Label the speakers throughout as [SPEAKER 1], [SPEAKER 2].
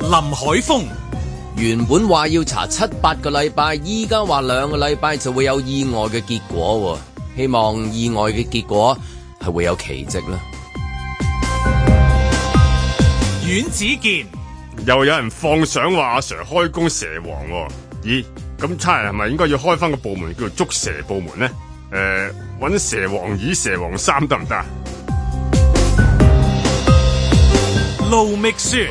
[SPEAKER 1] 林海峰、
[SPEAKER 2] 原本話要查七八個禮拜，依家話兩個禮拜就會有意外嘅結果喎。希望意外嘅結果係會有奇蹟啦。
[SPEAKER 1] 阮子健、
[SPEAKER 3] 又有人放相話阿 Sir 開工蛇王喎、咦？咁差人係咪應該要開翻個部門叫做捉蛇部門呢？誒、揾蛇王二、蛇王三得唔得啊？
[SPEAKER 1] 盧覓雪、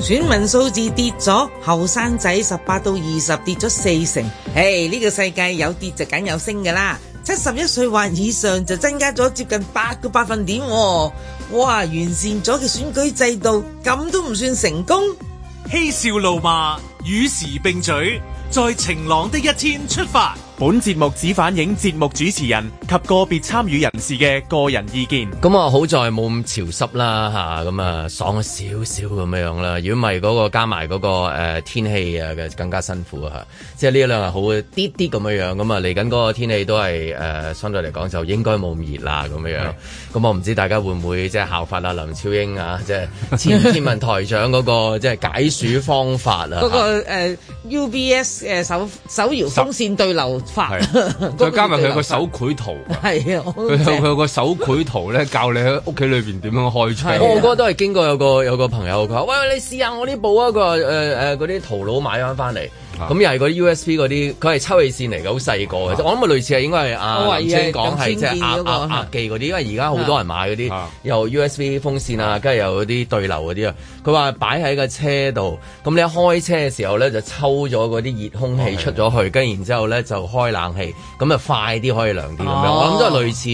[SPEAKER 4] 選民數字跌咗，後生仔十八到二十跌咗四成。唉，呢個世界有跌就梗有升噶啦。七十一歲或以上就增加咗接近八個百分點喎。哇！完善咗嘅選舉制度，咁都唔算成功。
[SPEAKER 1] 嬉笑怒罵，與時並舉，在晴朗的一天出發。
[SPEAKER 5] 本節目只反映節目主持人及個別參與人士嘅個人意見。
[SPEAKER 2] 咁啊，好在冇咁潮濕啦嚇，咁啊爽咗少少咁樣啦。如果唔係嗰個加埋嗰、個、呃、天氣啊嘅更加辛苦啊嚇。即係呢兩日好啲啲咁樣樣，咁啊嚟緊嗰個天氣都係誒、呃相對嚟講就應該冇咁熱啦咁樣樣。咁我唔知大家會唔會即係效法啊林超英啊，即係前天文台長嗰、個即係解暑方法啊。
[SPEAKER 4] 嗰、個、呃 UBS 誒、呃手手搖風扇對流法， 嗰個
[SPEAKER 6] 再加埋佢有個
[SPEAKER 4] 對
[SPEAKER 6] 手
[SPEAKER 4] 流
[SPEAKER 6] 繪圖㗎，
[SPEAKER 4] 法係啊，好
[SPEAKER 6] 佢有佢
[SPEAKER 4] 正
[SPEAKER 6] 有個手繪圖咧，教你喺屋企裏邊點樣開窗。
[SPEAKER 2] 我哥都係經過有個有個朋友，佢話：喂，你試下我呢部啊！佢話誒誒嗰啲淘佬買翻翻嚟，咁又係嗰啲 USB 嗰啲，佢係抽氣扇嚟嘅，好細個嘅。我諗啊，類似係應該係
[SPEAKER 4] 我
[SPEAKER 2] 阿
[SPEAKER 4] 懷
[SPEAKER 2] 林
[SPEAKER 4] 疑
[SPEAKER 2] 青
[SPEAKER 4] 哦係啊
[SPEAKER 2] 講係
[SPEAKER 4] 林
[SPEAKER 2] 即係
[SPEAKER 4] 千
[SPEAKER 2] 壓
[SPEAKER 4] 健嗰個
[SPEAKER 2] 壓壓記嗰啲，因為而家好多人買嗰啲
[SPEAKER 6] 啊
[SPEAKER 2] 有 USB 風扇啊，跟住有啲對流嗰啲啊。佢話擺喺個車度，咁你一開車嘅時候咧就抽咗嗰啲熱空氣出咗去，跟住然之後咧就開冷氣，咁啊快啲可以涼啲咁樣。
[SPEAKER 4] 哦
[SPEAKER 2] 我諗都係類似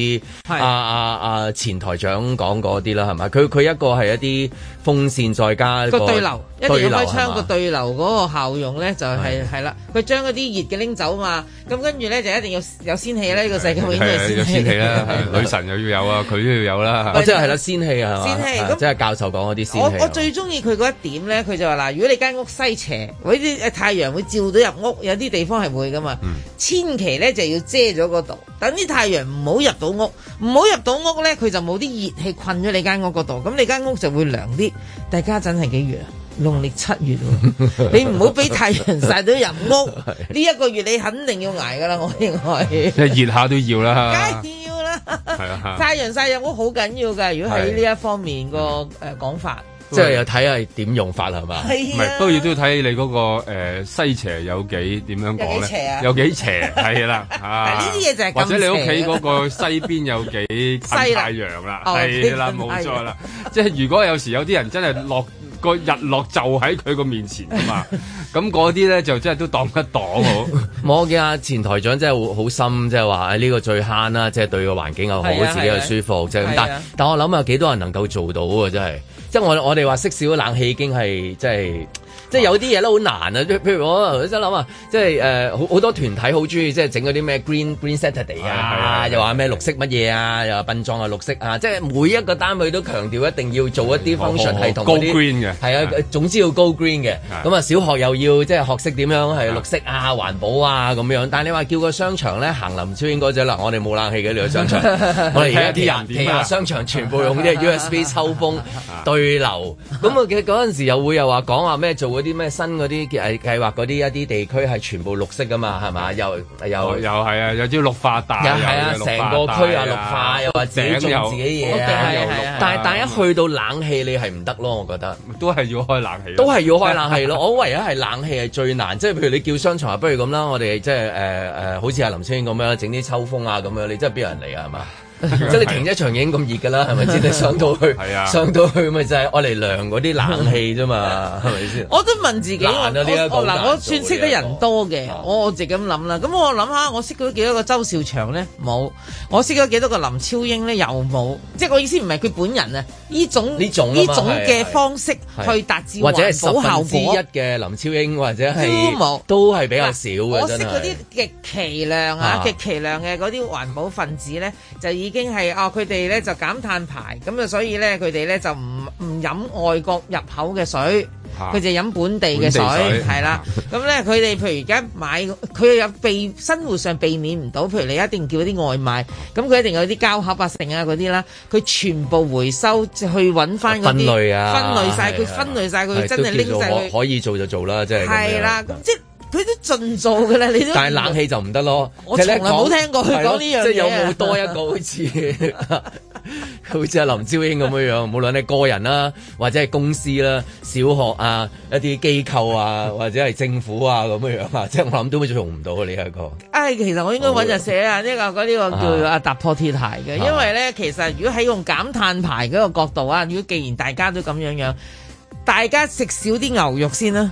[SPEAKER 4] 係
[SPEAKER 2] 啊啊啊前台長講嗰啲啦，係咪？佢佢一個係一啲風扇，再加一
[SPEAKER 4] 個對流，一定要開窗個
[SPEAKER 2] 對
[SPEAKER 4] 對流嗰個效用咧，就係係啦，佢將嗰啲熱嘅拎走嘛，咁跟住咧就一定要有仙氣咧，呢個世界永
[SPEAKER 6] 係
[SPEAKER 4] 遠都
[SPEAKER 6] 啊有
[SPEAKER 4] 有
[SPEAKER 6] 仙
[SPEAKER 4] 仙
[SPEAKER 6] 氣
[SPEAKER 4] 氣
[SPEAKER 6] 啦，係女神又要有啊，佢都要有 啦。
[SPEAKER 2] 哦流，即係係啦，仙氣啊，係嘛
[SPEAKER 4] 仙氣
[SPEAKER 2] 係
[SPEAKER 4] 咁
[SPEAKER 2] 即係教授講嗰啲仙
[SPEAKER 4] 我
[SPEAKER 2] 氣。啊
[SPEAKER 4] 我最中意佢嗰一點咧，佢就話嗱，如果你間屋西斜，嗰啲誒太陽會照到入屋，有啲地方係會噶嘛。
[SPEAKER 6] 嗯
[SPEAKER 4] 千祈咧就要遮咗嗰度，等啲太陽唔好入到屋，唔好入到屋咧，佢就冇啲熱氣困咗你間屋嗰度，咁你間屋就會涼啲。但係家陣係幾月啊？農曆七月 喎，你唔好俾太陽曬到入屋。呢一個月你肯定要捱噶啦，我認 為。
[SPEAKER 6] 即係熱下都要
[SPEAKER 4] 梗
[SPEAKER 6] 啦，
[SPEAKER 4] 係要啦，
[SPEAKER 6] 係啊，
[SPEAKER 4] 太陽曬入屋好緊要㗎。如果喺呢一方面個誒講法，
[SPEAKER 2] 即係又睇下點用法係嘛？
[SPEAKER 4] 係
[SPEAKER 6] 唔係，
[SPEAKER 4] 啊
[SPEAKER 6] 不過亦都要睇你嗰個誒西斜有幾點樣講
[SPEAKER 4] 有幾斜
[SPEAKER 6] 咧
[SPEAKER 4] 啊？
[SPEAKER 6] 有幾 斜係啦，啊
[SPEAKER 4] 嗱呢啲嘢就係咁
[SPEAKER 6] 或者你屋企
[SPEAKER 4] 斜
[SPEAKER 6] 嗰個西邊有幾
[SPEAKER 4] 西
[SPEAKER 6] 近
[SPEAKER 4] 啦
[SPEAKER 6] 太陽啦，
[SPEAKER 4] 哦
[SPEAKER 6] 係啦，
[SPEAKER 4] 近
[SPEAKER 6] 冇
[SPEAKER 4] 太陽
[SPEAKER 6] 錯啦。即係如果有時有啲人真係落個日落就喺佢個面前㗎 嘛，咁嗰啲咧就真係都擋一擋 好。
[SPEAKER 2] 我見阿前台長真係好好心，即係話誒哎呢個最慳啦，即係對個環境又好，
[SPEAKER 4] 係啊
[SPEAKER 2] 自己又
[SPEAKER 4] 係啊
[SPEAKER 2] 舒服，即
[SPEAKER 4] 係
[SPEAKER 2] 係咁
[SPEAKER 4] 啊。
[SPEAKER 2] 但但我諗有幾多人能夠做到啊？真係，即係我我哋話熄少冷氣已經係即係。即係有啲嘢咧好難啊！即係譬如我真諗啊，即係誒好好多團體好中意即係整嗰啲咩 green green Saturday
[SPEAKER 6] 係係
[SPEAKER 2] 啊，
[SPEAKER 6] 係
[SPEAKER 2] 又話咩綠色乜嘢啊，又話殯葬啊綠色啊，即係每一個單位都強調一定要做一啲 function 係同
[SPEAKER 6] 高
[SPEAKER 2] 嗰啲
[SPEAKER 6] green 嘅
[SPEAKER 2] 係啊，總之要 go green 嘅，咁啊小學又要即係學識點樣係綠色啊、環保啊咁樣。但係你話叫個商場咧行林超英嗰隻啦，我哋冇冷氣嘅呢個商場，我哋而家
[SPEAKER 6] 睇下啲人
[SPEAKER 2] 旗
[SPEAKER 6] 點啊
[SPEAKER 2] 下商場全部用啲 USB 抽風對流。咁啊，其實嗰陣時又會又話講話咩做嗰啲咩新嗰啲計計劃嗰啲一啲地區係全部綠色噶嘛，係嘛？又又
[SPEAKER 6] 又又係啊，有啲綠化帶
[SPEAKER 2] 又係啊，
[SPEAKER 6] 有
[SPEAKER 2] 成
[SPEAKER 6] 綠化
[SPEAKER 2] 個區啊
[SPEAKER 6] 帶
[SPEAKER 2] 綠化，又話自己
[SPEAKER 6] 頂
[SPEAKER 2] 種
[SPEAKER 6] 有
[SPEAKER 2] 自己
[SPEAKER 4] 屋
[SPEAKER 2] 嘢
[SPEAKER 4] 頂
[SPEAKER 2] 啊
[SPEAKER 4] 有綠化
[SPEAKER 2] 但係但係一去到冷氣你係唔得咯，我覺得。
[SPEAKER 6] 都係要開冷氣，啊
[SPEAKER 2] 都係要開 冷氣咯。我唯一係冷氣係最難，即係譬如你叫商場啊，不如咁啦，我哋即係誒誒，好似阿林青咁樣，整啲秋風啊咁樣，你真係邊有人嚟啊？係嘛？即係你停車場已經咁熱㗎啦，係咪先？你上到去
[SPEAKER 6] 係，啊
[SPEAKER 2] 上到去咪就係愛嚟涼嗰啲冷氣啫 嘛，係咪先？
[SPEAKER 4] 我都問自己，
[SPEAKER 2] 難啊
[SPEAKER 4] 我
[SPEAKER 2] 呢一個
[SPEAKER 4] 我
[SPEAKER 2] 難
[SPEAKER 4] 嗱，
[SPEAKER 2] 做
[SPEAKER 4] 我算識得人多嘅
[SPEAKER 2] 呢一個，
[SPEAKER 4] 我我自己咁諗啦。咁我諗下，我識咗幾多個周兆祥咧？冇。我識咗幾多個林超英咧？又冇。即係我意思唔係佢本人啊，呢種
[SPEAKER 2] 呢種啊嘛
[SPEAKER 4] 呢種
[SPEAKER 2] 係
[SPEAKER 4] 嘅
[SPEAKER 2] 係
[SPEAKER 4] 方式
[SPEAKER 2] 係
[SPEAKER 4] 去達至
[SPEAKER 2] 或者係
[SPEAKER 4] 環保
[SPEAKER 2] 十
[SPEAKER 4] 效
[SPEAKER 2] 分之
[SPEAKER 4] 果。
[SPEAKER 2] 一嘅林超英，或者
[SPEAKER 4] 都冇
[SPEAKER 2] 係都係比較少
[SPEAKER 4] 我
[SPEAKER 2] 嘅，
[SPEAKER 4] 識
[SPEAKER 2] 真
[SPEAKER 4] 嗰
[SPEAKER 2] 係
[SPEAKER 4] 啲。極其量
[SPEAKER 2] 啊
[SPEAKER 4] 啊，極其量嘅嗰啲環保分子咧，就已經係哦，佢哋咧就啊減碳排，咁啊，所以咧佢哋咧就唔唔飲外國入口嘅水，佢就飲本地嘅
[SPEAKER 6] 本地水
[SPEAKER 4] 水，係啦。咁咧佢哋譬如而家買，佢有避生活上避免唔到，譬如你一定叫啲外賣，咁佢一定有啲膠盒啊、剩啊嗰啲啦，佢全部回收去揾翻嗰啲
[SPEAKER 2] 分類啊，
[SPEAKER 4] 分類晒佢，
[SPEAKER 2] 係啊
[SPEAKER 4] 分類晒佢，
[SPEAKER 2] 係
[SPEAKER 4] 真係
[SPEAKER 2] 都叫
[SPEAKER 4] 拎
[SPEAKER 2] 做
[SPEAKER 4] 晒
[SPEAKER 2] 可
[SPEAKER 4] 佢。
[SPEAKER 2] 可以做就做啦，即係咁樣
[SPEAKER 4] 係啦，咁即係佢都盡做噶啦，你都。
[SPEAKER 2] 但係冷氣就唔得咯。
[SPEAKER 4] 我
[SPEAKER 2] 即係咧
[SPEAKER 4] 從來冇
[SPEAKER 2] 講
[SPEAKER 4] 聽過佢
[SPEAKER 2] 係咯
[SPEAKER 4] 講呢樣嘢啊
[SPEAKER 2] 即係有冇多一個好似 好似阿林超英咁樣樣，無論你個人啦，或者係公司啦、小學啊、一啲機構啊，或者係政府啊咁樣樣啊，即係我諗都做唔到啊呢一個。
[SPEAKER 4] 唉，其實我應該揾日寫啊，呢個呢個叫做
[SPEAKER 2] 啊
[SPEAKER 4] 啊突破鐵鞋嘅，因為咧其實如果喺用減碳牌嗰個角度啊，如果既然大家都咁樣樣，大家食少啲牛肉先啦。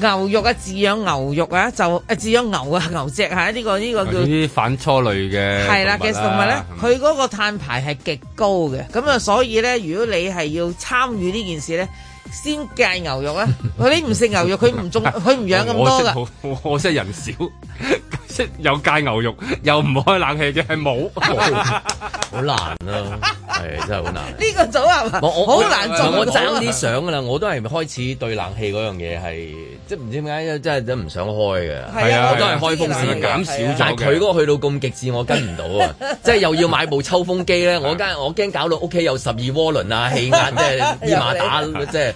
[SPEAKER 4] 牛肉啊，飼養牛肉啊，就啊飼養牛啊，牛隻嚇呢個呢個叫
[SPEAKER 6] 有啲反芻類嘅
[SPEAKER 4] 係啦嘅動物咧，
[SPEAKER 6] 係咪
[SPEAKER 4] 佢嗰個碳排係極高嘅，咁啊，所以咧，如果你係要參與呢件事咧，先戒牛肉啦。佢你唔食牛肉，佢唔種，佢唔養咁多噶。
[SPEAKER 6] 我識好我識人少， 識又戒牛肉，又唔開冷氣嘅，係冇。
[SPEAKER 2] 好 難啊，係真係好難。
[SPEAKER 4] 呢個組合啊
[SPEAKER 2] 我我
[SPEAKER 4] 好難做到。啊
[SPEAKER 2] 我爭啲想噶啦，我都係開始對冷氣嗰樣嘢係，即係唔知點解，真係真唔想開嘅。
[SPEAKER 4] 係啊，
[SPEAKER 6] 我都係
[SPEAKER 2] 開風扇
[SPEAKER 4] 係啊
[SPEAKER 6] 減少咗
[SPEAKER 4] 係啊
[SPEAKER 2] 但係佢嗰個去到咁極致，我跟唔到啊！即係又要買部抽風機咧，我驚我驚搞到屋企有十二渦輪啊、氣壓，即係伊馬打，即係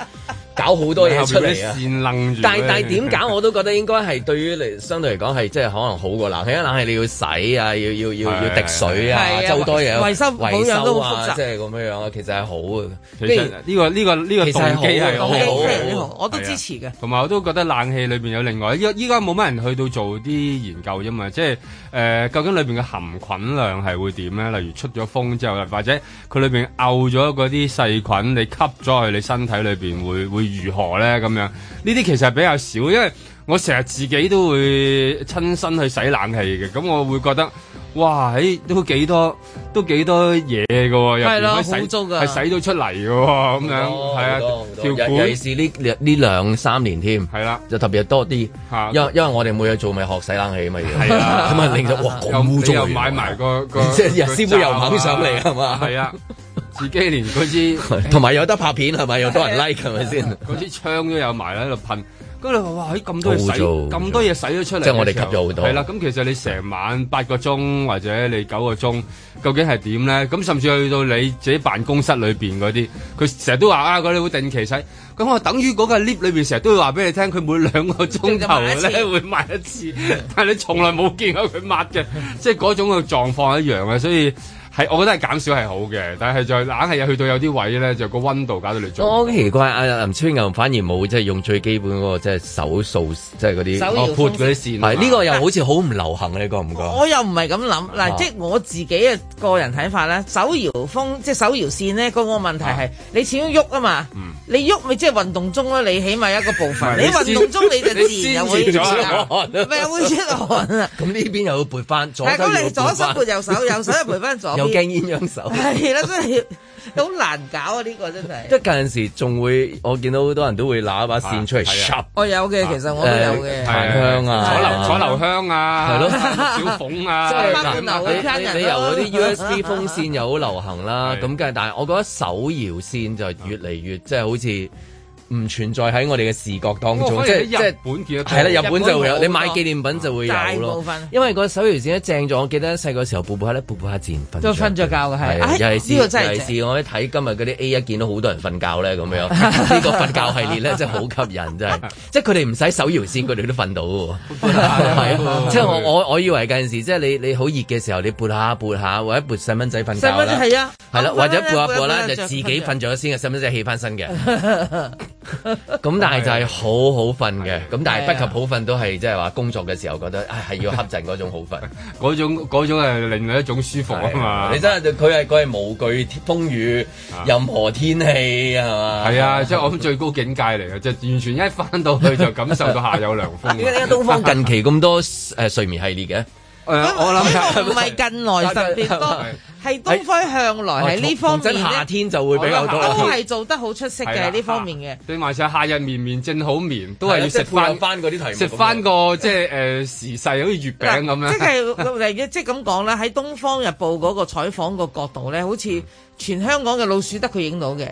[SPEAKER 2] 搞好多嘢出 嚟啊！
[SPEAKER 6] 線楞住。
[SPEAKER 2] 但係但係點搞我都覺得應該係對於嚟相對嚟講係即係可能好過冷氣，因為冷氣你要洗啊，要要要要滴水啊，
[SPEAKER 4] 係啊
[SPEAKER 2] 周多嘢
[SPEAKER 4] 維修保
[SPEAKER 2] 維
[SPEAKER 4] 養都
[SPEAKER 2] 修
[SPEAKER 4] 好複
[SPEAKER 2] 啊，
[SPEAKER 4] 雜
[SPEAKER 2] 即係咁樣樣啊，其實係好嘅。
[SPEAKER 6] 其實呢個呢個呢個
[SPEAKER 2] 其實係
[SPEAKER 6] 動機係
[SPEAKER 2] 好
[SPEAKER 6] 好
[SPEAKER 4] 講起非常
[SPEAKER 2] 嘅好嘅好嘅
[SPEAKER 4] 之
[SPEAKER 6] 好
[SPEAKER 4] 好，。我都
[SPEAKER 6] 係啊
[SPEAKER 4] 支持嘅。
[SPEAKER 6] 同埋我都覺得冷氣裏邊有另外，依依家冇乜人去到做啲研究啫嘛，即係誒、呃究竟裏邊嘅含菌量係會點咧？例如出咗風之後，或者佢裏邊漚咗嗰啲細菌，你吸咗去你身體裏邊會會如何咧？咁樣呢啲其實係比較少，因為我成日自己都會親身去洗冷氣嘅，咁我會覺得。哇！喺都幾多都幾多嘢嘅喎，入
[SPEAKER 4] 係
[SPEAKER 6] 邊
[SPEAKER 4] 咯
[SPEAKER 6] 可以洗
[SPEAKER 4] 好糟㗎
[SPEAKER 6] 係洗到出嚟嘅喎，咁樣
[SPEAKER 2] 好多
[SPEAKER 6] 係啊
[SPEAKER 2] 好多好，多
[SPEAKER 6] 條
[SPEAKER 2] 尤
[SPEAKER 6] 管
[SPEAKER 2] 尤其是呢呢兩三年添。
[SPEAKER 6] 係啦。
[SPEAKER 2] 就特別多啲
[SPEAKER 6] 嚇，
[SPEAKER 2] 因為因為我哋每日做咪學洗冷氣嘛，要
[SPEAKER 6] 係啊
[SPEAKER 2] 咁啊令到 哇
[SPEAKER 6] 又
[SPEAKER 2] 咁污糟，
[SPEAKER 6] 你又買埋個個 啊
[SPEAKER 2] 即係日師傅又肯上嚟係嘛
[SPEAKER 6] 係啊，自己連嗰支
[SPEAKER 2] 同埋有得拍片係咪？又 多人 like 係咪先？
[SPEAKER 6] 嗰支槍都有埋喺度噴。咁你話哇，咦咁多嘢
[SPEAKER 2] 好
[SPEAKER 6] 洗，
[SPEAKER 2] 做
[SPEAKER 6] 咁多嘢洗咗出嚟嘅時候，
[SPEAKER 2] 即係我哋吸咗好多
[SPEAKER 6] 係啦，咁其實你成晚八個鐘或者你九個鐘，究竟係點咧？咁甚至去到你自己辦公室裏邊嗰啲，佢成日都話啊，佢哋會定期洗。咁我等於嗰個 lift 裏邊成日都會話俾你聽，佢每兩個鐘 頭咧會抹一次，但係你從來冇見過佢抹嘅，即係嗰種嘅狀況一樣嘅，所以。係，我覺得係減少係好嘅，但係就硬係有去到有啲位咧，就個温度搞到你做唔到。
[SPEAKER 2] 我好奇怪，阿林超英反而冇即係用最基本嗰個即係手數，即係嗰
[SPEAKER 4] 手
[SPEAKER 2] 啲。
[SPEAKER 6] 哦，潑嗰啲線
[SPEAKER 2] 係呢個又好似好唔流行啊！你覺唔 覺？
[SPEAKER 4] 我又唔係咁諗，
[SPEAKER 2] 啊
[SPEAKER 4] 嗱，即係我自己嘅個人睇法咧，手搖風即係手搖線咧，嗰個問題係你始終喐啊嘛，你喐咪即係運動中咯，你起碼有一個部
[SPEAKER 6] 唔係
[SPEAKER 4] 分，
[SPEAKER 6] 你
[SPEAKER 4] 你運動中你就
[SPEAKER 6] 先
[SPEAKER 4] 自然就會
[SPEAKER 6] 你先
[SPEAKER 2] 出
[SPEAKER 6] 咗
[SPEAKER 2] 汗啊
[SPEAKER 4] 咪會出汗啊！
[SPEAKER 2] 咁呢邊又要撥翻，左
[SPEAKER 4] 係
[SPEAKER 2] 手又
[SPEAKER 4] 咁，
[SPEAKER 2] 要
[SPEAKER 4] 你左
[SPEAKER 2] 撥
[SPEAKER 4] 手
[SPEAKER 2] 翻
[SPEAKER 4] 撥，右手，右手又撥翻左
[SPEAKER 2] 又
[SPEAKER 4] 邊，
[SPEAKER 2] 驚鴛鴦 手。
[SPEAKER 4] 係啦，真係好難搞啊！呢個真
[SPEAKER 2] 即
[SPEAKER 4] 係，
[SPEAKER 2] 係近時仲會，我見到好多人都會拿把線出嚟
[SPEAKER 6] 係
[SPEAKER 2] s
[SPEAKER 6] 啊
[SPEAKER 4] 我有嘅，其實我都有
[SPEAKER 2] 誒
[SPEAKER 4] 嘅。
[SPEAKER 2] 檀香啊
[SPEAKER 6] 楚留楚留香啊，
[SPEAKER 2] 係咯
[SPEAKER 6] 小鳳啊，
[SPEAKER 2] 即係
[SPEAKER 4] 翻半
[SPEAKER 2] 嗱
[SPEAKER 4] 流嗰啲
[SPEAKER 2] 你
[SPEAKER 4] 人
[SPEAKER 2] 你你
[SPEAKER 4] 咯
[SPEAKER 2] 由嗰啲 USB 風扇又好流行啦，
[SPEAKER 6] 係
[SPEAKER 2] 咁梗係，但係我覺得手搖扇就越嚟
[SPEAKER 4] 嗯
[SPEAKER 2] 越即係好似唔存在喺我哋嘅視覺當中，
[SPEAKER 4] 哦
[SPEAKER 6] 我
[SPEAKER 2] 即
[SPEAKER 6] 反而
[SPEAKER 2] 係即
[SPEAKER 6] 哦喺
[SPEAKER 2] 係
[SPEAKER 6] 日。本見得多
[SPEAKER 2] 啊係啦，日本就
[SPEAKER 4] 日本
[SPEAKER 2] 會
[SPEAKER 4] 好
[SPEAKER 2] 有，
[SPEAKER 4] 多
[SPEAKER 2] 你買紀念品就會有
[SPEAKER 4] 大部
[SPEAKER 2] 咯
[SPEAKER 4] 分。
[SPEAKER 2] 因為個手搖扇咧正咗，我記得細個時候步步下咧，步步下自然瞓。
[SPEAKER 4] 都瞓咗覺嘅係
[SPEAKER 2] 啊
[SPEAKER 4] 哎
[SPEAKER 2] 尤其是
[SPEAKER 4] 呢個真係
[SPEAKER 2] 尤其是我一睇今日嗰啲 A 一見到好多人瞓覺咧，咁樣 呢個瞓覺系列咧真係好吸引，真係。即係佢哋唔使手搖扇，佢哋都瞓到喎。係啊即係我我我以為嗰陣時，即係你你好熱嘅時候，你撥下撥下，或者撥細蚊仔瞓覺
[SPEAKER 4] 細蚊
[SPEAKER 2] 啦。
[SPEAKER 4] 係啊，
[SPEAKER 2] 係啦，
[SPEAKER 4] 我
[SPEAKER 2] 或者撥下
[SPEAKER 4] 我
[SPEAKER 2] 撥啦，
[SPEAKER 4] 我
[SPEAKER 2] 就
[SPEAKER 4] 着
[SPEAKER 2] 自己瞓
[SPEAKER 4] 着
[SPEAKER 2] 咗先嘅，細蚊仔起翻身 嘅。咁但
[SPEAKER 6] 啊
[SPEAKER 2] 係就係好好瞓嘅，咁但係不及啊好瞓都係即係話工作嘅時候覺得唉係要瞌陣嗰種好瞓。
[SPEAKER 6] 嗰種嗰種係另外一種舒服啊嘛，
[SPEAKER 2] 你真係佢係佢係無懼風雨，任何天氣係嘛？
[SPEAKER 6] 係啊，即係我諗最高境界嚟嘅，就完全一翻到去就感受到下有涼
[SPEAKER 2] 點解
[SPEAKER 6] 風。啊
[SPEAKER 2] 點啊解東方近期咁多誒睡眠系列嘅？
[SPEAKER 6] 誒，我諗啊
[SPEAKER 4] 呢個唔係近來特別多，係東方向來喺呢方面
[SPEAKER 2] 講哦真夏
[SPEAKER 4] 咧，
[SPEAKER 2] 天就會比較多
[SPEAKER 4] 都
[SPEAKER 2] 啦。
[SPEAKER 4] 係做得好出色嘅呢方面嘅。
[SPEAKER 6] 啊對埋晒夏日綿綿正好眠，都係要
[SPEAKER 2] 即
[SPEAKER 6] 食
[SPEAKER 2] 配合
[SPEAKER 6] 翻
[SPEAKER 2] 翻嗰啲題目，
[SPEAKER 6] 食翻個即係誒時勢，好似月啊餅咁
[SPEAKER 4] 嗱即
[SPEAKER 6] 樣。
[SPEAKER 4] 係 即係咁講啦，喺《東方日報》嗰個採訪個角度咧，好似全香港嘅老鼠得佢影到嘅。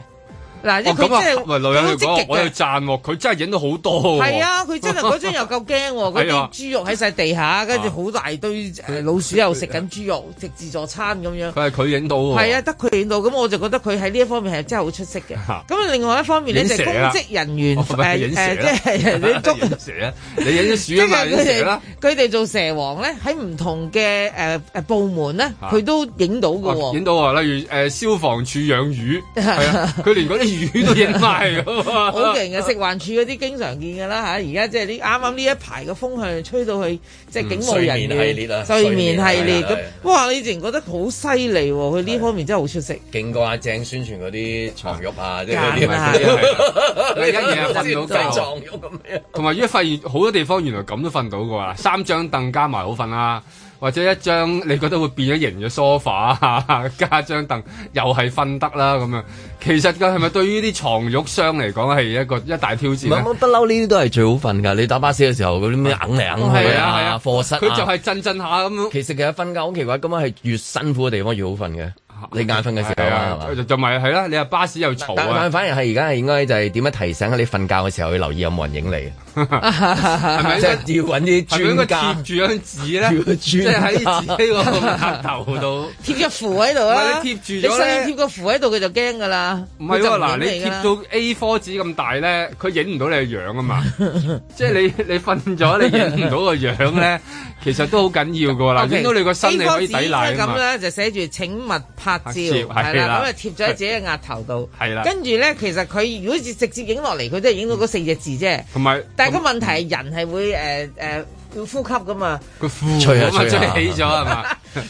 [SPEAKER 4] 嗱，即係
[SPEAKER 6] 哦咁
[SPEAKER 4] 佢真係
[SPEAKER 6] 啊，喂，女人嚟
[SPEAKER 4] 佢好
[SPEAKER 6] 講，我
[SPEAKER 4] 積
[SPEAKER 6] 要
[SPEAKER 4] 極嘅。
[SPEAKER 6] 讚喎，佢真係影到好多喎。
[SPEAKER 4] 係啊，佢真係嗰張又夠驚喎，嗰
[SPEAKER 6] 係啊
[SPEAKER 4] 啲豬肉喺晒地下，跟住好大堆誒老鼠又食緊豬肉，食自助餐咁樣。
[SPEAKER 6] 佢係佢影到喎。
[SPEAKER 4] 係啊，得佢影到，咁我就覺得佢喺呢一方面係真係好出色嘅。
[SPEAKER 6] 嚇
[SPEAKER 4] 咁另外一方面咧
[SPEAKER 6] 影
[SPEAKER 4] 就係
[SPEAKER 6] 蛇
[SPEAKER 4] 公
[SPEAKER 6] 啦
[SPEAKER 4] 職人員
[SPEAKER 6] 哦
[SPEAKER 4] 誒
[SPEAKER 6] 唔係影蛇
[SPEAKER 4] 誒，
[SPEAKER 6] 啦
[SPEAKER 4] 即 係你捉。
[SPEAKER 6] 影蛇啊！你影咗
[SPEAKER 4] 即
[SPEAKER 6] 鼠
[SPEAKER 4] 係
[SPEAKER 6] 啊嘛，影
[SPEAKER 4] 佢
[SPEAKER 6] 蛇啦
[SPEAKER 4] 哋。佢哋做蛇王咧，喺唔同嘅誒誒部門咧，
[SPEAKER 6] 嚇
[SPEAKER 4] 佢都影到嘅
[SPEAKER 6] 哦
[SPEAKER 4] 喎
[SPEAKER 6] 影。到啊！例如誒消防處養 魚，係啊，佢連嗰啲魚都影埋㗎嘛。
[SPEAKER 4] 好勁嘅，食環署嗰啲經常見㗎啦嚇，而家即係呢啱啱呢一排嘅風向吹到去，即係警務人員
[SPEAKER 2] 睡眠系列啊
[SPEAKER 4] 睡眠系列
[SPEAKER 2] 睡
[SPEAKER 4] 咁
[SPEAKER 2] 眠，
[SPEAKER 4] 哇！你仲覺得好犀利喎，佢呢方面真係好出色。
[SPEAKER 2] 勁過阿鄭宣傳嗰啲床褥啊，即係嗰
[SPEAKER 4] 係
[SPEAKER 2] 啲
[SPEAKER 4] 啦
[SPEAKER 6] 係啊係啊你一夜瞓到覺。
[SPEAKER 2] 床褥咁樣。
[SPEAKER 6] 同埋依家發現好多地方原來咁都瞓到㗎啦，三張凳加埋好瞓啦，或者一張你覺得會變咗形嘅 sofa 啊 加張凳又係瞓得啦咁樣。其實佢係咪對於啲床褥商嚟講係一個一大挑戰啊
[SPEAKER 2] 唔係
[SPEAKER 6] 咧？
[SPEAKER 2] 我不嬲呢啲都係最好瞓㗎。你打巴士嘅時候嗰啲咩硬嚟硬去
[SPEAKER 6] 係啊係
[SPEAKER 2] 啊
[SPEAKER 6] 啊，
[SPEAKER 2] 課室啊
[SPEAKER 6] 佢就係震震下咁樣。
[SPEAKER 2] 其實其實瞓覺好奇怪，咁樣係越辛苦嘅地方越好瞓嘅。你眼瞓嘅時候
[SPEAKER 6] 係
[SPEAKER 2] 啊，係
[SPEAKER 6] 啊
[SPEAKER 2] 嘛，？
[SPEAKER 6] 就就咪係啦，你話巴士又嘈
[SPEAKER 2] 但
[SPEAKER 6] 啊
[SPEAKER 2] 但，反而係而家係應該就係點樣提醒你瞓覺嘅時候去留意有冇人影你，
[SPEAKER 6] 係咪應該係咪應該
[SPEAKER 2] 即係要揾啲專家
[SPEAKER 6] 貼。住張紙
[SPEAKER 2] 要
[SPEAKER 6] 咧？即係
[SPEAKER 2] 專
[SPEAKER 6] 喺
[SPEAKER 2] 家
[SPEAKER 6] 自己個額頭度。
[SPEAKER 4] 貼咗符喺度啦，
[SPEAKER 6] 唔係你貼住
[SPEAKER 4] 你
[SPEAKER 6] 咗
[SPEAKER 4] 所以
[SPEAKER 6] 咧
[SPEAKER 4] 貼個符喺度，佢就驚㗎啦。
[SPEAKER 6] 唔係
[SPEAKER 4] 佢就
[SPEAKER 6] 喎，嗱
[SPEAKER 4] 影
[SPEAKER 6] 你
[SPEAKER 4] 㗎
[SPEAKER 6] 貼
[SPEAKER 4] 啦
[SPEAKER 6] 到 A 科紙咁大咧，佢影唔到你嘅樣啊嘛，即係你你瞓咗，你影唔到個樣咧，其實都好緊要噶啦，
[SPEAKER 4] OK，
[SPEAKER 6] 啊影到你個身你可以抵
[SPEAKER 4] A4 紙
[SPEAKER 6] 賴
[SPEAKER 4] 即係
[SPEAKER 6] 啊
[SPEAKER 4] 咁
[SPEAKER 6] 嘛，
[SPEAKER 4] 啦，就寫住請勿拍照，
[SPEAKER 6] 拍照
[SPEAKER 4] 係
[SPEAKER 6] 係
[SPEAKER 4] 啦，
[SPEAKER 6] 啦
[SPEAKER 4] 咁啊就貼咗喺自己嘅額頭度。
[SPEAKER 6] 係啦
[SPEAKER 4] 跟住咧，其實佢如果直接影落嚟，佢都係影到嗰四隻字啫。
[SPEAKER 6] 同埋
[SPEAKER 4] 但係個問題係人係會誒誒要呼吸噶嘛，
[SPEAKER 6] 個褲
[SPEAKER 2] 吹
[SPEAKER 6] 咁
[SPEAKER 2] 下
[SPEAKER 6] 啊
[SPEAKER 2] 吹下
[SPEAKER 6] 吹起咗係嘛，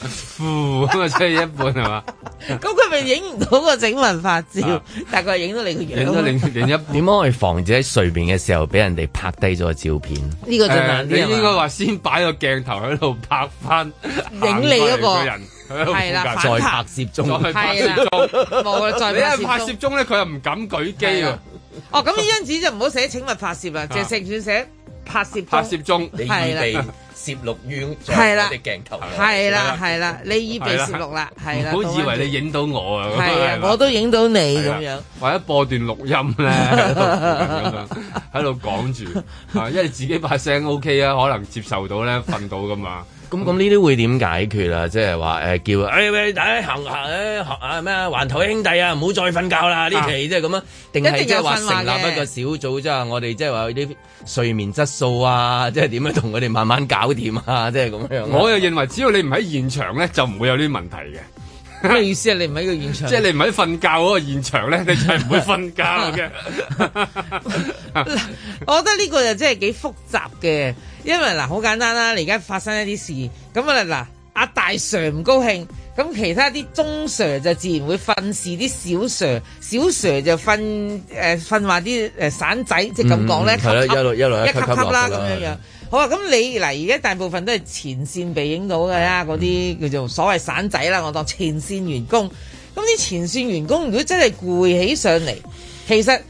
[SPEAKER 6] 褲咁啊吹一半係嘛，
[SPEAKER 4] 咁佢咪影唔到個整文發照
[SPEAKER 6] 嗯啊，
[SPEAKER 4] 但係佢係影到你個樣。
[SPEAKER 6] 影咗另另一半。
[SPEAKER 2] 點樣去防止喺睡眠嘅時候俾人哋拍低咗照片？
[SPEAKER 4] 呢個就
[SPEAKER 6] 誒
[SPEAKER 4] 難
[SPEAKER 6] 你
[SPEAKER 4] 啲
[SPEAKER 6] 應該
[SPEAKER 4] 啊嘛。
[SPEAKER 6] 話先擺個鏡頭喺度拍翻
[SPEAKER 4] 影你嗰個
[SPEAKER 6] 人喺度
[SPEAKER 4] 係啦
[SPEAKER 6] 附近
[SPEAKER 2] 再拍攝
[SPEAKER 6] 再
[SPEAKER 2] 中，
[SPEAKER 6] 去拍
[SPEAKER 4] 係啦
[SPEAKER 6] 攝中。
[SPEAKER 4] 冇啦，再
[SPEAKER 6] 你一
[SPEAKER 4] 拍攝
[SPEAKER 6] 拍攝
[SPEAKER 4] 中
[SPEAKER 6] 中咧，佢又唔敢舉機
[SPEAKER 4] 係
[SPEAKER 6] 喎
[SPEAKER 4] 啊。哦，咁呢張紙就唔好寫請勿拍攝啦，就成算寫拍攝
[SPEAKER 6] 啊拍
[SPEAKER 4] 中
[SPEAKER 6] 攝中
[SPEAKER 2] 你
[SPEAKER 4] 係啦
[SPEAKER 2] 預備攝錄於在
[SPEAKER 4] 係啦
[SPEAKER 2] 我哋鏡頭內。
[SPEAKER 4] 係啦係啦，你已被攝錄啦，係啦。
[SPEAKER 6] 唔好
[SPEAKER 4] 倒
[SPEAKER 6] 以
[SPEAKER 4] 返
[SPEAKER 6] 為你影到我啊！
[SPEAKER 4] 係啊
[SPEAKER 6] 係，嘛
[SPEAKER 4] 我都影到你咁
[SPEAKER 6] 係
[SPEAKER 4] 樣
[SPEAKER 6] 啊。或者播段錄音咧，喺度咁樣喺度講住啊，因為自己把聲 OK 啊，可能接受到咧，瞓到噶嘛。
[SPEAKER 2] 咁咁呢啲會點解決啊？即係話誒叫誒、哎、喂，大家行行誒行啊咩環頭兄弟啊，唔好再瞓覺啦！呢期即係咁樣，
[SPEAKER 4] 一
[SPEAKER 2] 定
[SPEAKER 4] 定
[SPEAKER 2] 係
[SPEAKER 4] 有
[SPEAKER 2] 即係話
[SPEAKER 4] 訓話
[SPEAKER 2] 成立
[SPEAKER 4] 嘅
[SPEAKER 2] 一個小組，即係我哋即係話啲睡眠質素啊，即係點樣同佢哋慢慢搞掂啊，即係咁
[SPEAKER 4] 嗯
[SPEAKER 2] 樣啊。
[SPEAKER 6] 我又認為，只要你唔喺現場咧，就唔會有呢啲問題嘅。
[SPEAKER 4] 咩意思啊？你唔喺個現場，
[SPEAKER 6] 即係你唔喺瞓覺嗰個 現場咧，你就係唔會瞓覺嘅。
[SPEAKER 4] 我覺得呢個就真係幾複雜嘅，因為嗱好簡單啦，你而家發生一啲事，咁啊嗱，阿大 Sir 唔高興，咁其他啲中 Sir 就自然會訓示啲小 Sir，小 Sir 就訓誒訓話啲誒散仔，即係咁講咧，
[SPEAKER 2] 嗯係啦
[SPEAKER 4] 級級
[SPEAKER 2] 一路一路一
[SPEAKER 4] 一級
[SPEAKER 2] 級級
[SPEAKER 4] 級啦
[SPEAKER 2] 落
[SPEAKER 4] 咁
[SPEAKER 2] 㗎啦
[SPEAKER 4] 樣樣。好啊，咁你嗱而家大部分都係前線被影到㗎
[SPEAKER 6] 嗯
[SPEAKER 4] 啦，嗰啲叫做所謂散仔啦，我當前線員工。咁啲前線員工如果真係攰起上嚟，其實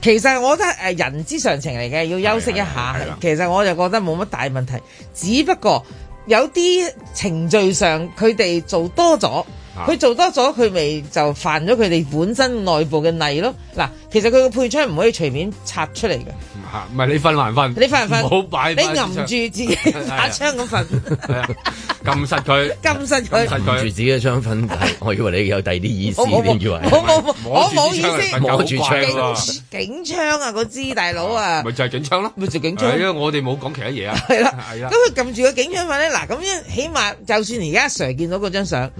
[SPEAKER 4] 其實我覺得誒人之常情嚟嘅，要休息一下
[SPEAKER 6] 係啦係啦。
[SPEAKER 4] 其實我就覺得冇乜大問題，只不過有啲程序上佢哋做多咗。
[SPEAKER 6] 啊
[SPEAKER 4] 佢做多咗，佢咪就犯咗佢哋本身內部嘅例咯。嗱，其實佢個配槍唔可以隨便拆出嚟嘅。
[SPEAKER 6] 嚇唔係你瞓還瞓，
[SPEAKER 4] 你瞓唔瞓
[SPEAKER 6] 唔好擺
[SPEAKER 4] 你
[SPEAKER 6] 擺
[SPEAKER 4] 揞住自 己把槍咁瞓，
[SPEAKER 6] 係啊撳實佢。
[SPEAKER 4] 撳實 佢。
[SPEAKER 6] 實
[SPEAKER 2] 撳住自己嘅張 瞓底，我以為你有第二啲意思
[SPEAKER 4] 我我
[SPEAKER 2] 添，以
[SPEAKER 4] 冇
[SPEAKER 2] 為
[SPEAKER 4] 我冇
[SPEAKER 6] 摸
[SPEAKER 4] 我
[SPEAKER 6] 住
[SPEAKER 4] 冇
[SPEAKER 6] 支
[SPEAKER 4] 意
[SPEAKER 6] 槍嚟
[SPEAKER 4] 思
[SPEAKER 6] 瞓，覺
[SPEAKER 2] 摸住
[SPEAKER 6] 好怪
[SPEAKER 2] 槍
[SPEAKER 6] 喎
[SPEAKER 4] 警警槍啊！嗰支大佬啊，
[SPEAKER 6] 咪就係警槍咯，
[SPEAKER 4] 咪就警
[SPEAKER 6] 係
[SPEAKER 4] 槍
[SPEAKER 6] 因為我哋冇講其 他嘢啊，
[SPEAKER 4] 係啦。
[SPEAKER 6] 係
[SPEAKER 4] 咁
[SPEAKER 6] 啦，
[SPEAKER 4] 佢撳住個警槍瞓咧，嗱咁樣起碼就算而家阿 Sir 見到嗰張相，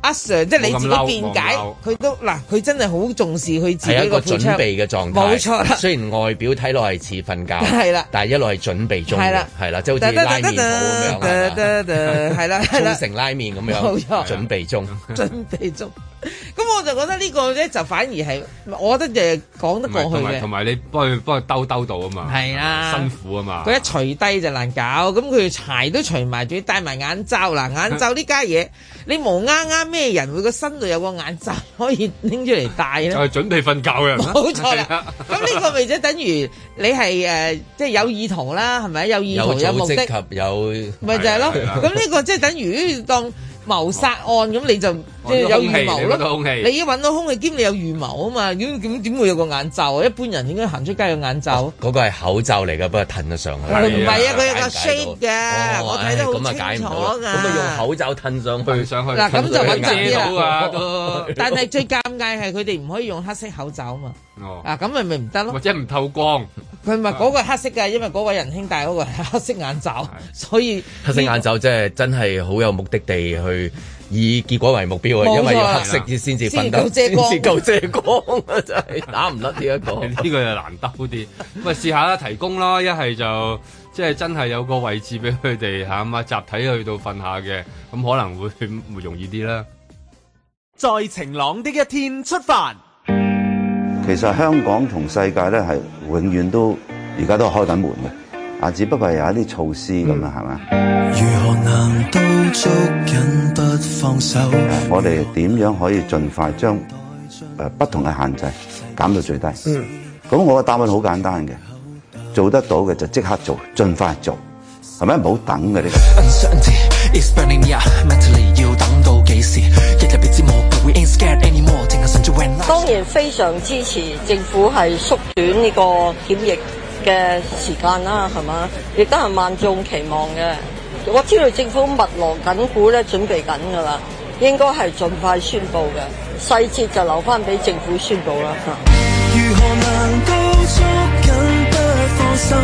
[SPEAKER 4] 阿 Sir 即係你自己
[SPEAKER 6] 冇咁嬲
[SPEAKER 4] 辯解
[SPEAKER 6] 冇咁，
[SPEAKER 4] 佢都嗱佢真係好重視佢自
[SPEAKER 2] 係
[SPEAKER 4] 己
[SPEAKER 2] 一
[SPEAKER 4] 個
[SPEAKER 2] 個
[SPEAKER 4] 配
[SPEAKER 2] 準
[SPEAKER 4] 槍，
[SPEAKER 2] 備嘅狀態。
[SPEAKER 4] 冇錯啦
[SPEAKER 2] 雖然外表睇落係似瞓覺，
[SPEAKER 4] 係啦
[SPEAKER 2] 但係一路係準備中
[SPEAKER 4] 係
[SPEAKER 2] 嘅
[SPEAKER 4] 啦，
[SPEAKER 2] 係啦，即係好似拉麵糊咁樣係嘛，
[SPEAKER 4] 係啦係啦
[SPEAKER 2] 沖。繩拉麵咁
[SPEAKER 4] 冇
[SPEAKER 2] 樣
[SPEAKER 4] 錯
[SPEAKER 2] 準備中。
[SPEAKER 4] 準備中。咁我就覺得呢個咧就反而係，我覺得就講得過
[SPEAKER 6] 同
[SPEAKER 4] 去
[SPEAKER 6] 埋同
[SPEAKER 4] 嘅。
[SPEAKER 6] 埋你幫佢幫佢兜兜到啊嘛，
[SPEAKER 4] 係啊
[SPEAKER 6] 辛苦啊嘛，
[SPEAKER 4] 佢一除低就難搞，咁佢柴都除埋，仲要戴埋眼罩嗱，眼 罩呢家嘢，你無啱啱咩人會個身度有個眼罩可以拎出嚟戴
[SPEAKER 6] 就
[SPEAKER 4] 咧？
[SPEAKER 6] 係準備瞓覺嘅人啦，
[SPEAKER 4] 冇錯
[SPEAKER 6] 係啊
[SPEAKER 4] 啦，咁呢個咪即係等於你係誒，即係有意圖啦，係咪？有意
[SPEAKER 2] 有
[SPEAKER 4] 圖有
[SPEAKER 2] 組
[SPEAKER 4] 目的，
[SPEAKER 2] 織及有
[SPEAKER 4] 咪就係咯。
[SPEAKER 6] 係啦啊
[SPEAKER 4] 咁呢個即係等於當謀殺案咁，你就即係有
[SPEAKER 6] 哦空氣
[SPEAKER 4] 預
[SPEAKER 6] 你
[SPEAKER 4] 謀
[SPEAKER 6] 覺得
[SPEAKER 4] 咯
[SPEAKER 6] 空氣。
[SPEAKER 4] 你已經揾到空氣兼你有預謀啊嘛，咁咁點會有個眼罩啊？一般人應該行出街有眼罩。
[SPEAKER 2] 嗰個係口罩嚟㗎，不過褪咗上去。
[SPEAKER 6] 係
[SPEAKER 2] 哎
[SPEAKER 6] 啊
[SPEAKER 4] 佢唔係啊，佢有個
[SPEAKER 2] 解唔解到
[SPEAKER 4] shape 嘅，
[SPEAKER 2] 哦
[SPEAKER 4] 我睇得好
[SPEAKER 2] 唉咁啊解
[SPEAKER 4] 清
[SPEAKER 2] 唔
[SPEAKER 4] 楚
[SPEAKER 2] 到啦
[SPEAKER 4] 㗎。
[SPEAKER 2] 咁咪用口罩褪上去
[SPEAKER 6] 去。上去
[SPEAKER 4] 嗱咁就穩陣啲啦
[SPEAKER 6] 到啊都
[SPEAKER 4] 但係最尷尬係佢哋唔可以用黑色口罩啊嘛，
[SPEAKER 6] 哦，
[SPEAKER 4] 啊咁咪咪唔得
[SPEAKER 6] 或
[SPEAKER 4] 咯。
[SPEAKER 6] 者唔透光，
[SPEAKER 4] 佢咪
[SPEAKER 2] 啊
[SPEAKER 4] 嗰個係黑色嘅，因為嗰位仁兄戴嗰個係黑色眼罩，所以
[SPEAKER 2] 黑色眼罩即係真係好有目的地去以結果為目標
[SPEAKER 4] 冇錯
[SPEAKER 2] 啊，因為要黑色先至瞓得，
[SPEAKER 4] 先
[SPEAKER 2] 先
[SPEAKER 4] 至夠遮光
[SPEAKER 2] 至夠遮光啊！真係打唔甩呢一個。
[SPEAKER 6] 呢個就難得啲。喂，試下啦，提供啦，一係就即係真係有個位置俾佢哋嚇咁啊，集體去到瞓下嘅，咁可能會 會容易啲啦。
[SPEAKER 5] 在晴朗的一天出發。
[SPEAKER 7] 其實香港同世界咧係永遠都而家都係開緊門嘅，啊，只不過係有一啲措施咁樣係嘛？
[SPEAKER 8] 如何能都捉緊不放手？
[SPEAKER 7] 我哋點樣可以盡快將誒、呃不同嘅限制減到最低？嗯，咁我嘅答案好簡單嘅，做得到嘅就即刻做，盡快做，係咪？唔好等嘅呢個。
[SPEAKER 8] Uncertainty is burning me up mentally，要等到幾時？一日別折磨，but we ain't scared anymore，淨係神最 when
[SPEAKER 9] 當然非常支持政府係縮短呢個檢疫嘅時間啦，係嘛？亦都係萬眾期望嘅。我知道政府密鑼緊鼓咧，準備緊㗎啦，應該係盡快宣佈嘅，細節就留翻俾政府宣佈啦。
[SPEAKER 8] 如何能都捉緊不放手？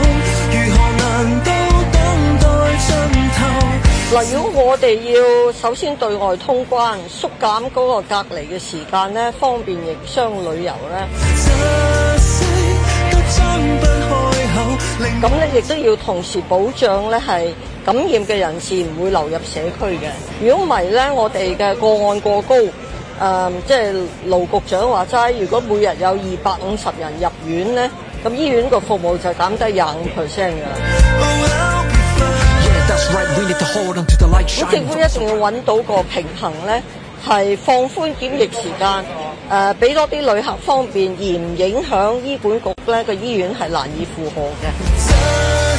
[SPEAKER 8] 如何能都等待盡頭？
[SPEAKER 9] 嗱，如果我哋要首先對外通關，縮減嗰個隔離嘅時間咧，方便營商旅遊咧。
[SPEAKER 8] 窒息都張不開口，令
[SPEAKER 9] 咁咧亦都要同時保障咧係感染嘅人士唔會流入社區嘅。如果唔係咧，我哋嘅個案過高，誒、嗯即係盧局長話齋，如果每日有二百五十人入院咧，咁醫院個服務就減低廿五 percent 㗎啦。
[SPEAKER 8] Yeah, that's right. We need to hold on to the light
[SPEAKER 9] 咁政府
[SPEAKER 8] shine.
[SPEAKER 9] 一定要揾到個平衡咧，係放寬檢疫時間，誒、俾多啲旅客方便，而唔影響醫管局咧個醫院係難以負荷嘅。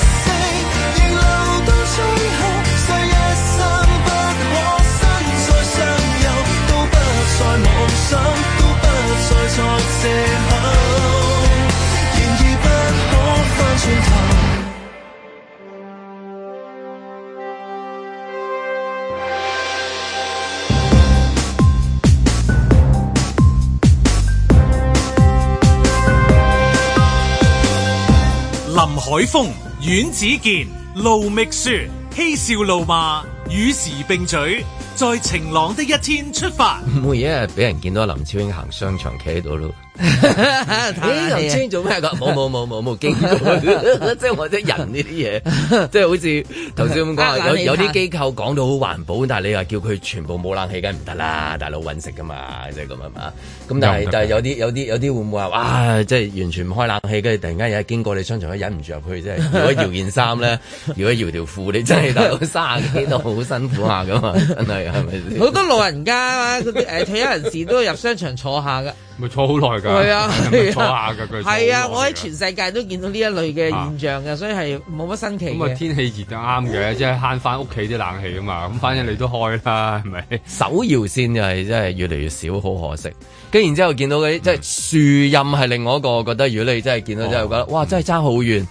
[SPEAKER 1] 林海峰、阮子健、盧覓雪，嬉笑怒罵，與時並舉，在晴朗的一天出發。
[SPEAKER 8] Mm-hmm.
[SPEAKER 2] 唔會一日俾人見到林超英行商場企喺度咯。
[SPEAKER 4] 啊
[SPEAKER 2] 咦，林超英做咩㗎？冇冇冇冇冇經過，即係或者人呢啲嘢，即係好似頭先咁
[SPEAKER 4] 呃
[SPEAKER 2] 講，有
[SPEAKER 4] 冷氣
[SPEAKER 2] 有啲
[SPEAKER 4] 棒
[SPEAKER 2] 機構講到好環保，但係你話叫佢全部冇冷氣，梗係唔得啦，大佬揾食㗎嘛，即係咁啊嘛。咁但係
[SPEAKER 6] 又唔得㗎
[SPEAKER 2] 但係有啲有啲有啲會唔會話哇，即係完全唔開冷氣，跟住突然間有一經過你商場，忍唔住入去，即係如果搖件衫咧，如果搖條褲，你真係大佬卅幾度好辛苦下㗎嘛，真係係咪先？
[SPEAKER 4] 好多老人家啊，嗰啲誒退休人士都入商場坐下㗎。
[SPEAKER 6] 咪坐好耐㗎，
[SPEAKER 4] 係 啊，
[SPEAKER 6] 咪坐下㗎佢。
[SPEAKER 4] 係啊，
[SPEAKER 6] 坐好
[SPEAKER 4] 我
[SPEAKER 6] 耐
[SPEAKER 4] 喺
[SPEAKER 6] 㗎
[SPEAKER 4] 全世界都見到呢一類嘅現象
[SPEAKER 2] 啊
[SPEAKER 4] 嘅，所以係冇乜新奇
[SPEAKER 6] 咁啊，
[SPEAKER 4] 嘅。
[SPEAKER 6] 天氣熱就啱嘅，即係慳翻屋企啲冷氣啊嘛。咁反正你都開啦，係咪？
[SPEAKER 2] 手搖線就係真係越嚟越少，好可惜。跟住然之後見到
[SPEAKER 6] 嗯
[SPEAKER 2] 嗰啲即係樹蔭係另外一個，我覺得如果你真係見到真係覺得哇，真係爭好遠，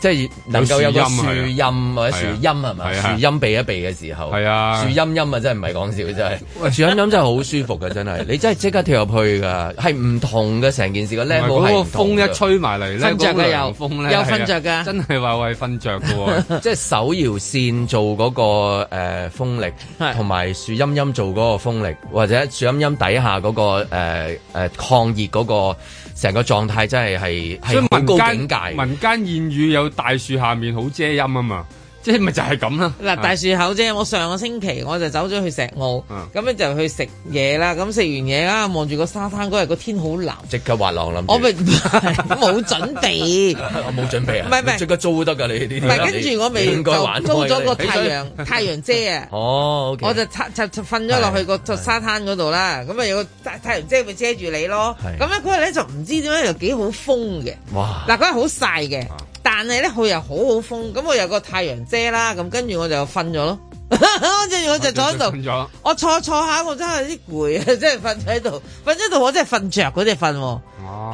[SPEAKER 2] 即係能夠有個
[SPEAKER 6] 哦有
[SPEAKER 2] 樹
[SPEAKER 6] 樹蔭
[SPEAKER 2] 蔭或者樹
[SPEAKER 6] 係啊
[SPEAKER 2] 蔭係咪？
[SPEAKER 6] 係
[SPEAKER 2] 樹
[SPEAKER 6] 啊
[SPEAKER 2] 蔭避一避嘅時候，
[SPEAKER 6] 係啊
[SPEAKER 2] 樹蔭陰啊真係唔係講笑，真係樹蔭陰真係好舒服㗎，真係你真係即刻跳入去㗎，係唔同嘅成件事個
[SPEAKER 6] 唔係
[SPEAKER 2] level 係
[SPEAKER 6] 嗰
[SPEAKER 2] 唔
[SPEAKER 6] 個
[SPEAKER 2] 同
[SPEAKER 6] 風
[SPEAKER 2] 嘅
[SPEAKER 6] 一吹埋嚟咧，
[SPEAKER 4] 瞓着㗎
[SPEAKER 6] 嗰個涼
[SPEAKER 4] 又
[SPEAKER 6] 風咧
[SPEAKER 4] 又
[SPEAKER 6] 係啊
[SPEAKER 4] 瞓着㗎
[SPEAKER 6] 真係話喂瞓着㗎 喎。
[SPEAKER 2] 即係手搖線做嗰、個誒、呃、風力
[SPEAKER 4] 係，
[SPEAKER 2] 同埋樹陰陰做嗰個風力，或者樹陰陰底下嗰、個誒、呃呃抗熱嗰、個成個狀態真係係
[SPEAKER 6] 所以
[SPEAKER 2] 係好
[SPEAKER 6] 民
[SPEAKER 2] 高
[SPEAKER 6] 間
[SPEAKER 2] 境界。
[SPEAKER 6] 民間諺語有大樹下面好遮陰啊嘛，即係咪就係咁啦？啊
[SPEAKER 2] 啊
[SPEAKER 4] 嗱，大樹口啫，我上個星期我就走咗去石澳，
[SPEAKER 6] 嗯
[SPEAKER 2] 啊
[SPEAKER 4] 咁咧就去食嘢啦。咁食完嘢啦，望住個沙灘嗰日個天好藍，
[SPEAKER 2] 即刻滑浪諗住，
[SPEAKER 4] 我 咪冇準備。
[SPEAKER 2] 我冇準備啊！
[SPEAKER 4] 唔係唔係
[SPEAKER 2] 即刻租得㗎你
[SPEAKER 4] 唔
[SPEAKER 2] 呢啲
[SPEAKER 4] 係
[SPEAKER 2] 嘢，
[SPEAKER 4] 跟住我咪
[SPEAKER 2] 你應
[SPEAKER 4] 就
[SPEAKER 2] 該玩
[SPEAKER 4] 租
[SPEAKER 2] 開
[SPEAKER 4] 咗個
[SPEAKER 2] 你
[SPEAKER 4] 太 陽太陽遮啊！
[SPEAKER 2] 哦，OK，
[SPEAKER 4] 我就擦就就瞓咗落去個沙灘嗰度啦，咁啊有個太太陽遮咪遮住你咯。
[SPEAKER 2] 係
[SPEAKER 4] 咁咧嗰日咧就唔知點解又幾好風嘅，
[SPEAKER 2] 哇！
[SPEAKER 4] 嗱嗰日好曬嘅，但係咧佢又好好風，咁我有個太陽遮啦，咁跟住我就瞓咗咯。 我就我就坐喺
[SPEAKER 6] 我啊就瞓咗
[SPEAKER 4] 度，我坐坐下我真係啲攰啊， 真係瞓喺度，瞓喺度我真係瞓着嗰只瞓喎，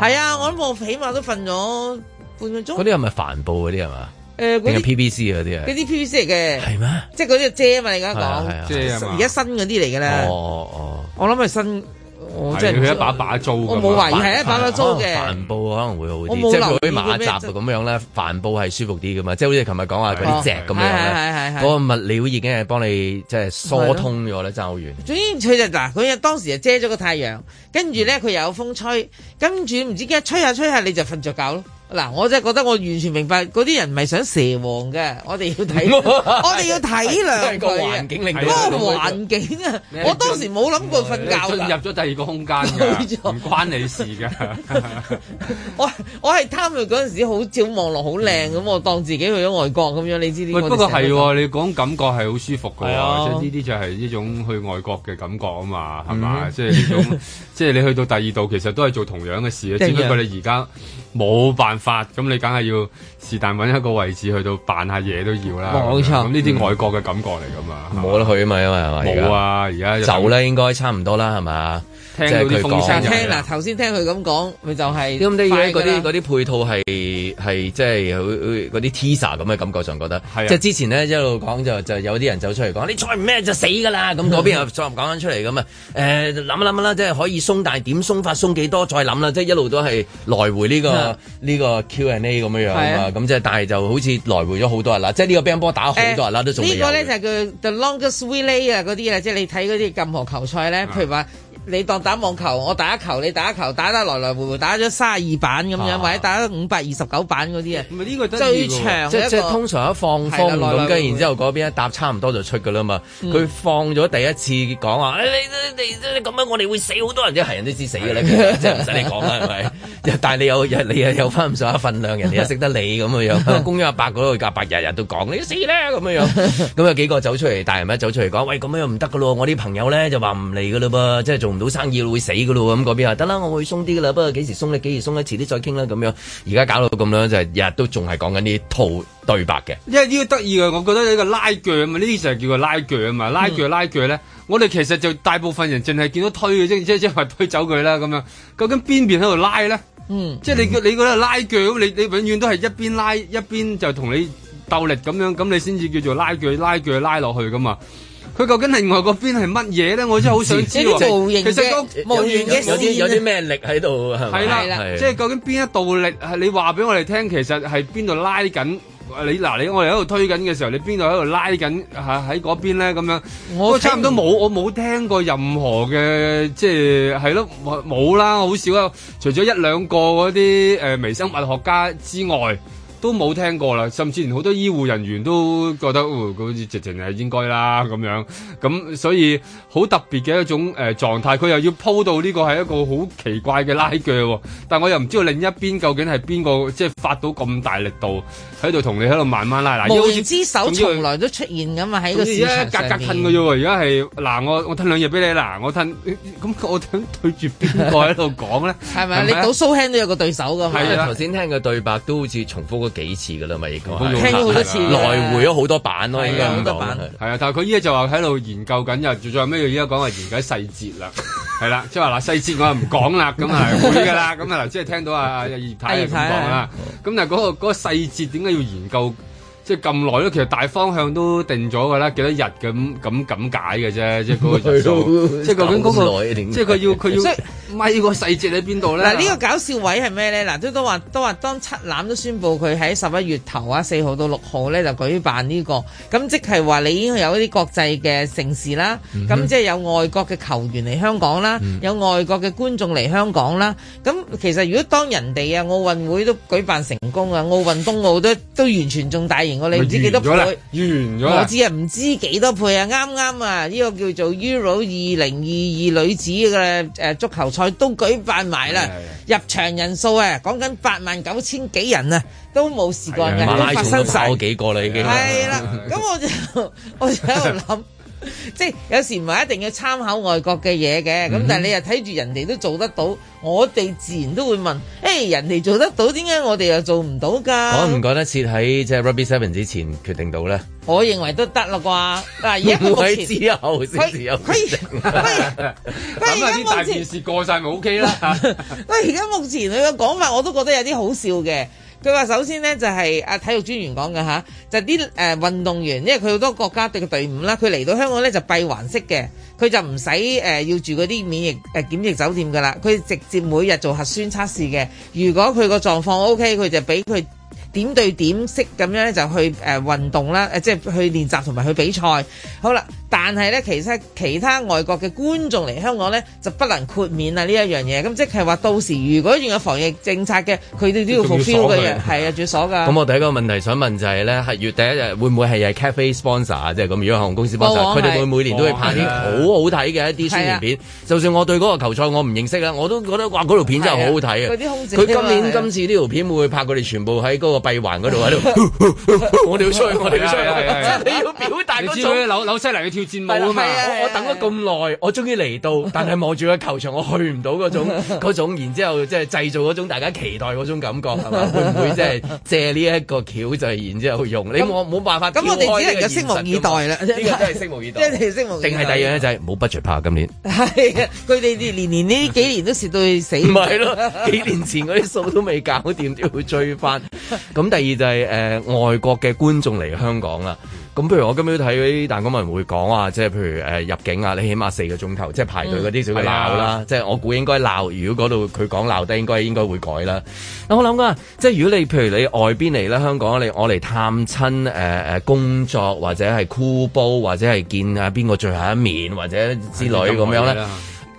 [SPEAKER 4] 係啊，我諗我起碼都瞓咗半個
[SPEAKER 2] 嗰
[SPEAKER 4] 鐘，
[SPEAKER 2] 啲係咪帆布嗰啲係嘛？
[SPEAKER 4] 誒
[SPEAKER 2] 定
[SPEAKER 4] 嗰
[SPEAKER 2] 係
[SPEAKER 4] 啲
[SPEAKER 2] PVC 嗰啲啊
[SPEAKER 4] 嗰？啲 PVC 嚟嘅，
[SPEAKER 2] 係咩？
[SPEAKER 4] 即係嗰啲遮嘛，你而家
[SPEAKER 2] 係啊係啊
[SPEAKER 4] 講，
[SPEAKER 6] 遮啊嘛
[SPEAKER 4] 而家新嗰啲嚟㗎啦
[SPEAKER 2] 哦，哦
[SPEAKER 4] 我諗係新，我真
[SPEAKER 6] 係
[SPEAKER 4] 係唔知
[SPEAKER 6] 佢一把把啊租㗎嘛
[SPEAKER 4] 我冇懷
[SPEAKER 2] 哦，
[SPEAKER 4] 疑係一把啊把租嘅，
[SPEAKER 2] 帆布可能會好
[SPEAKER 4] 我
[SPEAKER 2] 啲，
[SPEAKER 4] 冇
[SPEAKER 2] 即係佢
[SPEAKER 4] 留
[SPEAKER 2] 啲
[SPEAKER 4] 意
[SPEAKER 2] 馬
[SPEAKER 4] 過咩
[SPEAKER 2] 甲咁樣咧，帆布係舒服啲噶嘛，即係好似琴日講話嗰啲席咁樣
[SPEAKER 4] 哦係係
[SPEAKER 2] 咧
[SPEAKER 4] 係係，係
[SPEAKER 2] 嗰個物料已經係幫你即係疏通咗咧，爭好遠。
[SPEAKER 4] 總之佢就嗱，佢當時就遮咗個太陽，跟住咧佢又有風吹，跟住唔知點解吹下吹下你就瞓着覺咯。嗱，我真係覺得我完全明白嗰啲人唔係想蛇王嘅，我哋要體，我哋要體
[SPEAKER 2] 係
[SPEAKER 4] 諒
[SPEAKER 2] 個
[SPEAKER 4] 佢啊
[SPEAKER 2] 環。境令到
[SPEAKER 4] 嗰個
[SPEAKER 2] 你咁樣
[SPEAKER 4] 環境啊，我當時冇諗過瞓覺
[SPEAKER 6] 你進
[SPEAKER 4] 㗎，
[SPEAKER 6] 入咗第二個空間
[SPEAKER 4] 冇
[SPEAKER 6] 㗎，
[SPEAKER 4] 錯
[SPEAKER 6] 唔關你事 㗎。
[SPEAKER 4] 我我係貪佢嗰陣時好照望落好靚咁，我當自己去咗外國咁樣，你知呢個
[SPEAKER 6] 喂，
[SPEAKER 4] 我哋
[SPEAKER 6] 不過
[SPEAKER 4] 成日
[SPEAKER 6] 係
[SPEAKER 4] 都講
[SPEAKER 6] 喎，你講感覺係好舒服㗎
[SPEAKER 4] 係啊
[SPEAKER 6] 喎，即係呢啲就係呢種去外國嘅感覺啊嘛，係
[SPEAKER 4] 嗯
[SPEAKER 6] 嘛？即係呢種， 即係你去到第二度，其實都係做同樣嘅事啊，
[SPEAKER 4] 一樣
[SPEAKER 6] 只不過你而家冇辦法，咁你梗係要是但揾一個位置去到扮下嘢都要啦。
[SPEAKER 4] 冇錯嗯
[SPEAKER 6] 咁呢啲外國嘅感覺嚟㗎嘛。係嘛
[SPEAKER 2] 冇得去啊嘛，因為係嘛而家
[SPEAKER 6] 冇啊，而家就
[SPEAKER 2] 走啦，應該差唔多啦，係嘛？
[SPEAKER 6] 聽到啲風聲
[SPEAKER 4] 但
[SPEAKER 6] 就
[SPEAKER 4] 聽
[SPEAKER 6] 係
[SPEAKER 4] 嗱頭先聽佢咁講，咪就係
[SPEAKER 2] 咁你
[SPEAKER 4] 快㗎
[SPEAKER 2] 嗰
[SPEAKER 4] 啦
[SPEAKER 2] 啲嗰啲配套係係即係好嗰啲 teaser 咁嘅感覺上覺得，
[SPEAKER 6] 係啊
[SPEAKER 2] 即係之前咧一路講就就有啲人走出嚟講，你再唔咩就死㗎啦，咁嗰 邊又再唔講緊出嚟咁啊，誒諗一諗啦，即係可以鬆，但係點鬆法鬆幾多再諗啦，即係一路都係來回呢個
[SPEAKER 4] 啊
[SPEAKER 2] 呢個 Q&A 咁樣樣
[SPEAKER 4] 係
[SPEAKER 2] 啊
[SPEAKER 4] 啊，
[SPEAKER 2] 咁即係但係就好似來回咗好多日啦，即係呢個乒乓波打好多日啦，都仲未
[SPEAKER 4] 呢
[SPEAKER 2] 有
[SPEAKER 4] 個咧
[SPEAKER 2] 嘅。
[SPEAKER 4] 就係叫 the longest relay 啊嗰啲啊，即係你睇嗰啲任何球賽咧，譬如話你當打網球，我打球，你打球，打得來來回回打咗三十二板咁
[SPEAKER 2] 啊
[SPEAKER 4] 樣，或者打咗五百二十九板嗰啲啊，
[SPEAKER 6] 唔係呢個嗯得
[SPEAKER 4] 最
[SPEAKER 6] 意喎
[SPEAKER 4] 長
[SPEAKER 2] 即
[SPEAKER 4] 嘅
[SPEAKER 2] 即
[SPEAKER 4] 一個。
[SPEAKER 2] 通常一
[SPEAKER 4] 係
[SPEAKER 2] 放風
[SPEAKER 4] 啦嗯來
[SPEAKER 2] 咁，
[SPEAKER 4] 來回
[SPEAKER 2] 跟住
[SPEAKER 4] 回
[SPEAKER 2] 然之後嗰邊一搭差唔多就出噶啦嘛。佢放咗第一次講話，哎你你你你咁樣，我哋會死好多人，即係人都知死嘅啦，其 實即係唔使你講啦，係咪？但係你有你又有翻咁上下份量，人哋又識得你咁嘅樣。 公園阿伯嗰度夾伯日日都講你死啦咁 嘅樣。咁有幾個走出嚟，大人物走出嚟講，喂咁樣唔得噶咯，我啲朋友咧就話唔嚟噶啦噃，即係做唔到生意會死噶咯咁嗰邊話得啦，我會鬆啲噶啦，不過幾時鬆咧？幾時鬆咧？遲啲再傾啦咁樣。而家搞到咁樣就係日日都仲係講緊呢套對白嘅。
[SPEAKER 6] 因為呢個得意嘅，我覺得呢個拉鋸啊嘛，呢啲就係叫做拉鋸啊嘛，拉鋸拉鋸咧，我哋其實就大部分人淨係見到推嘅啫，即即係話推走佢啦咁樣。究竟邊邊喺度拉咧？
[SPEAKER 4] 嗯，
[SPEAKER 6] 即係你你覺得拉鋸咁，你你永遠都係一邊拉一邊就同你鬥力咁樣，咁你先至叫做拉鋸拉鋸拉落去噶嘛。佢究竟另外嗰邊係乜嘢咧？我真係好想知
[SPEAKER 4] 有
[SPEAKER 6] 喎。
[SPEAKER 4] 啲無形
[SPEAKER 6] 其實嗰
[SPEAKER 4] 嘅無形嘅
[SPEAKER 2] 有啲有啲
[SPEAKER 4] 線啊
[SPEAKER 2] 咩力喺度係咪啊
[SPEAKER 6] 係
[SPEAKER 4] 係
[SPEAKER 6] 啦
[SPEAKER 4] 啦，
[SPEAKER 6] 即係究竟邊一度力係你話俾我哋聽，其實係邊度拉緊？你嗱，你我哋喺度推緊嘅時候，你邊度喺度拉緊？啊喺喺嗰邊咧咁樣，
[SPEAKER 4] 我
[SPEAKER 6] 我差唔多冇，我冇聽過任何嘅即係係咯，冇冇啦，好少啊。除咗一兩個嗰啲誒微生物學家之外，都冇聽過啦。甚至連好多醫護人員都覺得，哦好似直情係應該啦咁樣。咁所以好特別嘅一種誒、呃、狀態，佢又要鋪到呢個係一個好奇怪嘅拉鋸喎，但我又唔知道另一邊究竟係邊個即係發到咁大力度喺度同你喺度慢慢拉嗱，
[SPEAKER 4] 無
[SPEAKER 6] 好
[SPEAKER 4] 形
[SPEAKER 6] 似
[SPEAKER 4] 之手
[SPEAKER 6] 仲要
[SPEAKER 4] 從來都出現噶嘛喺個
[SPEAKER 6] 咁
[SPEAKER 4] 市
[SPEAKER 6] 而
[SPEAKER 4] 場
[SPEAKER 6] 家格格
[SPEAKER 4] 上
[SPEAKER 6] 褪嘅
[SPEAKER 4] 面
[SPEAKER 6] 啫喎，而家係嗱我我褪兩嘢俾你嗱我褪咁我想對住邊個喺度講咧？
[SPEAKER 4] 係咪啊？你賭蘇輕都有個對手噶嘛？
[SPEAKER 6] 係啊
[SPEAKER 2] 係
[SPEAKER 6] 啦
[SPEAKER 2] 啦，頭先聽嘅對白都好似重複咗幾次㗎啦嘛，已經
[SPEAKER 6] 複咗
[SPEAKER 4] 聽咗好多次㗎啦
[SPEAKER 2] 來回咗好多版
[SPEAKER 6] 啊
[SPEAKER 2] 咯，應該咁
[SPEAKER 4] 好多
[SPEAKER 2] 講
[SPEAKER 4] 版
[SPEAKER 2] 係
[SPEAKER 6] 係啊，但係佢依家就話喺度研究緊，又最最後尾佢而家講話啊研究細節 啦，係啦，即係話嗱細節我又唔講啦，咁啊會噶啦，咁啊嗱，即係聽到阿阿葉太係咁講
[SPEAKER 2] 啊
[SPEAKER 6] 啦，咁但係嗰個嗰個細節點解要研究？即係咁耐咧，其實大方向都定咗㗎啦，幾多日咁咁咁解嘅啫，即係嗰個 日數，即係究竟
[SPEAKER 2] 搞哎咁
[SPEAKER 6] 嗰個，
[SPEAKER 2] 耐點
[SPEAKER 6] 即係佢要佢
[SPEAKER 4] 所
[SPEAKER 6] 要咪個細節喺邊度咧？
[SPEAKER 4] 嗱呢個搞笑位係咩咧？嗱都都話都話當七攬都宣布佢喺十一月頭啊四號到六號咧就舉辦呢、個，咁即係話你已經有一啲國際嘅盛事啦，
[SPEAKER 6] 嗯
[SPEAKER 4] 咁、即係有外國嘅球員嚟香港啦，有外國嘅觀眾嚟香港啦，咁其實如果當人哋啊奧運會都舉辦成功啊，奧運冬奧都都完全仲大型過你唔知幾多
[SPEAKER 6] 完咗啦
[SPEAKER 4] 倍。
[SPEAKER 6] 完咗
[SPEAKER 4] 我
[SPEAKER 6] 啦。
[SPEAKER 4] 知啊，唔知幾多倍啊！啱啱啊，呢、個叫做 Euro 二零二二女子嘅誒足球賽都舉辦埋啦，入場人數啊，講緊八萬九千幾人啊，都冇事幹
[SPEAKER 6] 係
[SPEAKER 4] 嘅，
[SPEAKER 6] 啊
[SPEAKER 2] 馬
[SPEAKER 4] 都
[SPEAKER 2] 拉
[SPEAKER 4] 發
[SPEAKER 2] 松都
[SPEAKER 4] 生晒
[SPEAKER 2] 跑。幾個啦已經。
[SPEAKER 4] 係啦，咁我就我就喺度諗，即係有時唔係一定要參考外國嘅嘢嘅，咁但係你又睇住人哋都做得到，我哋自然都會問：，誒、人哋做得到，點解我哋又做唔到
[SPEAKER 2] 我唔
[SPEAKER 4] 㗎？
[SPEAKER 2] 覺得切喺即係 Ruby Seven 之前決定到咧，
[SPEAKER 4] 我認為都得啦啩。嗱，而 家佢目
[SPEAKER 2] 喺
[SPEAKER 4] 前
[SPEAKER 2] 之後先至 有
[SPEAKER 4] 佢
[SPEAKER 2] 決
[SPEAKER 4] 佢
[SPEAKER 2] 定。
[SPEAKER 4] 佢
[SPEAKER 6] 咁啊
[SPEAKER 4] 佢而家
[SPEAKER 6] 啲大
[SPEAKER 4] 目前
[SPEAKER 6] 件。事過晒咪 OK 啦。
[SPEAKER 4] 喂，而家目前佢嘅講法我都覺得有啲好笑嘅。佢話首先呢，就係、啊體育專員講嘅吓，就啲誒運動員，因為佢好多國家隊嘅隊伍啦，佢嚟到香港呢就閉環式嘅，佢就唔使誒要住嗰啲免疫誒、呃、檢疫酒店噶啦，佢直接每日做核酸測試嘅。如果佢個狀況 OK，佢就俾佢。點對點式咁樣咧就去誒、呃、運動啦，誒即係去練習同埋去比賽。好啦，但係咧其實其他外國嘅觀眾嚟香港咧就不能豁免啊呢一樣嘢。咁即係話到時如果要有防疫政策嘅，佢哋都要
[SPEAKER 6] 仲要
[SPEAKER 4] fulfill
[SPEAKER 6] 鎖
[SPEAKER 4] 嘅
[SPEAKER 6] 佢
[SPEAKER 4] 嘢， 係啊，仲要鎖㗎。
[SPEAKER 2] 咁我第一個問題想問就係咧，係月第一日會唔會係係 cafe sponsor 啊即係咁？如果航空公司
[SPEAKER 4] 過
[SPEAKER 2] sponsor，
[SPEAKER 4] 往
[SPEAKER 2] 佢哋
[SPEAKER 4] 係
[SPEAKER 2] 會每年都會拍啲好好睇嘅一啲宣傳片。就算我對嗰個球賽我唔認識啦，我都覺得哇嗰條片真係好好睇
[SPEAKER 4] 係
[SPEAKER 2] 啊
[SPEAKER 4] 啊嗰！啲空姐
[SPEAKER 2] 佢今
[SPEAKER 4] 啊
[SPEAKER 2] 年
[SPEAKER 4] 係
[SPEAKER 2] 今次呢條片會唔會拍佢哋全部喺嗰個閉環嗰度喺 度，我哋要出去，我哋要出去，
[SPEAKER 6] 係啊係啊係啊
[SPEAKER 2] 即係你要表達
[SPEAKER 6] 你
[SPEAKER 2] 嗰
[SPEAKER 6] 知嗰。
[SPEAKER 2] 種
[SPEAKER 6] 啲紐紐西蘭去跳戰舞啊嘛
[SPEAKER 4] 係啦係啊。
[SPEAKER 2] 我我等咗咁耐，我終於 嚟到，但係望住個球場，我去唔到嗰種嗰種，然之後即係製造嗰種大家期待嗰種感覺係 嘛？會唔會即係借呢一個橋就係然之後用？你冇冇辦法
[SPEAKER 4] 咁我哋
[SPEAKER 2] 挑開
[SPEAKER 4] 只能夠
[SPEAKER 2] 呢個現實
[SPEAKER 4] 拭目以待啦
[SPEAKER 2] 㗎嘛呢個真係拭目以
[SPEAKER 4] 即
[SPEAKER 2] 待。
[SPEAKER 4] 係識目
[SPEAKER 2] 定係第二樣咧就係冇 budget 拍啊今年，
[SPEAKER 4] 係啊，佢哋年年呢幾年都蝕到去死。
[SPEAKER 2] 唔係咯？幾年前嗰啲數都未搞掂，都要追翻。咁第二就係、呃外國嘅觀眾嚟香港啦。咁譬如我今日都睇嗰啲蛋糕文會講啊，即係譬如誒、呃入境啊，你起碼四個鐘頭，即係排隊嗰啲就要鬧啦。即係我估應該鬧，如果嗰度佢講鬧得，應該應該會改啦。嗱我諗啊，即係如果你譬如你外邊嚟啦，香港你我嚟探親誒、呃、工作或者係箍煲或者係見啊邊個最後一面或者之
[SPEAKER 6] 哦
[SPEAKER 4] 啊
[SPEAKER 2] 類咁樣咧。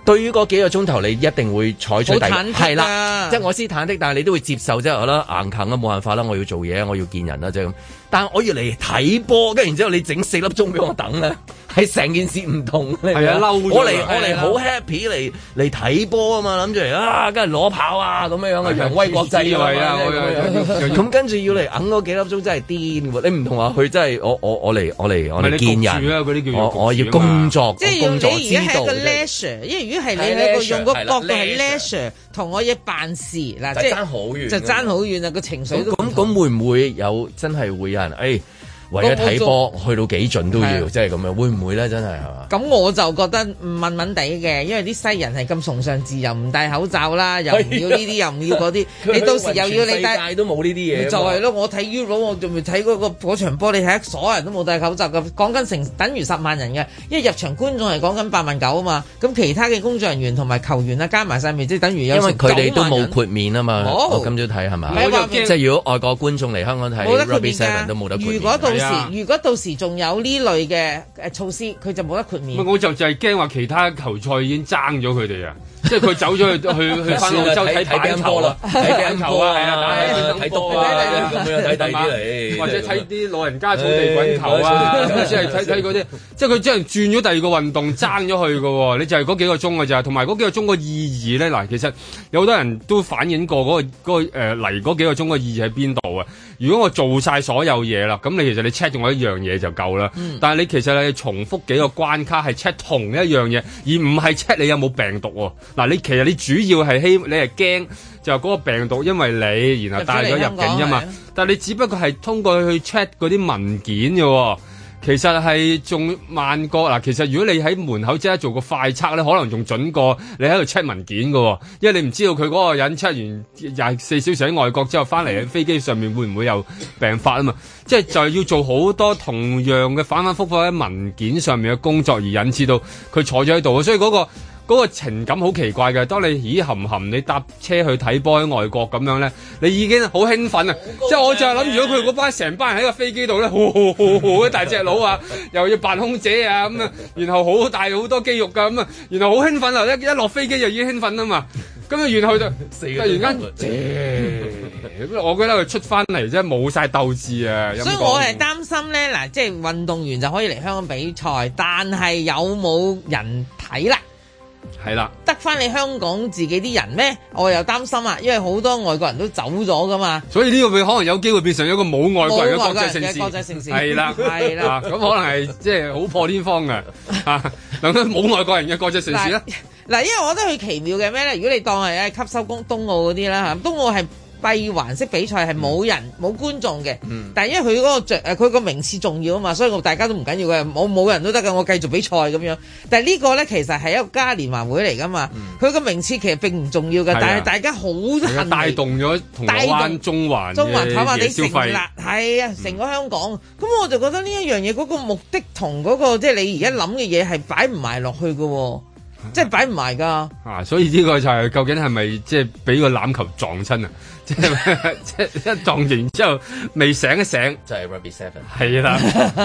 [SPEAKER 2] 對於嗰幾個鐘頭，你一定會採取
[SPEAKER 4] 好
[SPEAKER 2] 第二
[SPEAKER 4] 忐忑
[SPEAKER 2] 係啦，
[SPEAKER 4] 啊
[SPEAKER 2] 即係我斯忐忑，但係你都會接受即係啦，硬啃啦，冇辦法啦，我要做嘢，我要見人啦，啊即係咁。但係我要嚟睇波，跟住然之後你整四粒鐘俾我等 咧，係成件事唔同。係
[SPEAKER 6] 係啊嬲咗
[SPEAKER 2] 我嚟
[SPEAKER 6] 啊
[SPEAKER 2] 我嚟好 happy 嚟嚟睇波啊嘛，諗住嚟啊，跟住攞炮啊咁樣樣啊，揚威 國際
[SPEAKER 6] 係啊
[SPEAKER 2] 咁樣
[SPEAKER 6] 我又又要又要
[SPEAKER 2] 咁跟住要嚟揞嗰幾粒鐘真係癲喎！你唔同話佢真係我我我嚟我嚟我
[SPEAKER 6] 唔係
[SPEAKER 2] 嚟
[SPEAKER 6] 你
[SPEAKER 2] 見
[SPEAKER 6] 焗住啊啦嗰啲
[SPEAKER 2] 人，
[SPEAKER 6] 叫
[SPEAKER 2] 我我要工作，
[SPEAKER 4] 即係
[SPEAKER 2] 我
[SPEAKER 4] 要
[SPEAKER 2] 工
[SPEAKER 4] 你
[SPEAKER 2] 作知
[SPEAKER 4] 而家係
[SPEAKER 2] 道
[SPEAKER 4] 一個
[SPEAKER 2] 嘅啫
[SPEAKER 4] leisure，因為如果係
[SPEAKER 2] 係
[SPEAKER 4] 你喺個
[SPEAKER 2] leisure，
[SPEAKER 4] 用個
[SPEAKER 2] 係啦
[SPEAKER 4] 角度係
[SPEAKER 2] leisure
[SPEAKER 4] leisure，同我嘢辦事嗱，
[SPEAKER 2] 就
[SPEAKER 4] 即係
[SPEAKER 2] 爭好遠
[SPEAKER 4] 就
[SPEAKER 2] 㗎
[SPEAKER 4] 爭好遠啊！個情緒
[SPEAKER 2] 咁
[SPEAKER 4] 都唔
[SPEAKER 2] 咁
[SPEAKER 4] 同
[SPEAKER 2] 咁會唔會有真係會有人誒、哎為咗睇波去到幾盡都
[SPEAKER 4] 係
[SPEAKER 2] 要，
[SPEAKER 4] 啊
[SPEAKER 2] 即係咁樣，會唔會咧？真係係嘛？
[SPEAKER 4] 咁我就覺得問問地嘅，因為啲西人係咁崇尚自由，唔戴口罩啦，又
[SPEAKER 2] 啊
[SPEAKER 4] 唔要呢啲，又唔要嗰啲，你到時又要你戴。
[SPEAKER 2] 世界啊都冇呢啲嘢，
[SPEAKER 4] 就係。咯，我睇 Euro，我仲未睇嗰個嗰場波，你睇所有人都冇戴口罩嘅，講緊成等於十萬人嘅，因為入場觀眾係講緊八萬九啊嘛，咁其他嘅工作人員同埋球員啊加埋晒，咪即係等於
[SPEAKER 2] 因
[SPEAKER 4] 有
[SPEAKER 2] 為佢哋都
[SPEAKER 4] 成九萬
[SPEAKER 2] 冇
[SPEAKER 4] 人
[SPEAKER 2] 豁免啊嘛，
[SPEAKER 4] 冇
[SPEAKER 2] 我今朝睇係嘛
[SPEAKER 4] 唔，係話
[SPEAKER 2] 即係如果外國觀眾嚟香港睇
[SPEAKER 4] 冇得豁
[SPEAKER 2] Rugby
[SPEAKER 4] 免
[SPEAKER 2] Seven
[SPEAKER 4] 㗎，
[SPEAKER 2] 都冇得豁
[SPEAKER 4] 如果
[SPEAKER 2] 免。
[SPEAKER 4] 到
[SPEAKER 6] 係啊
[SPEAKER 4] 時，如果到時仲有呢類嘅誒措施，佢就冇得豁免
[SPEAKER 6] 唔係，。我就就係驚話其他球賽已經爭咗佢 哋啊！即係佢走咗去去 去翻澳洲睇板球啊，
[SPEAKER 2] 睇乒乓
[SPEAKER 6] 球
[SPEAKER 2] 波
[SPEAKER 6] 啊，
[SPEAKER 2] 啦，
[SPEAKER 6] 係啊，打
[SPEAKER 2] 睇
[SPEAKER 6] 乒乓
[SPEAKER 2] 篤
[SPEAKER 6] 波
[SPEAKER 2] 啊
[SPEAKER 6] 啊，
[SPEAKER 2] 咁樣睇第
[SPEAKER 6] 係嘛
[SPEAKER 2] 啲 嚟，
[SPEAKER 6] 或者睇啲老人家草地滾球啊，
[SPEAKER 2] 唉
[SPEAKER 6] 即 係睇睇嗰啲，即係佢將人轉咗第二個運動爭咗去嘅喎，你就係嗰幾個鐘嘅咋，同埋嗰幾個鐘個意義咧，嗱，其實有好多人都反映過嗰、個嗰、個誒嚟嗰幾個鐘嘅意義喺邊度啊？如果我做晒所有嘢啦，咁你其實你 check 中我一樣嘢就夠啦。
[SPEAKER 4] 嗯
[SPEAKER 6] 但係你其實你重複幾個關卡係 check 同一樣嘢，而唔係 check 你有冇病毒喎。嗱，你其實你主要係希你係驚就係嗰個病毒因為你然後帶咗入境
[SPEAKER 4] 入咗
[SPEAKER 6] 啫嘛
[SPEAKER 4] 嚟香港係啊。
[SPEAKER 6] 但係你只不過係通過去 check 嗰啲文件嘅喎。其實係仲慢過嗱，其實如果你喺門口即刻做個快測咧，可能仲準過你喺度 check 文件嘅喎，因為你唔知道佢嗰個人 check 完廿四小時喺外國之後翻嚟喺飛機上面會唔會有病發啊嘛，即係就係要做好多同樣嘅反反覆覆喺文件上面嘅工作，而引致到佢坐咗喺度，所以嗰、個。嗰個情感好奇怪嘅，當你咦含含你搭車去睇波喺外國咁樣咧，你已經好興奮啊！即係我就係諗，如果佢嗰班成班人喺個飛機度咧，好好好好大隻佬啊，又要扮空姐啊咁啊，然後好大好多肌肉㗎咁啊，然後好興奮啊！一一落飛機就已經興奮啊嘛，咁啊然後就突然間，嘖我覺得佢出翻嚟真係冇晒鬥志啊！
[SPEAKER 4] 所以
[SPEAKER 6] 陰公
[SPEAKER 4] 我係擔心咧，嗱，即係運動員就可以嚟香港比賽，但係有冇人睇啦？
[SPEAKER 6] 係啦。
[SPEAKER 4] 得翻你香港自己啲人咩？我又擔心啊，因為好多外國人都走咗噶嘛。
[SPEAKER 6] 所以呢個佢可能有機會變成一個冇外國人嘅國際盛
[SPEAKER 4] 冇
[SPEAKER 6] 事，
[SPEAKER 4] 外國人嘅國際盛事
[SPEAKER 6] 係啦，
[SPEAKER 4] 係啦
[SPEAKER 6] 啊咁可能係即係好破天荒 嘅嚇，能夠冇外國人嘅國際盛事啊咧
[SPEAKER 4] 嗱，， 嗱，因為我覺得佢奇妙嘅咩咧？如果你當係哎誒吸收公東奧嗰啲啦
[SPEAKER 6] 嗯
[SPEAKER 4] 嚇，東奧係閉環式比賽係冇人冇觀眾嘅，
[SPEAKER 6] 嗯
[SPEAKER 4] 但係因為佢嗰個著誒佢個名次重要啊嘛，所以我大家都唔緊要嘅，我冇人都得㗎，我繼續比賽咁樣。但係呢個咧其實係一個嘉年華會嚟㗎嘛，佢個名次其實並唔重要
[SPEAKER 6] 嗯係
[SPEAKER 4] 嘅
[SPEAKER 6] 啊，
[SPEAKER 4] 但係大家好
[SPEAKER 6] 係啊
[SPEAKER 4] 恨
[SPEAKER 6] 帶
[SPEAKER 4] 嚟
[SPEAKER 6] 動咗銅鑼
[SPEAKER 4] 帶
[SPEAKER 6] 灣、
[SPEAKER 4] 動
[SPEAKER 6] 中環
[SPEAKER 4] 中環跑馬
[SPEAKER 6] 嘅
[SPEAKER 4] 地
[SPEAKER 6] 消
[SPEAKER 4] 成
[SPEAKER 6] 費嗯
[SPEAKER 4] 立，，係啊，成個香港。咁、我就覺得呢一樣嘢嗰個目的同嗰、個即係你而家諗嘅嘢係擺唔埋落去嘅喎，
[SPEAKER 6] 嗯
[SPEAKER 4] 即係擺唔埋㗎。
[SPEAKER 6] 啊，所以呢個就係究竟係咪即係俾個欖球撞親啊？ 即係即係一撞完之後未醒一醒。
[SPEAKER 2] 就係 Rugby Seven。
[SPEAKER 6] 係啦，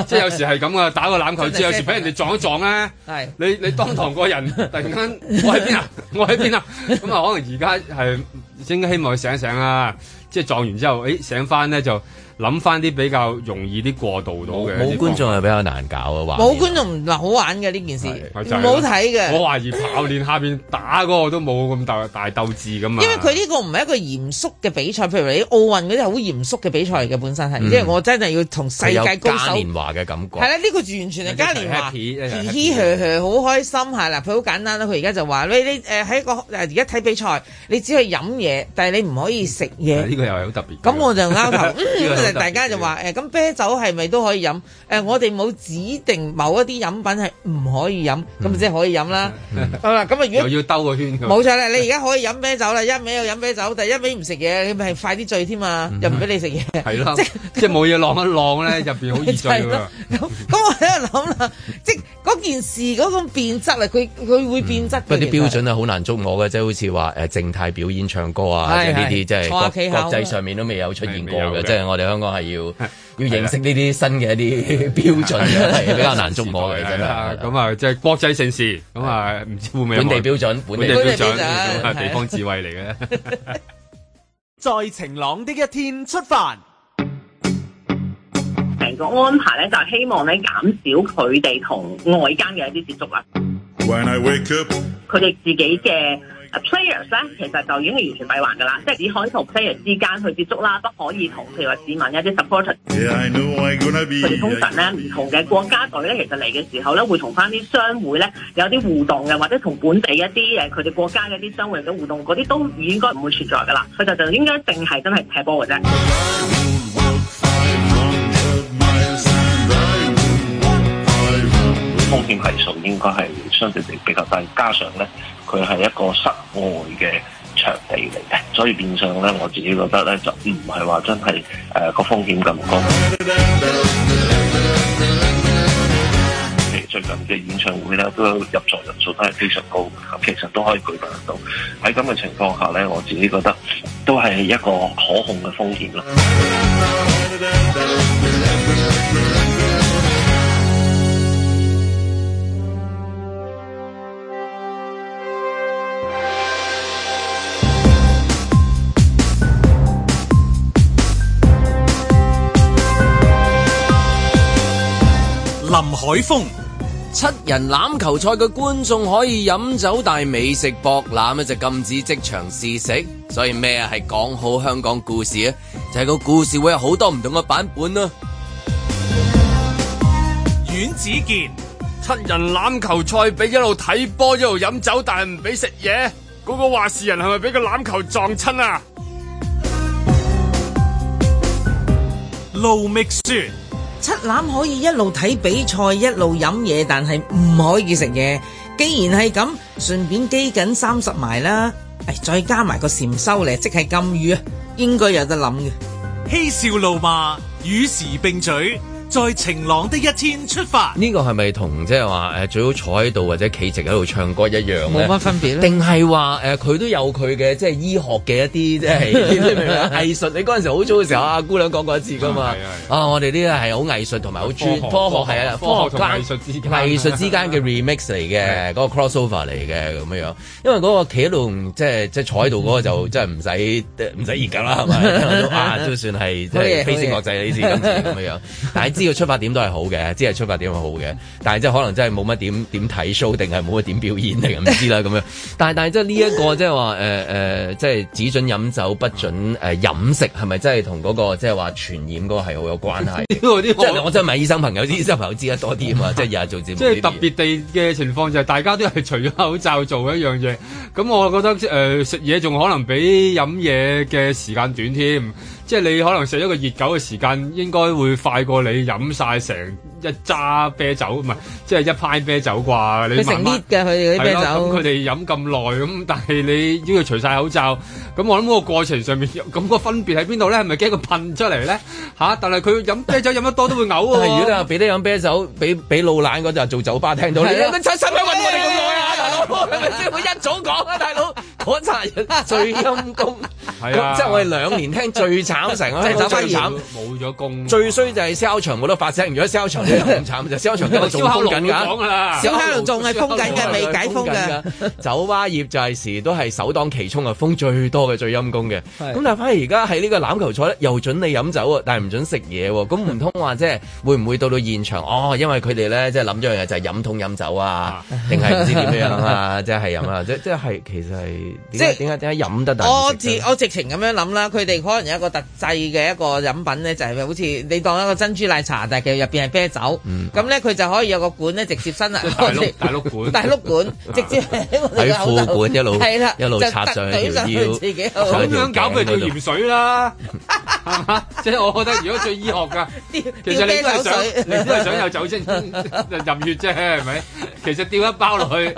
[SPEAKER 6] 即係有時係咁啊，打個欖球之後，有時俾人哋撞一撞啊咧。
[SPEAKER 4] 係
[SPEAKER 6] 你你當堂個人突然間，我喺邊 啊？我喺邊啊？咁啊，可能而家係應該希望佢醒一醒啦。即係撞完之後，誒醒翻咧就諗翻啲比較容易啲過渡到嘅。
[SPEAKER 2] 冇觀，眾係比較難搞啊，話
[SPEAKER 4] 冇觀眾唔嗱好玩嘅呢件事，唔
[SPEAKER 6] 係就係啦
[SPEAKER 4] 好睇嘅。
[SPEAKER 6] 我懷疑跑練下邊打嗰個都冇咁大大鬥志咁啊。
[SPEAKER 4] 因為佢呢個唔係一個嚴肅嘅比賽，譬如你奧運嗰啲係好嚴肅嘅比賽嚟嘅，本
[SPEAKER 6] 嗯
[SPEAKER 4] 身係，因為我真係要同世
[SPEAKER 2] 佢有
[SPEAKER 4] 界高
[SPEAKER 2] 嘉
[SPEAKER 4] 手。
[SPEAKER 2] 年華嘅感覺啊
[SPEAKER 4] 係。啦，呢個完全係嘉年華，
[SPEAKER 6] 一
[SPEAKER 4] 嘻
[SPEAKER 6] 齊 happy，一齊
[SPEAKER 4] 嘻
[SPEAKER 6] happy
[SPEAKER 4] 呵呵，好開心係啦。佢好簡單啦，佢而家就話你你誒喺個誒而家睇比賽，你只可以飲嘢，但係你唔可以食嘢。
[SPEAKER 6] 啊 呢個又係好特別嘅。
[SPEAKER 4] 咁我就拗頭，
[SPEAKER 6] 呢個好特別
[SPEAKER 4] 嗯大家就話誒，咁啤酒係咪都可以飲？誒，我哋冇指定某一啲飲品係唔可以飲，咁即係可以飲啦。好啦，咁啊，如
[SPEAKER 6] 又
[SPEAKER 4] 果
[SPEAKER 6] 嗯要兜個圈㗎。
[SPEAKER 4] 冇錯啦，你而家可以飲啤酒啦，一味又飲啤酒，但係一味唔食嘢，你咪快啲醉添嘛，又唔俾你食嘢。
[SPEAKER 6] 嗯 係啦，即係冇嘢浪一浪咧，入邊好易醉
[SPEAKER 4] 係
[SPEAKER 6] 㗎
[SPEAKER 4] 咯。咁咁我喺度諗啦，即係嗰件事嗰個變質啊，佢佢會變
[SPEAKER 6] 嗯
[SPEAKER 4] 質嘅。
[SPEAKER 2] 不過啲
[SPEAKER 4] 其實
[SPEAKER 2] 標準啊係好難捉摸嘅，即係好似話誒靜態表演唱歌啊，
[SPEAKER 4] 係
[SPEAKER 2] 即係呢
[SPEAKER 4] 係
[SPEAKER 2] 啲即係
[SPEAKER 4] 坐
[SPEAKER 2] 國
[SPEAKER 4] 下企下
[SPEAKER 2] 國際上面都未有出現
[SPEAKER 6] 係
[SPEAKER 2] 過
[SPEAKER 6] 未有
[SPEAKER 2] 嘅，
[SPEAKER 6] 嘅
[SPEAKER 2] 即係我哋香港係要要認識呢啲新嘅一啲標準，
[SPEAKER 6] 啊
[SPEAKER 2] 係比較難捉摸嘅，真
[SPEAKER 6] 係啦
[SPEAKER 2] 係。
[SPEAKER 6] 咁啊，即係國際盛事，咁啊，唔知會唔會有
[SPEAKER 2] 本地
[SPEAKER 6] 外
[SPEAKER 2] 標準，
[SPEAKER 6] 本地標
[SPEAKER 2] 本地標
[SPEAKER 6] 準，
[SPEAKER 4] 本地標準
[SPEAKER 6] 咁啊地方智慧嚟 嘅。
[SPEAKER 1] 在晴朗的一天出發。
[SPEAKER 10] 成個安排咧，就係希望咧減少佢哋同外間嘅一啲接觸啦。
[SPEAKER 11] When I wake up,
[SPEAKER 10] 佢哋自己嘅呃 players 咧，其實就已經係完全閉環㗎啦，即係只可以同 players 之間去接觸啦，不可以同譬如話市民一啲 supporter。
[SPEAKER 3] 嗯
[SPEAKER 11] yeah, I know I'm gonna be.
[SPEAKER 10] 佢哋通常咧唔同嘅國家隊咧，其實嚟嘅時候咧，會同翻啲商會咧有啲互動嘅，或者同本地一啲誒佢哋國家嘅一啲商會嘅互動，嗰啲都應該唔會存在㗎啦。佢就就應該淨係真係踢波嘅啫。
[SPEAKER 12] 風險係數應該係相對地比較低，加上咧佢係一個室外嘅場地嚟嘅，所以變相咧我自己覺得咧就唔係話真係誒個風險咁高。譬如最近嘅演唱會咧，都入座人數都係非常高，咁其實都可以舉辦得到。喺咁嘅情況下咧，我自己覺得都係一個可控嘅風險啦。
[SPEAKER 1] 林海峰、
[SPEAKER 2] 七人欖球賽嘅觀眾可以飲酒，但係美食博覽咧就禁止即場試食。所以咩啊係講好香港故事啊？就係、個故事會有好多唔同嘅版本啦、
[SPEAKER 1] 阮子健、
[SPEAKER 6] 七人欖球賽俾一路睇波一路飲酒，但係唔俾食嘢。嗰個話事人係咪俾個欖球撞親啊？
[SPEAKER 1] 盧覓雪、
[SPEAKER 4] 七欖可以一路睇比賽一路飲嘢，但係唔可以食嘢。既然係咁，順便基緊三十埋啦。誒，再加埋個禪修咧，即係禁語啊，應該有得諗嘅。
[SPEAKER 1] 嬉笑怒罵，與時並舉，在晴朗的一天出發。
[SPEAKER 2] 呢個係咪同即係話誒最好坐喺度或者企直喺度唱歌一樣
[SPEAKER 4] 冇
[SPEAKER 2] 咧
[SPEAKER 4] 乜？分別啦。
[SPEAKER 2] 定係話誒佢都有佢嘅即係醫學嘅一啲 即係你明唔明啊藝術？你嗰陣時好早嘅時候，阿姑娘講過一次噶嘛
[SPEAKER 6] 係係
[SPEAKER 2] 啊！我哋呢個係好藝術同埋好專
[SPEAKER 6] 科
[SPEAKER 2] 科
[SPEAKER 6] 學
[SPEAKER 2] 學係啊，
[SPEAKER 6] 科學
[SPEAKER 2] 科學
[SPEAKER 6] 同藝術之間
[SPEAKER 2] 藝術之間 嘅 remix 嚟嘅，嗰個 crossover 嚟嘅咁樣樣。因為嗰個企喺度即係即係坐喺度嗰個就真係唔 使唔使研究啦，係咪？都啊都算係即
[SPEAKER 4] 好嘢
[SPEAKER 2] 係飛
[SPEAKER 4] 好
[SPEAKER 2] 升國
[SPEAKER 4] 嘢
[SPEAKER 2] 際呢次今次咁樣樣。但係之知道出發點都係好嘅，知係出發點係好嘅，但係即係可能真係冇乜點點睇 show 定係冇乜點表演定係唔知啦咁樣。但係但係即係呢一個即係話誒誒，即係只准飲酒不准誒飲食，係咪真係同嗰個即係話傳染嗰個係好有關 係？即係我真係問醫生朋友，啲醫生朋友知得多啲啊嘛，即係日日做節目呢啲嘢。
[SPEAKER 6] 即係特別地嘅情況就係大家都係除咗口罩做一樣嘢，咁我覺得誒、呃食嘢仲可能比飲嘢嘅時間短添，即係你可能食一個熱狗嘅時間應該會快過你飲晒成一揸啤酒，唔係即係一派啤酒啩？你
[SPEAKER 4] 佢成
[SPEAKER 6] 慢慢
[SPEAKER 4] lead 嘅佢哋嗰啲
[SPEAKER 6] 係咯咁
[SPEAKER 4] 啤
[SPEAKER 6] 佢
[SPEAKER 4] 酒。
[SPEAKER 6] 哋飲咁耐， 咁但係你要佢除晒口罩，咁我諗嗰個過程上面，咁、個分別喺邊度咧？係咪驚佢噴出嚟咧？吓、但係佢飲啤酒飲得多都會嘔喎、
[SPEAKER 2] 但係如果你話俾啲飲啤酒，俾俾老懶嗰陣做酒吧聽到你，
[SPEAKER 6] 係啊
[SPEAKER 2] 你使乜揾我哋咁耐啊，大佬？係咪先？我一早講啊，大佬，嗰陣 人最陰公，
[SPEAKER 6] 係啊
[SPEAKER 2] 咁即係我哋兩年聽最慘，成個聽酒最慘。
[SPEAKER 6] 冇咗工。
[SPEAKER 2] 最衰就係燒場冇得發聲，如果燒場你又咁慘就燒場今日仲封緊
[SPEAKER 6] 燒烤爐講㗎啦
[SPEAKER 2] 㗎，
[SPEAKER 4] 燒烤爐仲係封緊㗎未解封㗎
[SPEAKER 2] 燒烤爐封緊㗎酒吧業就係時都係首當其衝啊，封最多嘅最陰公嘅。
[SPEAKER 4] 係
[SPEAKER 2] 咁但係反而而家喺呢個欖球賽咧，又準你飲酒啊，但係唔準食嘢喎。咁唔通話即係會唔會到到現場？哦，因為佢哋咧即係諗咗樣嘢就係飲桶飲酒啊，定係唔知點樣啊？即係飲啊，即即係其實係點解
[SPEAKER 4] 即
[SPEAKER 2] 點解點解飲得但係唔
[SPEAKER 4] 我
[SPEAKER 2] 食
[SPEAKER 4] 自我直情咁樣諗啦，佢哋可能有一個特製嘅一個飲品咧，就係、好似你當一個珍珠奶茶，但係其實入邊係啤酒。咁咧佢就可以有個管咧直接 伸入
[SPEAKER 6] 大碌大碌 管，
[SPEAKER 4] 大碌管，直接喺我哋嘅口
[SPEAKER 2] 喺褲管一路
[SPEAKER 4] 係啦，
[SPEAKER 2] 一路
[SPEAKER 4] 就
[SPEAKER 2] 插
[SPEAKER 4] 突
[SPEAKER 2] 上
[SPEAKER 4] 懟
[SPEAKER 2] 條
[SPEAKER 4] 上去
[SPEAKER 2] 腰
[SPEAKER 4] 自己口
[SPEAKER 6] 咁
[SPEAKER 2] 上條
[SPEAKER 6] 樣搞咪
[SPEAKER 2] 頸
[SPEAKER 6] 叫
[SPEAKER 2] 嗰度
[SPEAKER 6] 鹽水 啦，係嘛？即係我覺得如果最醫學㗎， 其實你都係想，你都係想有酒精入血啫，係咪？其實掉一包落去，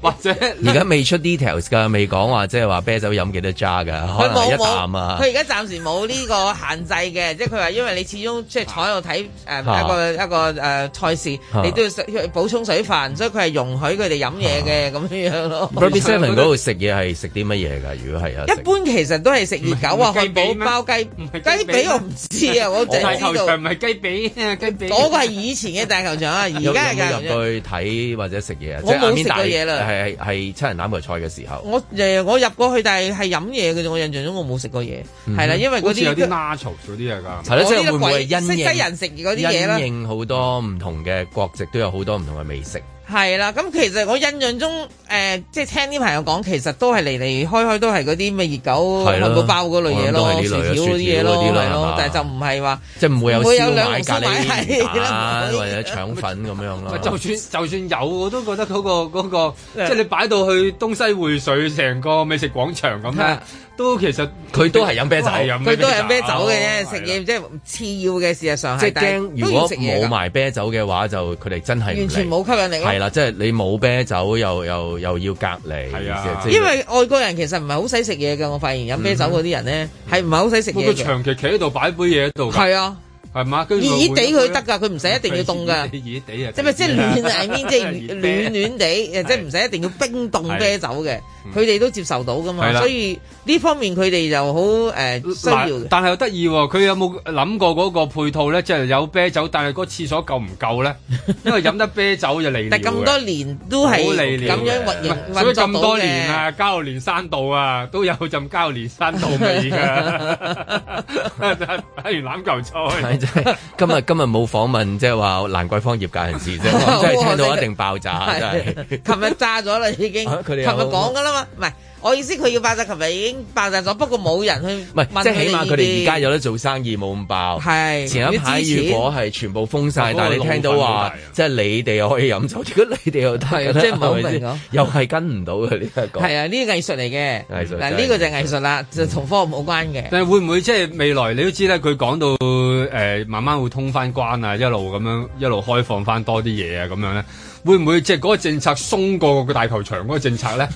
[SPEAKER 6] 或者
[SPEAKER 2] 而家未出 details 㗎，未講話即係話啤酒飲幾多揸㗎，可
[SPEAKER 4] 佢
[SPEAKER 2] 能係
[SPEAKER 4] 冇
[SPEAKER 2] 一啖
[SPEAKER 4] 冇，
[SPEAKER 2] 啊
[SPEAKER 4] 佢。而家暫時冇呢個限制嘅，即係佢話因為你始終即係坐喺度睇誒
[SPEAKER 2] 啊
[SPEAKER 4] 一個一個誒賽事，
[SPEAKER 2] 啊
[SPEAKER 4] 你都要食補充水分，所以佢係容許佢哋飲嘢嘅咁樣樣咯。
[SPEAKER 2] Ruby Seven 嗰度食嘢係食啲乜嘢㗎？如果係啊，
[SPEAKER 4] 一般其實都係食熱狗啊、
[SPEAKER 6] 唔係雞
[SPEAKER 4] 漢
[SPEAKER 6] 髀咩
[SPEAKER 4] 堡包雞雞髀，我唔知啊，我淨
[SPEAKER 6] 大
[SPEAKER 4] 係
[SPEAKER 6] 球
[SPEAKER 4] 知道
[SPEAKER 6] 場唔係雞髀啊，雞髀
[SPEAKER 4] 嗰個係以前嘅大球場啊，而
[SPEAKER 2] 有有
[SPEAKER 4] 家嘅大
[SPEAKER 2] 冇
[SPEAKER 4] 球場
[SPEAKER 2] 入去睇或者食嘢啊？
[SPEAKER 4] 我
[SPEAKER 2] 即係
[SPEAKER 4] 冇
[SPEAKER 2] I mean，
[SPEAKER 4] 食過
[SPEAKER 2] 大
[SPEAKER 4] 嘢啦
[SPEAKER 2] 係係係七人欖球賽嘅時候，
[SPEAKER 4] 我誒我入過去，但係係飲嘢嘅啫。我印象中我冇食過嘢，係啦，因為嗰
[SPEAKER 6] 好似有啲
[SPEAKER 4] 啲
[SPEAKER 6] nachos 嗰啲嘢㗎，
[SPEAKER 2] 係咯，即係會唔會係因
[SPEAKER 4] 西
[SPEAKER 2] 應
[SPEAKER 4] 西人食嗰啲嘢啦
[SPEAKER 2] 因應好多唔同嘅國籍都有好多唔同嘅美食。
[SPEAKER 4] 係啦，咁其實我印象中，誒、即係聽啲朋友講，其實都係嚟嚟開開都係嗰啲咩熱狗、
[SPEAKER 2] 係啦
[SPEAKER 4] 漢堡包嗰類嘢
[SPEAKER 2] 我
[SPEAKER 4] 咯，
[SPEAKER 2] 諗
[SPEAKER 4] 薯
[SPEAKER 2] 都係呢類
[SPEAKER 4] 條
[SPEAKER 2] 啊
[SPEAKER 4] 嗰啲嘢咯，
[SPEAKER 2] 薯條嗰啲啦
[SPEAKER 4] 係
[SPEAKER 2] 係
[SPEAKER 4] 咯
[SPEAKER 2] 嘛，
[SPEAKER 4] 但係就唔係話
[SPEAKER 2] 即係唔會有
[SPEAKER 4] 唔會有
[SPEAKER 2] 燒
[SPEAKER 4] 兩
[SPEAKER 2] 賣、
[SPEAKER 4] 紅
[SPEAKER 2] 咖
[SPEAKER 4] 燒賣
[SPEAKER 2] 喱
[SPEAKER 4] 係啦
[SPEAKER 2] 蛋或者腸粉咁樣咯。
[SPEAKER 6] 就算就算有，我都覺得嗰、個 嗰、個，即係你擺到去東西匯水成個美食廣場咁咧，都其實
[SPEAKER 2] 佢都係飲啤酒
[SPEAKER 4] 佢都係啤酒嘅啫，食嘢即係次要嘅，事實上
[SPEAKER 2] 即
[SPEAKER 4] 係
[SPEAKER 2] 係驚，如果冇
[SPEAKER 4] 埋，
[SPEAKER 2] 埋啤酒嘅話，就佢哋真係唔嚟
[SPEAKER 4] 完全冇吸引力咯
[SPEAKER 2] 係啦，即係你冇啤酒，又又又要隔離，係
[SPEAKER 6] 啊
[SPEAKER 4] 因為外國人其實唔係好使食嘢嘅，我發現飲啤酒嗰啲人咧係唔係好使食
[SPEAKER 6] 會
[SPEAKER 4] 嘢
[SPEAKER 6] 佢
[SPEAKER 2] 嗯
[SPEAKER 4] 嘅，
[SPEAKER 6] 長期企喺度擺杯嘢喺度㗎，
[SPEAKER 4] 係啊，
[SPEAKER 6] 係嘛？
[SPEAKER 4] 熱
[SPEAKER 6] 跟住
[SPEAKER 4] 熱地
[SPEAKER 6] 會
[SPEAKER 4] 佢得
[SPEAKER 2] 嗯
[SPEAKER 4] 㗎，佢唔使一定要凍㗎。
[SPEAKER 6] 熱地啊，
[SPEAKER 4] 即係咪即係暖 啊 I mean，即係
[SPEAKER 6] 熱
[SPEAKER 4] 暖暖地，誒即係唔使一定要冰凍啤酒嘅，佢哋都接受到噶嘛
[SPEAKER 6] 係，啦
[SPEAKER 4] 所以呢方面佢哋就好誒需要
[SPEAKER 6] 嗱
[SPEAKER 4] 嘅，。
[SPEAKER 6] 但係又得意喎，佢有冇諗過嗰個配套咧？即係有啤酒，但係個廁所夠唔夠 咧？因為飲得啤酒就嚟
[SPEAKER 4] 但咁多年都係
[SPEAKER 6] 好利尿
[SPEAKER 4] 咁
[SPEAKER 6] 嘅
[SPEAKER 4] 樣運營
[SPEAKER 6] 所
[SPEAKER 4] 運
[SPEAKER 6] 以咁
[SPEAKER 4] 作到
[SPEAKER 6] 多年
[SPEAKER 4] 嘅。
[SPEAKER 6] 啊，交流連山道啊，都有陣交流連山道味 㗎。睇完欖球賽
[SPEAKER 2] 係，真係今日今日冇訪問，即係話蘭桂坊業界人 士啫，我真係聽到一定爆炸，真係。
[SPEAKER 4] 係 琴日炸咗啦已經，琴
[SPEAKER 2] 啊佢哋
[SPEAKER 4] 日
[SPEAKER 2] 有
[SPEAKER 4] 講噶啦嘛，唔係我意思佢要爆炸，琴日已經爆炸咗，不過冇人去
[SPEAKER 2] 唔係，即係起碼佢哋而家
[SPEAKER 4] 有
[SPEAKER 2] 有得做生意冇咁爆。
[SPEAKER 4] 係
[SPEAKER 2] 前一排
[SPEAKER 4] 要支持
[SPEAKER 2] 如果係全部封晒，
[SPEAKER 4] 嗰個
[SPEAKER 2] 但係你聽到話，即係你哋又可以飲酒，如果你哋又得
[SPEAKER 4] 係即係唔係好
[SPEAKER 2] 咪先
[SPEAKER 4] 明啊
[SPEAKER 2] 又係跟唔到嘅呢一個。
[SPEAKER 4] 係啊，呢個藝術嚟嘅，
[SPEAKER 2] 藝術
[SPEAKER 4] 嗱
[SPEAKER 2] 真係
[SPEAKER 4] 呢個就係藝術啦，就同科學冇關嘅。
[SPEAKER 6] 但係會唔會即係未來你都知咧？佢講到誒、呃慢慢會通翻關啊，一路咁樣一路開放翻多啲嘢啊，咁樣咧，會唔會即係嗰個政策鬆過個大球場嗰個 政策咧？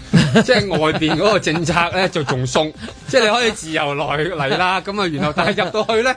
[SPEAKER 6] 即係外邊嗰個政策咧就仲鬆，即係你可以自由來嚟啦。咁啊，然後但係入到去咧，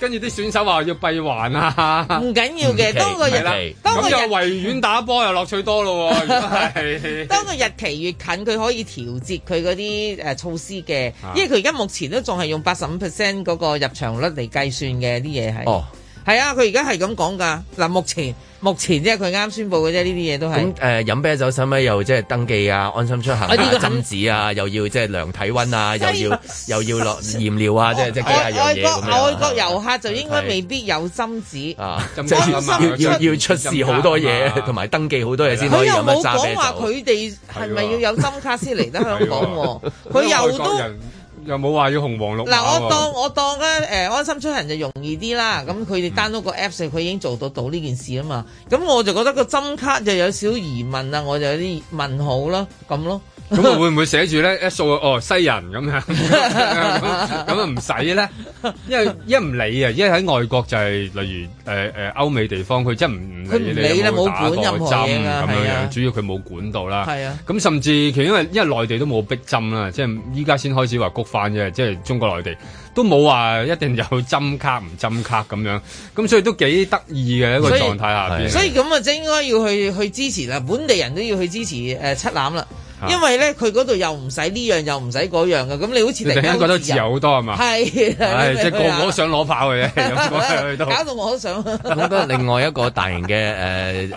[SPEAKER 6] 跟住啲選手話要閉環啊。
[SPEAKER 4] 唔緊要嘅，當個
[SPEAKER 6] 係啦
[SPEAKER 4] 人，當個
[SPEAKER 6] 咁又
[SPEAKER 4] 人。
[SPEAKER 6] 維園打波又樂趣多咯 喎，如果係。
[SPEAKER 4] 當個日期越近，佢可以調節佢嗰啲誒措施嘅
[SPEAKER 6] 啊，
[SPEAKER 4] 因為佢而家目前都仲係用八十五 percent 嗰個入場率嚟計算嘅啲嘢係。
[SPEAKER 2] 哦，
[SPEAKER 4] 係啊，佢而家係咁講㗎。嗱，目前目前即係佢啱宣布嘅啫，呢啲嘢都係
[SPEAKER 2] 咁。誒飲啤酒使唔使又即係登記啊、安心出行啊、
[SPEAKER 4] 啊 呢個肯
[SPEAKER 2] 針紙啊，又要即係量體 温啊，
[SPEAKER 4] 西
[SPEAKER 2] 又要又要落驗尿啊，即係即係幾
[SPEAKER 4] 外
[SPEAKER 2] 廿樣
[SPEAKER 4] 外
[SPEAKER 2] 嘢
[SPEAKER 4] 國
[SPEAKER 2] 咁樣
[SPEAKER 4] 外
[SPEAKER 2] 啊
[SPEAKER 4] 國遊客就應該
[SPEAKER 2] 係
[SPEAKER 4] 未必有針紙。
[SPEAKER 2] 啊，即
[SPEAKER 4] 針
[SPEAKER 2] 係要
[SPEAKER 4] 針針
[SPEAKER 2] 要要
[SPEAKER 4] 針
[SPEAKER 2] 要出示好多嘢，同埋登記好多嘢先
[SPEAKER 4] 佢
[SPEAKER 2] 可以
[SPEAKER 4] 又
[SPEAKER 2] 飲
[SPEAKER 4] 冇
[SPEAKER 2] 一揸啤
[SPEAKER 4] 講話
[SPEAKER 2] 酒。
[SPEAKER 4] 佢哋係咪要有針卡先嚟得香港喎？
[SPEAKER 6] 因
[SPEAKER 4] 佢
[SPEAKER 6] 為
[SPEAKER 4] 又
[SPEAKER 6] 外國
[SPEAKER 4] 都
[SPEAKER 6] 人又冇話要紅黃綠
[SPEAKER 4] 嗱，
[SPEAKER 6] 碼
[SPEAKER 4] 我
[SPEAKER 6] 喎
[SPEAKER 4] 當我當咧誒、安心出行就容易啲啦。咁佢
[SPEAKER 6] 嗯
[SPEAKER 4] 哋 download 個 apps，佢已經做到到呢件事啊嘛。咁我就覺得個針卡就有少疑問啦，我就有啲問號咯，咁咯。
[SPEAKER 6] 咁 會唔會寫住咧一掃哦西人咁樣咁咁啊唔使咧，因為因為唔理啊，因為喺外國就係例如誒誒歐美地方，佢真係唔
[SPEAKER 4] 佢唔
[SPEAKER 6] 理
[SPEAKER 4] 理
[SPEAKER 6] 你有
[SPEAKER 4] 啦
[SPEAKER 6] 冇
[SPEAKER 4] 冇
[SPEAKER 6] 打
[SPEAKER 4] 管
[SPEAKER 6] 過
[SPEAKER 4] 任何
[SPEAKER 6] 針
[SPEAKER 4] 嘢㗎
[SPEAKER 6] 咁樣
[SPEAKER 4] 係啊
[SPEAKER 6] 樣，主要佢冇管到啦。
[SPEAKER 4] 係啊
[SPEAKER 6] 咁甚至其因為因為內地都冇逼針啦，即係依家先開始話谷翻啫，即係中國內地都冇話一定有針卡唔針卡咁樣，咁所以都幾得意嘅一個
[SPEAKER 4] 所以
[SPEAKER 6] 狀態下邊。
[SPEAKER 4] 所以咁啊，真應該要去去支持啦，本地人都要去支持誒、呃七攬啦
[SPEAKER 6] 啊。
[SPEAKER 4] 因為咧，佢嗰度又唔使呢樣，又唔使嗰樣嘅，咁你好似
[SPEAKER 6] 你突然間覺得自由好多係嘛？
[SPEAKER 4] 係啦
[SPEAKER 6] 唉
[SPEAKER 4] 你明
[SPEAKER 6] 即係
[SPEAKER 4] 唔明啊
[SPEAKER 6] 個個都想 攞炮嘅，有冇去到？
[SPEAKER 4] 搞到我都想。
[SPEAKER 2] 咁覺得另外一個大型嘅誒誒誒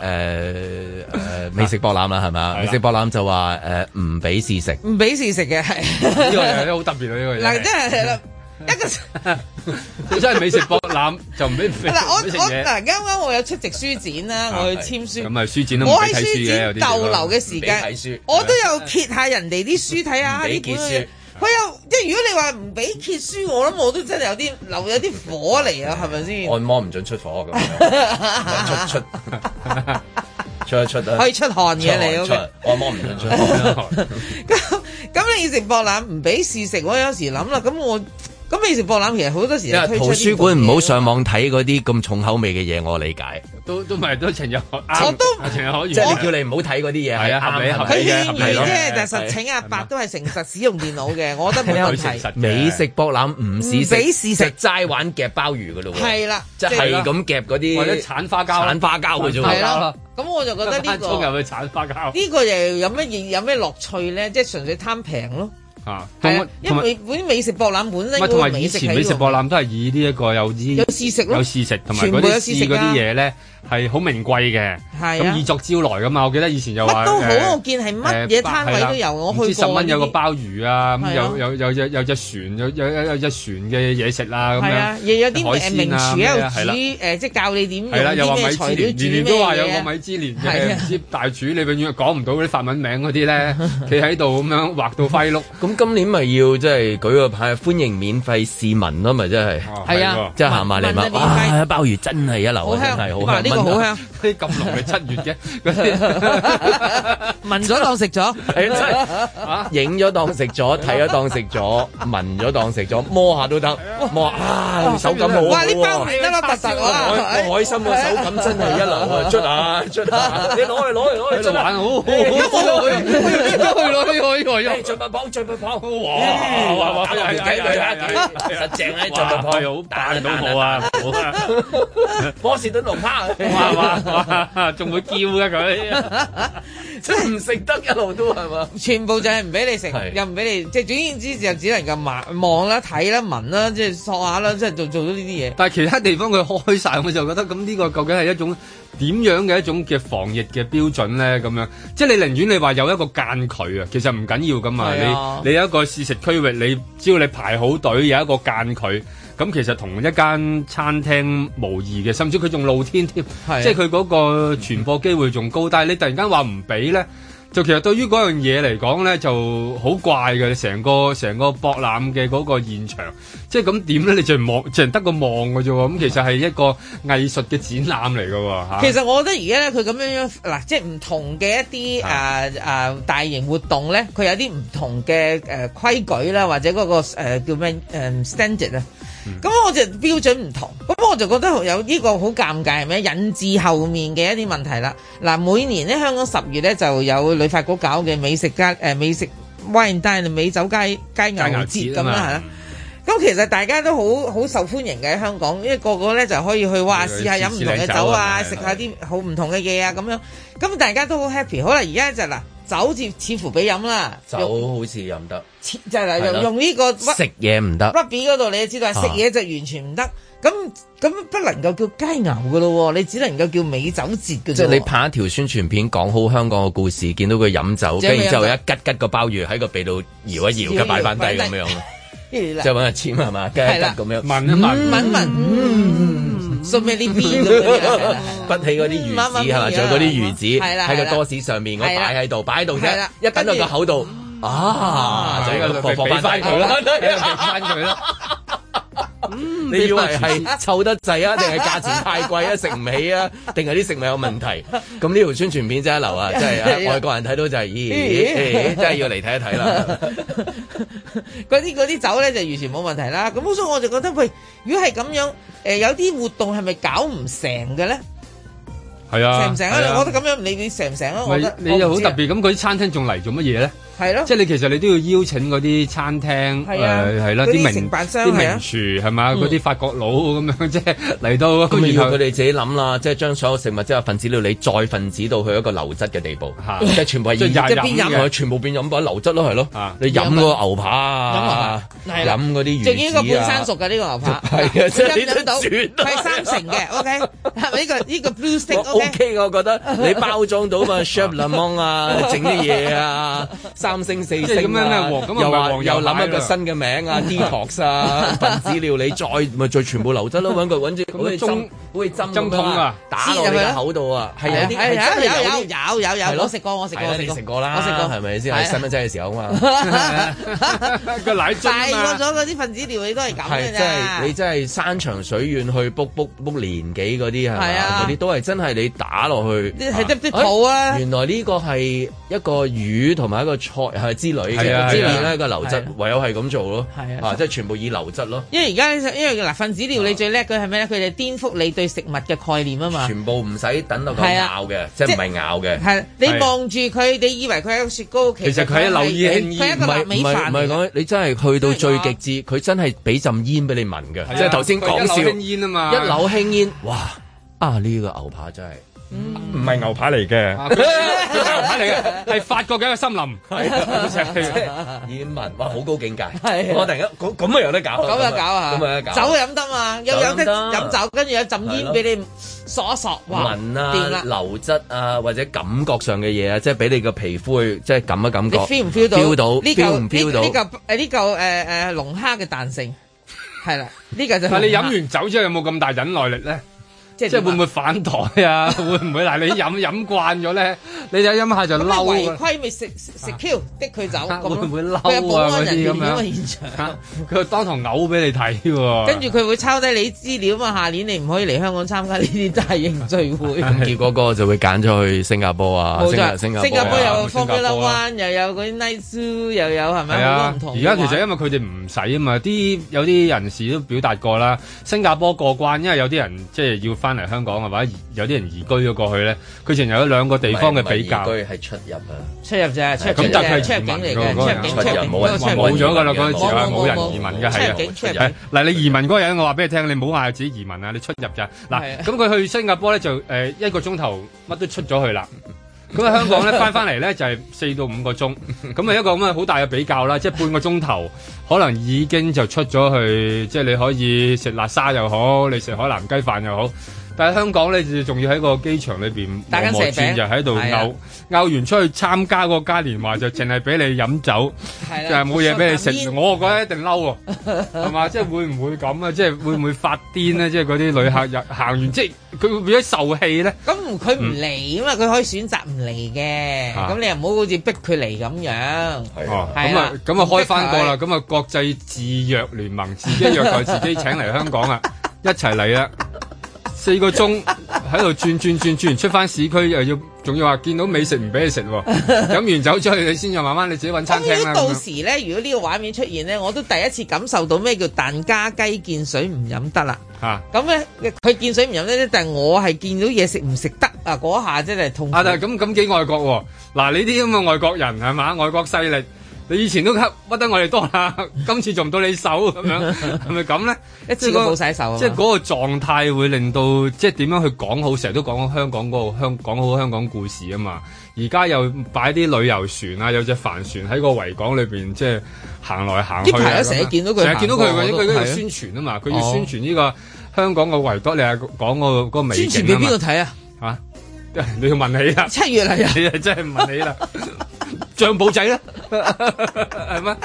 [SPEAKER 2] 美食博覽啦，係咪啊？美食博覽就話誒唔俾試食，
[SPEAKER 4] 唔俾試食嘅係
[SPEAKER 6] 呢個係好特別啊！呢個
[SPEAKER 4] 嗱，真係係啦。
[SPEAKER 6] 佢真係美食博覽就唔俾唔 俾
[SPEAKER 4] 嗱，我
[SPEAKER 6] 唔俾食
[SPEAKER 4] 我
[SPEAKER 6] 嘢
[SPEAKER 4] 嗱，啱啱我有出席書展啦，我去簽書。
[SPEAKER 6] 咁啊書展都唔
[SPEAKER 4] 我
[SPEAKER 6] 俾
[SPEAKER 4] 喺
[SPEAKER 6] 睇書嘅
[SPEAKER 4] 書
[SPEAKER 6] 有啲地
[SPEAKER 4] 展
[SPEAKER 6] 方
[SPEAKER 4] 逗留嘅時
[SPEAKER 6] 唔俾睇書
[SPEAKER 4] 間，我都有揭下人哋啲書睇下
[SPEAKER 6] 唔俾
[SPEAKER 4] 呢
[SPEAKER 6] 揭
[SPEAKER 4] 本
[SPEAKER 6] 書啊
[SPEAKER 4] 嘢。佢又即係如果你話唔俾揭書，我諗我都真係有啲流有啲火嚟啊，係咪先？
[SPEAKER 2] 按摩唔准出火咁樣，出出出一出啊！
[SPEAKER 4] 可以出汗嘅你
[SPEAKER 2] 出汗出汗按摩唔准出火。
[SPEAKER 4] 咁你食博覽唔俾試食，我有時諗啦，咁我咁美食博覽其實好多時
[SPEAKER 2] 因
[SPEAKER 4] 就
[SPEAKER 2] 為
[SPEAKER 4] 推出
[SPEAKER 2] 圖
[SPEAKER 4] 呢
[SPEAKER 2] 書
[SPEAKER 4] 種
[SPEAKER 2] 館唔
[SPEAKER 4] 嘢
[SPEAKER 2] 好上網睇嗰啲咁重口味嘅嘢，我理解。
[SPEAKER 6] 都都唔係都情有可 啊
[SPEAKER 4] 我都
[SPEAKER 6] 情有可原，
[SPEAKER 2] 即係你叫你唔好睇嗰啲嘢，
[SPEAKER 6] 係啊
[SPEAKER 2] 啱
[SPEAKER 6] 合理
[SPEAKER 2] 係咪
[SPEAKER 6] 合理嘅
[SPEAKER 4] 建
[SPEAKER 6] 合
[SPEAKER 4] 議
[SPEAKER 6] 理咯
[SPEAKER 4] 啫，但實請阿伯都係誠實使用電腦嘅，我覺得冇問題。
[SPEAKER 2] 美食博覽唔試食，
[SPEAKER 4] 唔俾試食
[SPEAKER 2] 就齋玩夾鮑魚噶咯喎。
[SPEAKER 4] 係啦
[SPEAKER 2] 即係
[SPEAKER 4] 即係
[SPEAKER 2] 咁夾嗰啲，
[SPEAKER 6] 或者剷花膠
[SPEAKER 2] 剷花膠嘅啫
[SPEAKER 6] 剷花膠
[SPEAKER 2] 喎。
[SPEAKER 6] 啦
[SPEAKER 4] 咁我就覺得呢
[SPEAKER 6] 衝
[SPEAKER 4] 個
[SPEAKER 6] 入去鏟花膠
[SPEAKER 4] 呢個又有乜嘢有咩樂趣咧？即係純粹貪平咯。
[SPEAKER 6] 啊，
[SPEAKER 4] 係啊因
[SPEAKER 6] 同，
[SPEAKER 4] 為本美食博覽本身
[SPEAKER 6] 唔係
[SPEAKER 4] 嗰
[SPEAKER 6] 同
[SPEAKER 4] 個
[SPEAKER 6] 埋以
[SPEAKER 4] 美食
[SPEAKER 6] 前美食博覽都係以呢一個有啲
[SPEAKER 4] 有試食咯
[SPEAKER 6] 有試食同埋
[SPEAKER 4] 全
[SPEAKER 6] 嗰
[SPEAKER 4] 部
[SPEAKER 6] 啲
[SPEAKER 4] 有試食
[SPEAKER 6] 試
[SPEAKER 4] 㗎
[SPEAKER 6] 嗰啲嘢咧係好名貴嘅，
[SPEAKER 4] 係啊
[SPEAKER 6] 咁以作招來噶嘛。我記得以前又話
[SPEAKER 4] 乜都好
[SPEAKER 6] 誒
[SPEAKER 4] 我見係乜嘢
[SPEAKER 6] 誒
[SPEAKER 4] 攤位都有
[SPEAKER 6] 係啦
[SPEAKER 4] 我去
[SPEAKER 6] 唔知十
[SPEAKER 4] 過
[SPEAKER 6] 蚊有個
[SPEAKER 4] 呢啲
[SPEAKER 6] 鮑魚啊，
[SPEAKER 4] 係
[SPEAKER 6] 咁
[SPEAKER 4] 啊
[SPEAKER 6] 有有有有有隻船有有有有隻船嘅嘢食啦咁
[SPEAKER 4] 係啊，
[SPEAKER 6] 樣，
[SPEAKER 4] 又有啲
[SPEAKER 6] 海
[SPEAKER 4] 誒名
[SPEAKER 6] 鮮
[SPEAKER 4] 廚
[SPEAKER 6] 啊
[SPEAKER 4] 喺
[SPEAKER 6] 咩
[SPEAKER 4] 度
[SPEAKER 6] 啊係
[SPEAKER 4] 煮
[SPEAKER 6] 啦
[SPEAKER 4] 誒，即係教你點用
[SPEAKER 6] 係啦，又
[SPEAKER 4] 啲
[SPEAKER 6] 話
[SPEAKER 4] 咩
[SPEAKER 6] 米
[SPEAKER 4] 材
[SPEAKER 6] 芝
[SPEAKER 4] 料
[SPEAKER 6] 蓮，
[SPEAKER 4] 煮
[SPEAKER 6] 年
[SPEAKER 4] 咩
[SPEAKER 6] 年都話有
[SPEAKER 4] 嘢
[SPEAKER 6] 個米芝蓮
[SPEAKER 4] 係
[SPEAKER 6] 嘅
[SPEAKER 4] 啊
[SPEAKER 6] 唔知大廚，你永遠講唔到啲法文名嗰啲咧，企喺度咁樣畫到揮碌。
[SPEAKER 2] 咁今年咪要即係舉個牌歡迎免費市民咯，咪真係
[SPEAKER 6] 係啊
[SPEAKER 2] 即係行埋
[SPEAKER 6] 問
[SPEAKER 2] 嚟問，
[SPEAKER 6] 問
[SPEAKER 2] 哇！鮑魚真係一流啊，真係好香，聞到，
[SPEAKER 6] 啲咁濃嘅七月嘅嗰啲。
[SPEAKER 4] 聞咗當食 咗，
[SPEAKER 2] 係啊真係影咗當食咗，睇咗當食咗，聞咗當食咗，摸下都得，摸下啊手感好好
[SPEAKER 4] 哇！呢包
[SPEAKER 2] 喎。
[SPEAKER 4] 面得啦，特特啊！
[SPEAKER 2] 海心個手感真係一流啊！捽下捽下，你攞去攞去啊攞去捽下，
[SPEAKER 6] 好
[SPEAKER 2] 進步榜，進步榜，哇！哇！計佢啦，實啊正咧，進步榜
[SPEAKER 6] 好彈到我啊！好啊，
[SPEAKER 2] 波士頓啊龍蝦，
[SPEAKER 6] 哇哇哇，仲會叫嘅佢，
[SPEAKER 2] 真係唔食得一路都係嘛？
[SPEAKER 4] 全部就係唔俾你食
[SPEAKER 2] 係，
[SPEAKER 4] 又唔俾你，即係總言之就只能夠望望啦、睇啦、聞啦，即係索下啦，即係做做到呢啲嘢。
[SPEAKER 6] 但係其他地方佢開晒，我就覺得咁呢個究竟係一種點樣嘅一種嘅防疫嘅標準咧？咁樣即係你寧願你話有一個間距啊，其實唔緊要噶嘛。
[SPEAKER 2] 係啊
[SPEAKER 6] 你你有一個試食區域，你只要你排好隊，有一個間距。咁其實同一間餐廳無異嘅，甚至佢仲露天添，
[SPEAKER 4] 係啊
[SPEAKER 6] 即係佢嗰個傳播機會仲高。但係你突然間話唔俾咧，就其實對於嗰樣嘢嚟講咧，就好怪嘅。成個成個博覽嘅嗰個現場，即係咁點咧？你就望，淨係得個望嘅啫喎。咁其實係一個藝術嘅展覽嚟嘅喎嚇
[SPEAKER 4] 其實我覺得而家咧，佢咁樣樣嗱，即係唔同嘅一啲誒誒大型活動咧，佢有啲唔同嘅誒、呃、規矩啦，或者嗰、個、呃、叫咩誒、呃 standard 啊。咁我就標準唔同，咁我就覺得有呢個好尷尬係咩？引致後面嘅一啲問題啦。嗱，每年咧香港十月咧就有旅發局搞嘅美食街誒、呃美食 wine dine 美酒街街牛啊節咁啦，係啦。咁其實大家都好好受歡迎嘅喺香港，因為個個咧就可以去哇試下飲唔同嘅酒啊，
[SPEAKER 6] 試試
[SPEAKER 4] 食
[SPEAKER 6] 靚酒啊
[SPEAKER 4] 下啲好唔同嘅嘢啊咁樣，咁大家都好 happy。好啦，而家就嗱，酒似似乎俾飲啦，
[SPEAKER 2] 酒好似飲得，
[SPEAKER 4] 切就係
[SPEAKER 2] 係
[SPEAKER 4] 用
[SPEAKER 2] 啦
[SPEAKER 4] 用呢個屈
[SPEAKER 2] 食嘢唔得。
[SPEAKER 4] rugby 嗰度你就知道，
[SPEAKER 2] 啊
[SPEAKER 4] 食嘢就完全唔得。咁咁不能夠叫佳牛噶咯喎，你只能夠叫美酒節嘅啫喎。
[SPEAKER 2] 即係你拍一條宣傳片講好香港嘅故事，見到佢飲酒，
[SPEAKER 4] 即係
[SPEAKER 2] 跟住之
[SPEAKER 4] 飲
[SPEAKER 2] 後一
[SPEAKER 4] 酒
[SPEAKER 2] 吉吉個鮑魚喺個鼻度搖一搖，跟住擺翻低咁樣咯，
[SPEAKER 4] 即
[SPEAKER 2] 即係揾個簽係嘛，吉一
[SPEAKER 4] 係啦
[SPEAKER 2] 吉咁樣
[SPEAKER 6] 聞一聞
[SPEAKER 4] 聞聞，嗯，送俾呢邊咁樣係 啦。
[SPEAKER 2] 不起嗰啲魚子係嘛，仲有嗰啲魚子
[SPEAKER 4] 係啦
[SPEAKER 2] 喺
[SPEAKER 4] 係
[SPEAKER 2] 個
[SPEAKER 4] 啦
[SPEAKER 2] 多士上面，我
[SPEAKER 4] 係啦
[SPEAKER 2] 擺喺度，擺喺度
[SPEAKER 4] 係
[SPEAKER 2] 啫
[SPEAKER 4] 啦，
[SPEAKER 2] 一等到個口度啊，就係咁放放翻低佢啦，
[SPEAKER 6] 翻 佢啦。
[SPEAKER 2] 你以為係湊得滯啊，定係價錢太貴啊，食唔起啊，定係啲食物有問題？咁呢條宣傳片真係一流啊！真係啊外國人睇到就係，咦，真係要嚟睇一睇啦。
[SPEAKER 4] 嗰啲嗰啲酒咧就完全冇問題啦。咁所以我就覺得喂，如果係咁樣，誒、有啲活動係咪搞唔成嘅咧？
[SPEAKER 6] 係啊，
[SPEAKER 4] 成唔成
[SPEAKER 6] 係
[SPEAKER 4] 啊？我覺得咁樣你你成唔成啊？我覺
[SPEAKER 6] 咪
[SPEAKER 4] 得
[SPEAKER 6] 你又好特
[SPEAKER 4] 別，
[SPEAKER 6] 別，咁嗰啲餐廳仲嚟做乜嘢咧？
[SPEAKER 4] 係咯，
[SPEAKER 6] 即係你其實你都要邀請嗰啲餐廳，誒
[SPEAKER 4] 係啊
[SPEAKER 6] 係啦，
[SPEAKER 4] 嗰啲
[SPEAKER 6] 啲
[SPEAKER 4] 承
[SPEAKER 6] 名
[SPEAKER 4] 辦商
[SPEAKER 6] 啲
[SPEAKER 4] 係啊
[SPEAKER 6] 名廚係嘛，嗰啲法國佬咁樣即係嚟到，
[SPEAKER 2] 咁
[SPEAKER 6] 咁
[SPEAKER 2] 要
[SPEAKER 6] 然後
[SPEAKER 2] 佢哋自己諗啦，即係將所有食物即係分子料理再分子到去一個流質嘅地步，即係全部係
[SPEAKER 6] 即係
[SPEAKER 2] 二
[SPEAKER 6] 廿飲嘅
[SPEAKER 2] 係全部變飲品流質咯，係咯。你飲嗰個牛扒啊，
[SPEAKER 4] 係啦
[SPEAKER 2] 飲嗰啲魚子啊，
[SPEAKER 4] 仲要一個半生熟嘅呢個牛扒，
[SPEAKER 2] 係啊，即係你
[SPEAKER 4] 飲到
[SPEAKER 2] 都轉啦
[SPEAKER 4] 係三成嘅，OK，係咪呢個呢個 blue
[SPEAKER 2] 我
[SPEAKER 4] stick？OK，
[SPEAKER 2] OK，我覺得你包裝 到嘛 s h a p Lemon 啊，整啲嘢啊，三星四
[SPEAKER 6] 即係咁樣
[SPEAKER 2] 星
[SPEAKER 6] 咩
[SPEAKER 2] 啊，
[SPEAKER 6] 黃咁啊
[SPEAKER 2] 又
[SPEAKER 6] 咪
[SPEAKER 2] 話
[SPEAKER 6] 黃
[SPEAKER 2] 又
[SPEAKER 6] 油奶
[SPEAKER 2] 諗一個
[SPEAKER 6] 啦
[SPEAKER 2] 新嘅名 啊，Detox 啊，分子料理再咪再全部流質咯，揾個揾 住好似針
[SPEAKER 6] 中
[SPEAKER 2] 好似針
[SPEAKER 6] 針
[SPEAKER 2] 咁樣
[SPEAKER 6] 筒啊
[SPEAKER 2] 打落你個口度啊，係有啲係真係有啲。
[SPEAKER 4] 有有有有
[SPEAKER 2] 係
[SPEAKER 4] 有，
[SPEAKER 2] 咯
[SPEAKER 4] 我食過我食過
[SPEAKER 2] 係啦啊
[SPEAKER 4] 我食
[SPEAKER 2] 你
[SPEAKER 4] 過，
[SPEAKER 2] 食過啦，
[SPEAKER 4] 我食過
[SPEAKER 2] 係咪先？
[SPEAKER 4] 係啊
[SPEAKER 2] 喺細蚊仔嘅時候 啊嘛，
[SPEAKER 6] 個奶樽
[SPEAKER 4] 大
[SPEAKER 6] 啊
[SPEAKER 4] 個
[SPEAKER 6] 嘛，
[SPEAKER 4] 咗嗰啲分子料理都係咁
[SPEAKER 2] 係
[SPEAKER 4] 嘅
[SPEAKER 2] 真係你
[SPEAKER 4] 啫。
[SPEAKER 2] 真係山長水遠去 book book book 年幾嗰啲係咪
[SPEAKER 4] 係啊
[SPEAKER 2] 嗰啲都係真係你打落去，
[SPEAKER 4] 啲係啲啲泡啊
[SPEAKER 2] 哎原來呢個係一個魚同埋一個菜係之類
[SPEAKER 6] 係啊
[SPEAKER 2] 嘅，之
[SPEAKER 6] 係
[SPEAKER 2] 面
[SPEAKER 6] 啊
[SPEAKER 2] 咧個流
[SPEAKER 4] 係
[SPEAKER 2] 質
[SPEAKER 4] 啊，
[SPEAKER 2] 唯有係咁做咯，
[SPEAKER 4] 係啊
[SPEAKER 2] 即係全部以流質咯，
[SPEAKER 4] 因為而家呢因為嗱分子料理最叻佢係咩咧？佢哋顛覆你對食物嘅概念啊嘛。
[SPEAKER 2] 全部唔使等到佢
[SPEAKER 4] 係啊
[SPEAKER 2] 咬嘅，即係唔係咬嘅。
[SPEAKER 4] 係你
[SPEAKER 2] 係
[SPEAKER 4] 望住佢，你以為佢係一個雪糕，其
[SPEAKER 2] 其實佢
[SPEAKER 4] 係
[SPEAKER 2] 係留意
[SPEAKER 4] 佢
[SPEAKER 2] 輕
[SPEAKER 4] 佢係一個臘味
[SPEAKER 2] 唔係
[SPEAKER 4] 飯
[SPEAKER 2] 唔
[SPEAKER 4] 嚟
[SPEAKER 2] 係
[SPEAKER 4] 嘅。
[SPEAKER 2] 講，你真係去到最極致，佢真係俾陣煙俾你聞
[SPEAKER 6] 係啊
[SPEAKER 2] 嘅，即係頭先講笑
[SPEAKER 6] 佢一縷輕煙啊嘛
[SPEAKER 2] 一縷輕煙，哇！啊呢個牛扒 真係唔係牛扒嚟嘅，
[SPEAKER 6] 睇嚟嘅係法國嘅一個森林，
[SPEAKER 2] 已經聞哇好高境界，
[SPEAKER 4] 係啊
[SPEAKER 2] 我突然間咁咁啊有得搞，
[SPEAKER 4] 咁啊搞啊，
[SPEAKER 2] 咁啊有得搞，
[SPEAKER 4] 酒飲得嘛，又有得
[SPEAKER 2] 酒飲得
[SPEAKER 4] 飲酒，跟住有浸
[SPEAKER 2] 係
[SPEAKER 4] 煙
[SPEAKER 2] 咯
[SPEAKER 4] 俾你索一索，哇，
[SPEAKER 2] 聞
[SPEAKER 4] 掂
[SPEAKER 2] 啊、
[SPEAKER 4] 啦！
[SPEAKER 2] 流質啊，或者感覺上嘅嘢啊，即係俾你個皮膚去即係感一感
[SPEAKER 4] 你
[SPEAKER 2] 覺
[SPEAKER 4] feel 唔 feel 到？
[SPEAKER 2] ？feel 到
[SPEAKER 4] 呢
[SPEAKER 2] feel
[SPEAKER 4] 嚿
[SPEAKER 2] 唔 feel
[SPEAKER 4] 呢
[SPEAKER 2] 到？
[SPEAKER 4] 呢嚿誒呢嚿誒誒龍蝦嘅彈性係啦，呢嚿就
[SPEAKER 6] 但係你飲
[SPEAKER 4] 龍蝦
[SPEAKER 6] 完酒之後有冇咁大忍耐力咧？
[SPEAKER 4] 即
[SPEAKER 6] 即係
[SPEAKER 4] 係
[SPEAKER 6] 會
[SPEAKER 4] 會
[SPEAKER 6] 唔會反台啊？會唔會嗱？你飲 飲慣咗咧，你就飲下就
[SPEAKER 4] 咁你
[SPEAKER 6] 嬲
[SPEAKER 4] 違
[SPEAKER 6] 啊
[SPEAKER 4] 規咪食食食 Q 的佢走咁咯
[SPEAKER 6] 會唔會嬲啊
[SPEAKER 4] 佢有保安人員
[SPEAKER 6] 嗰啲咁樣
[SPEAKER 4] 咁嘅現場，
[SPEAKER 6] 嚇！佢當堂嘔俾你睇喎，
[SPEAKER 4] 跟住佢會抄低你資料嘛。下年你唔可以嚟香港參加呢啲大型聚 會。
[SPEAKER 2] 咁結果嗰個就會揀咗去新加坡啊，
[SPEAKER 4] 冇
[SPEAKER 2] 新加
[SPEAKER 4] 錯，
[SPEAKER 2] 新加
[SPEAKER 4] 新加
[SPEAKER 2] 坡
[SPEAKER 4] 坡
[SPEAKER 2] 啊
[SPEAKER 4] 有
[SPEAKER 6] 新加坡
[SPEAKER 4] Formula
[SPEAKER 6] 啊
[SPEAKER 4] One，又有嗰啲 Night Zoo，又有係
[SPEAKER 6] 係
[SPEAKER 4] 咪好多
[SPEAKER 6] 啊
[SPEAKER 4] 唔，同
[SPEAKER 6] 而
[SPEAKER 4] 嘅
[SPEAKER 6] 家
[SPEAKER 4] 玩？
[SPEAKER 6] 其實因為佢哋唔使啊嘛，啲有啲人士都表達過啦。新加坡過關，因為有啲人即係要翻嚟香港啊，或者移有啲人移居咗過去咧，佢前有兩個地方嘅比較
[SPEAKER 2] 唔。係移居係出入啊。
[SPEAKER 4] 出入啫，出入
[SPEAKER 6] 咁
[SPEAKER 4] 境
[SPEAKER 6] 但係
[SPEAKER 4] 啫，
[SPEAKER 6] 佢係
[SPEAKER 4] 出入
[SPEAKER 6] 移民
[SPEAKER 4] 境嚟
[SPEAKER 6] 㗎
[SPEAKER 4] 嘅，出入境
[SPEAKER 2] 嗰
[SPEAKER 4] 出入境
[SPEAKER 2] 個人冇人
[SPEAKER 4] 出入境
[SPEAKER 6] 冇咗㗎啦，
[SPEAKER 2] 冇
[SPEAKER 6] 嗰
[SPEAKER 2] 人
[SPEAKER 6] 陣時係
[SPEAKER 4] 冇
[SPEAKER 6] 冇人
[SPEAKER 4] 冇
[SPEAKER 6] 移民
[SPEAKER 4] 冇
[SPEAKER 6] 㗎，係
[SPEAKER 4] 出入境出入
[SPEAKER 6] 啊
[SPEAKER 4] 境。
[SPEAKER 6] 嗱，你移民嗰個人，我話俾你聽，你唔好嗌自己移民啊，你出入咋
[SPEAKER 4] 係啊
[SPEAKER 6] 嗱。咁佢去新加坡咧就誒一個鐘 頭乜都出咗去啦。咁喺香港咧翻翻嚟咧就係四到五個鐘，咁啊一個咁啊好大嘅比較啦，即係半個鐘頭可能已經就出咗去，即係你可以食辣沙又好，你食海南雞飯又好。但係香港咧，你仲要喺個機場裏邊
[SPEAKER 4] 打緊
[SPEAKER 6] 磨磨
[SPEAKER 4] 蛇餅
[SPEAKER 6] 轉就喺度
[SPEAKER 4] 係啊
[SPEAKER 6] 拗拗完出去參加個嘉年華，就淨係俾你飲酒。
[SPEAKER 4] 係啦
[SPEAKER 6] 就係冇嘢俾你
[SPEAKER 4] 抽
[SPEAKER 6] 食，
[SPEAKER 4] 煙
[SPEAKER 6] 我覺得一定嬲喎， 係嘛？即係會唔會咁啊？即係會唔會發癲啊咧？即係嗰啲旅客入行完，即係佢會變咗受氣咧？
[SPEAKER 4] 咁唔佢唔嚟啊嘛，佢可以選擇唔嚟嘅，
[SPEAKER 6] 啊
[SPEAKER 4] 咁你又唔好好似逼佢嚟咁樣。
[SPEAKER 6] 哦，
[SPEAKER 4] 係
[SPEAKER 6] 咁啊
[SPEAKER 4] 啦，
[SPEAKER 6] 咁啊開翻個啦，
[SPEAKER 4] 逼
[SPEAKER 6] 咁啊國際自虐聯盟自己虐待自己，請嚟香港啊， 一齊嚟啦！四 個鐘喺度轉轉轉轉完出翻市區又要，仲要話見到美食唔俾你 食喎，飲完酒出去你先又慢慢你自己揾餐
[SPEAKER 4] 咁
[SPEAKER 6] 廳
[SPEAKER 4] 如果
[SPEAKER 6] 啦。咁
[SPEAKER 4] 到
[SPEAKER 6] 樣
[SPEAKER 4] 時咧，如果呢個畫面出現咧，我都第一次感受到咩叫蛋家雞見水唔飲得啦。
[SPEAKER 6] 嚇。
[SPEAKER 4] 咁咧，佢見水唔飲得，但係我係見到嘢食唔食得啊！嗰下真係痛苦。
[SPEAKER 6] 啊！但係咁咁幾外國喎、嗱呢啲咁嘅外國人係嘛，外國勢力你以前都屈得我哋多啦， 今次做唔到你手咁樣，係咪咁咧？
[SPEAKER 4] 一次過冇晒手啊嘛
[SPEAKER 6] 即係嗰個狀態會令到即係點樣去講好，成日都講好香港嗰個香講好香港故事啊嘛。而家又擺啲旅遊船啊，有隻帆船喺個維港裏邊，即係行來行去啊。
[SPEAKER 4] 呢排都
[SPEAKER 6] 咁樣
[SPEAKER 4] 成日見到佢
[SPEAKER 6] 成日見到佢，
[SPEAKER 4] 行過
[SPEAKER 6] 佢
[SPEAKER 4] 我都
[SPEAKER 6] 佢
[SPEAKER 4] 係
[SPEAKER 6] 要
[SPEAKER 4] 啊
[SPEAKER 6] 宣傳啊嘛，佢要宣傳呢個香港個維多利亞港個嗰個美景
[SPEAKER 4] 宣傳俾邊個睇啊？
[SPEAKER 6] 嚇！ 你要問你啦，
[SPEAKER 4] 七月嚟啊
[SPEAKER 6] 你啊 真係問你啦，象寶仔啦，係咩？係嘛？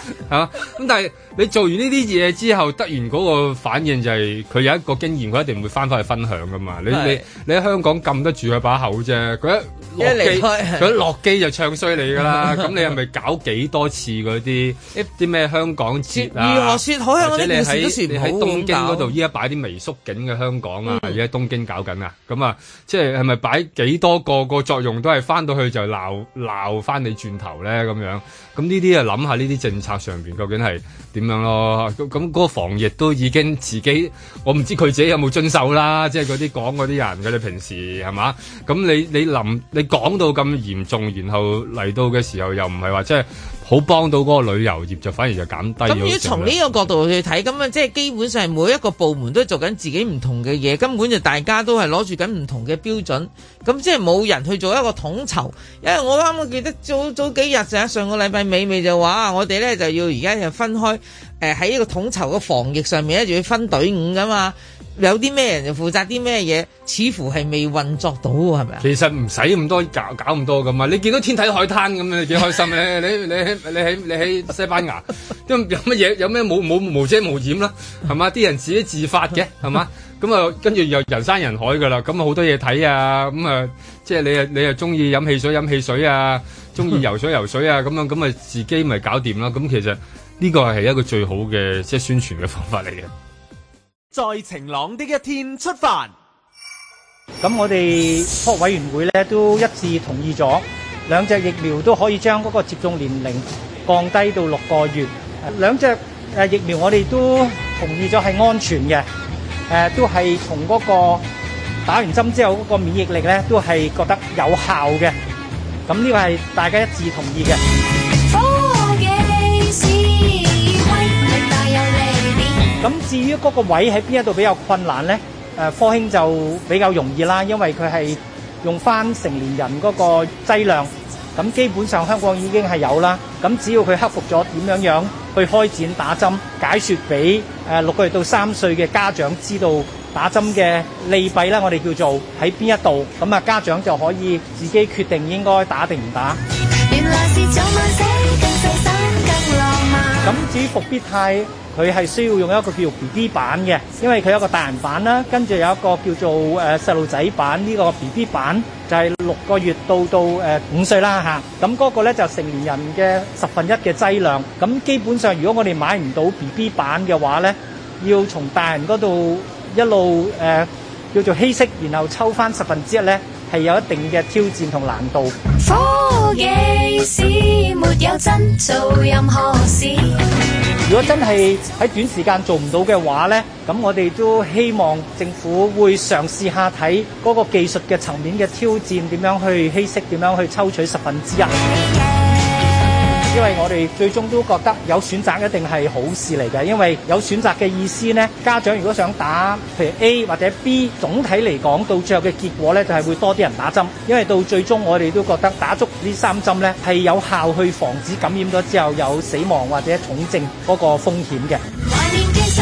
[SPEAKER 6] 咁但係你做完呢啲嘢之後，得完嗰個反應就係佢有一個經驗，佢一定會翻返去分享噶嘛。你
[SPEAKER 4] 係
[SPEAKER 6] 你你喺香港撳得住佢把口啫，佢一落
[SPEAKER 4] 一離
[SPEAKER 6] 機
[SPEAKER 4] 開
[SPEAKER 6] 佢一落機就唱衰你 噶啦。咁你係咪搞幾多次嗰啲啲咩香港節啊？
[SPEAKER 4] 如何說好香港
[SPEAKER 6] 或者
[SPEAKER 4] 啲
[SPEAKER 6] 你
[SPEAKER 4] 故事都說
[SPEAKER 6] 喺
[SPEAKER 4] 唔
[SPEAKER 6] 你
[SPEAKER 4] 好
[SPEAKER 6] 喺東京嗰
[SPEAKER 4] 咁
[SPEAKER 6] 度
[SPEAKER 4] 搞
[SPEAKER 6] 依家擺啲微縮景嘅香港啊，
[SPEAKER 4] 嗯
[SPEAKER 6] 而家東京搞緊啊，咁啊，即係係咪擺幾多個個作用都係翻到去就鬧鬧翻你轉頭咧咁樣？咁呢啲啊諗下呢啲政策上邊究竟係點樣咯？咁咁嗰個防疫都已經自己，我唔知佢自己有冇遵守啦，即係嗰啲講嗰啲人嘅，你平時係嘛？咁你你臨你講到咁嚴重，然後嚟到嘅時候又唔係話即係好幫到嗰個旅遊業，就反而就減低咗
[SPEAKER 4] 咁如果
[SPEAKER 6] 成
[SPEAKER 4] 從
[SPEAKER 6] 量
[SPEAKER 4] 呢個角度去睇，咁啊，即係基本上每一個部門都做緊自己唔同嘅嘢，根本就大家都係攞住緊唔同嘅標準，咁即係冇人去做一個統籌。因為我啱啱記得早早幾日就係上個禮拜尾尾就話啊我哋咧就要而家就分開，誒喺呢個統籌嘅防疫上面咧就要分隊伍噶嘛，有啲咩人就負責啲咩嘢，似乎係未運作到喎，係咪啊？
[SPEAKER 6] 其實唔使咁多搞搞咁多噶嘛，你見到天體海灘咁你幾 開心咧？你你喺你喺你喺西班牙，因為有乜嘢有咩冇冇無遮無掩啦，係嘛？啲人自己 自發嘅係嘛？咁啊，跟住又人山人海噶啦，咁啊好多嘢睇啊，咁啊即係你啊你啊中意飲汽水飲汽水啊，中意游水游 水啊，咁樣咁啊自己咪搞掂啦。咁其實呢個係一個最好嘅即係宣傳嘅方法嚟嘅。
[SPEAKER 1] 在晴朗的一天出發。
[SPEAKER 13] 咁我哋科學委員會咧都一致同意咗，兩隻疫苗都可以將嗰個接種年齡降低到六個月。兩隻誒疫苗我哋都同意咗係安全嘅，誒、都係同嗰個打完針之後嗰個免疫力咧都係覺得有效嘅。咁呢個係大家一致同意嘅。咁至於嗰個位喺邊一度比較困難呢？誒、科興就比較容易啦，因為佢係用翻成年人嗰個劑量，咁基本上香港已經係有啦。咁只要佢克服咗點樣樣去開展打針，解説俾誒六個月到三歲嘅家長知道打針嘅利弊啦，我哋叫做喺邊一度，咁啊家長就可以自己決定應該打定唔打。咁至於復必泰，佢係需要用一個叫 B B 版嘅，因為佢有一個大人版啦，跟住有一個叫做誒細路仔版，呢、個 B B 版就係六個月到到誒五歲啦吓，咁、嗰個咧就成年人嘅十分一嘅劑量。咁基本上，如果我哋買唔到 B B 版嘅話咧，要從大人嗰度一路誒、呃叫做稀釋，然後抽翻十分之一咧，係有一定嘅挑戰同難度。如果真係喺短時間做唔到嘅話呢，咁我哋都希望政府會嘗試下睇嗰個技術嘅層面嘅挑戰點樣去稀釋，點樣去抽取十分之一。因為我哋最終都覺得有選擇一定係好事嚟嘅，因為有選擇嘅意思呢，家長如果想打譬如 A 或者 B，總體嚟講到最後嘅結果呢，就係會多啲人打針，因為到最終我哋都覺得打足呢三針呢，係有效去防止感染咗之後有死亡或者重症嗰個風險嘅。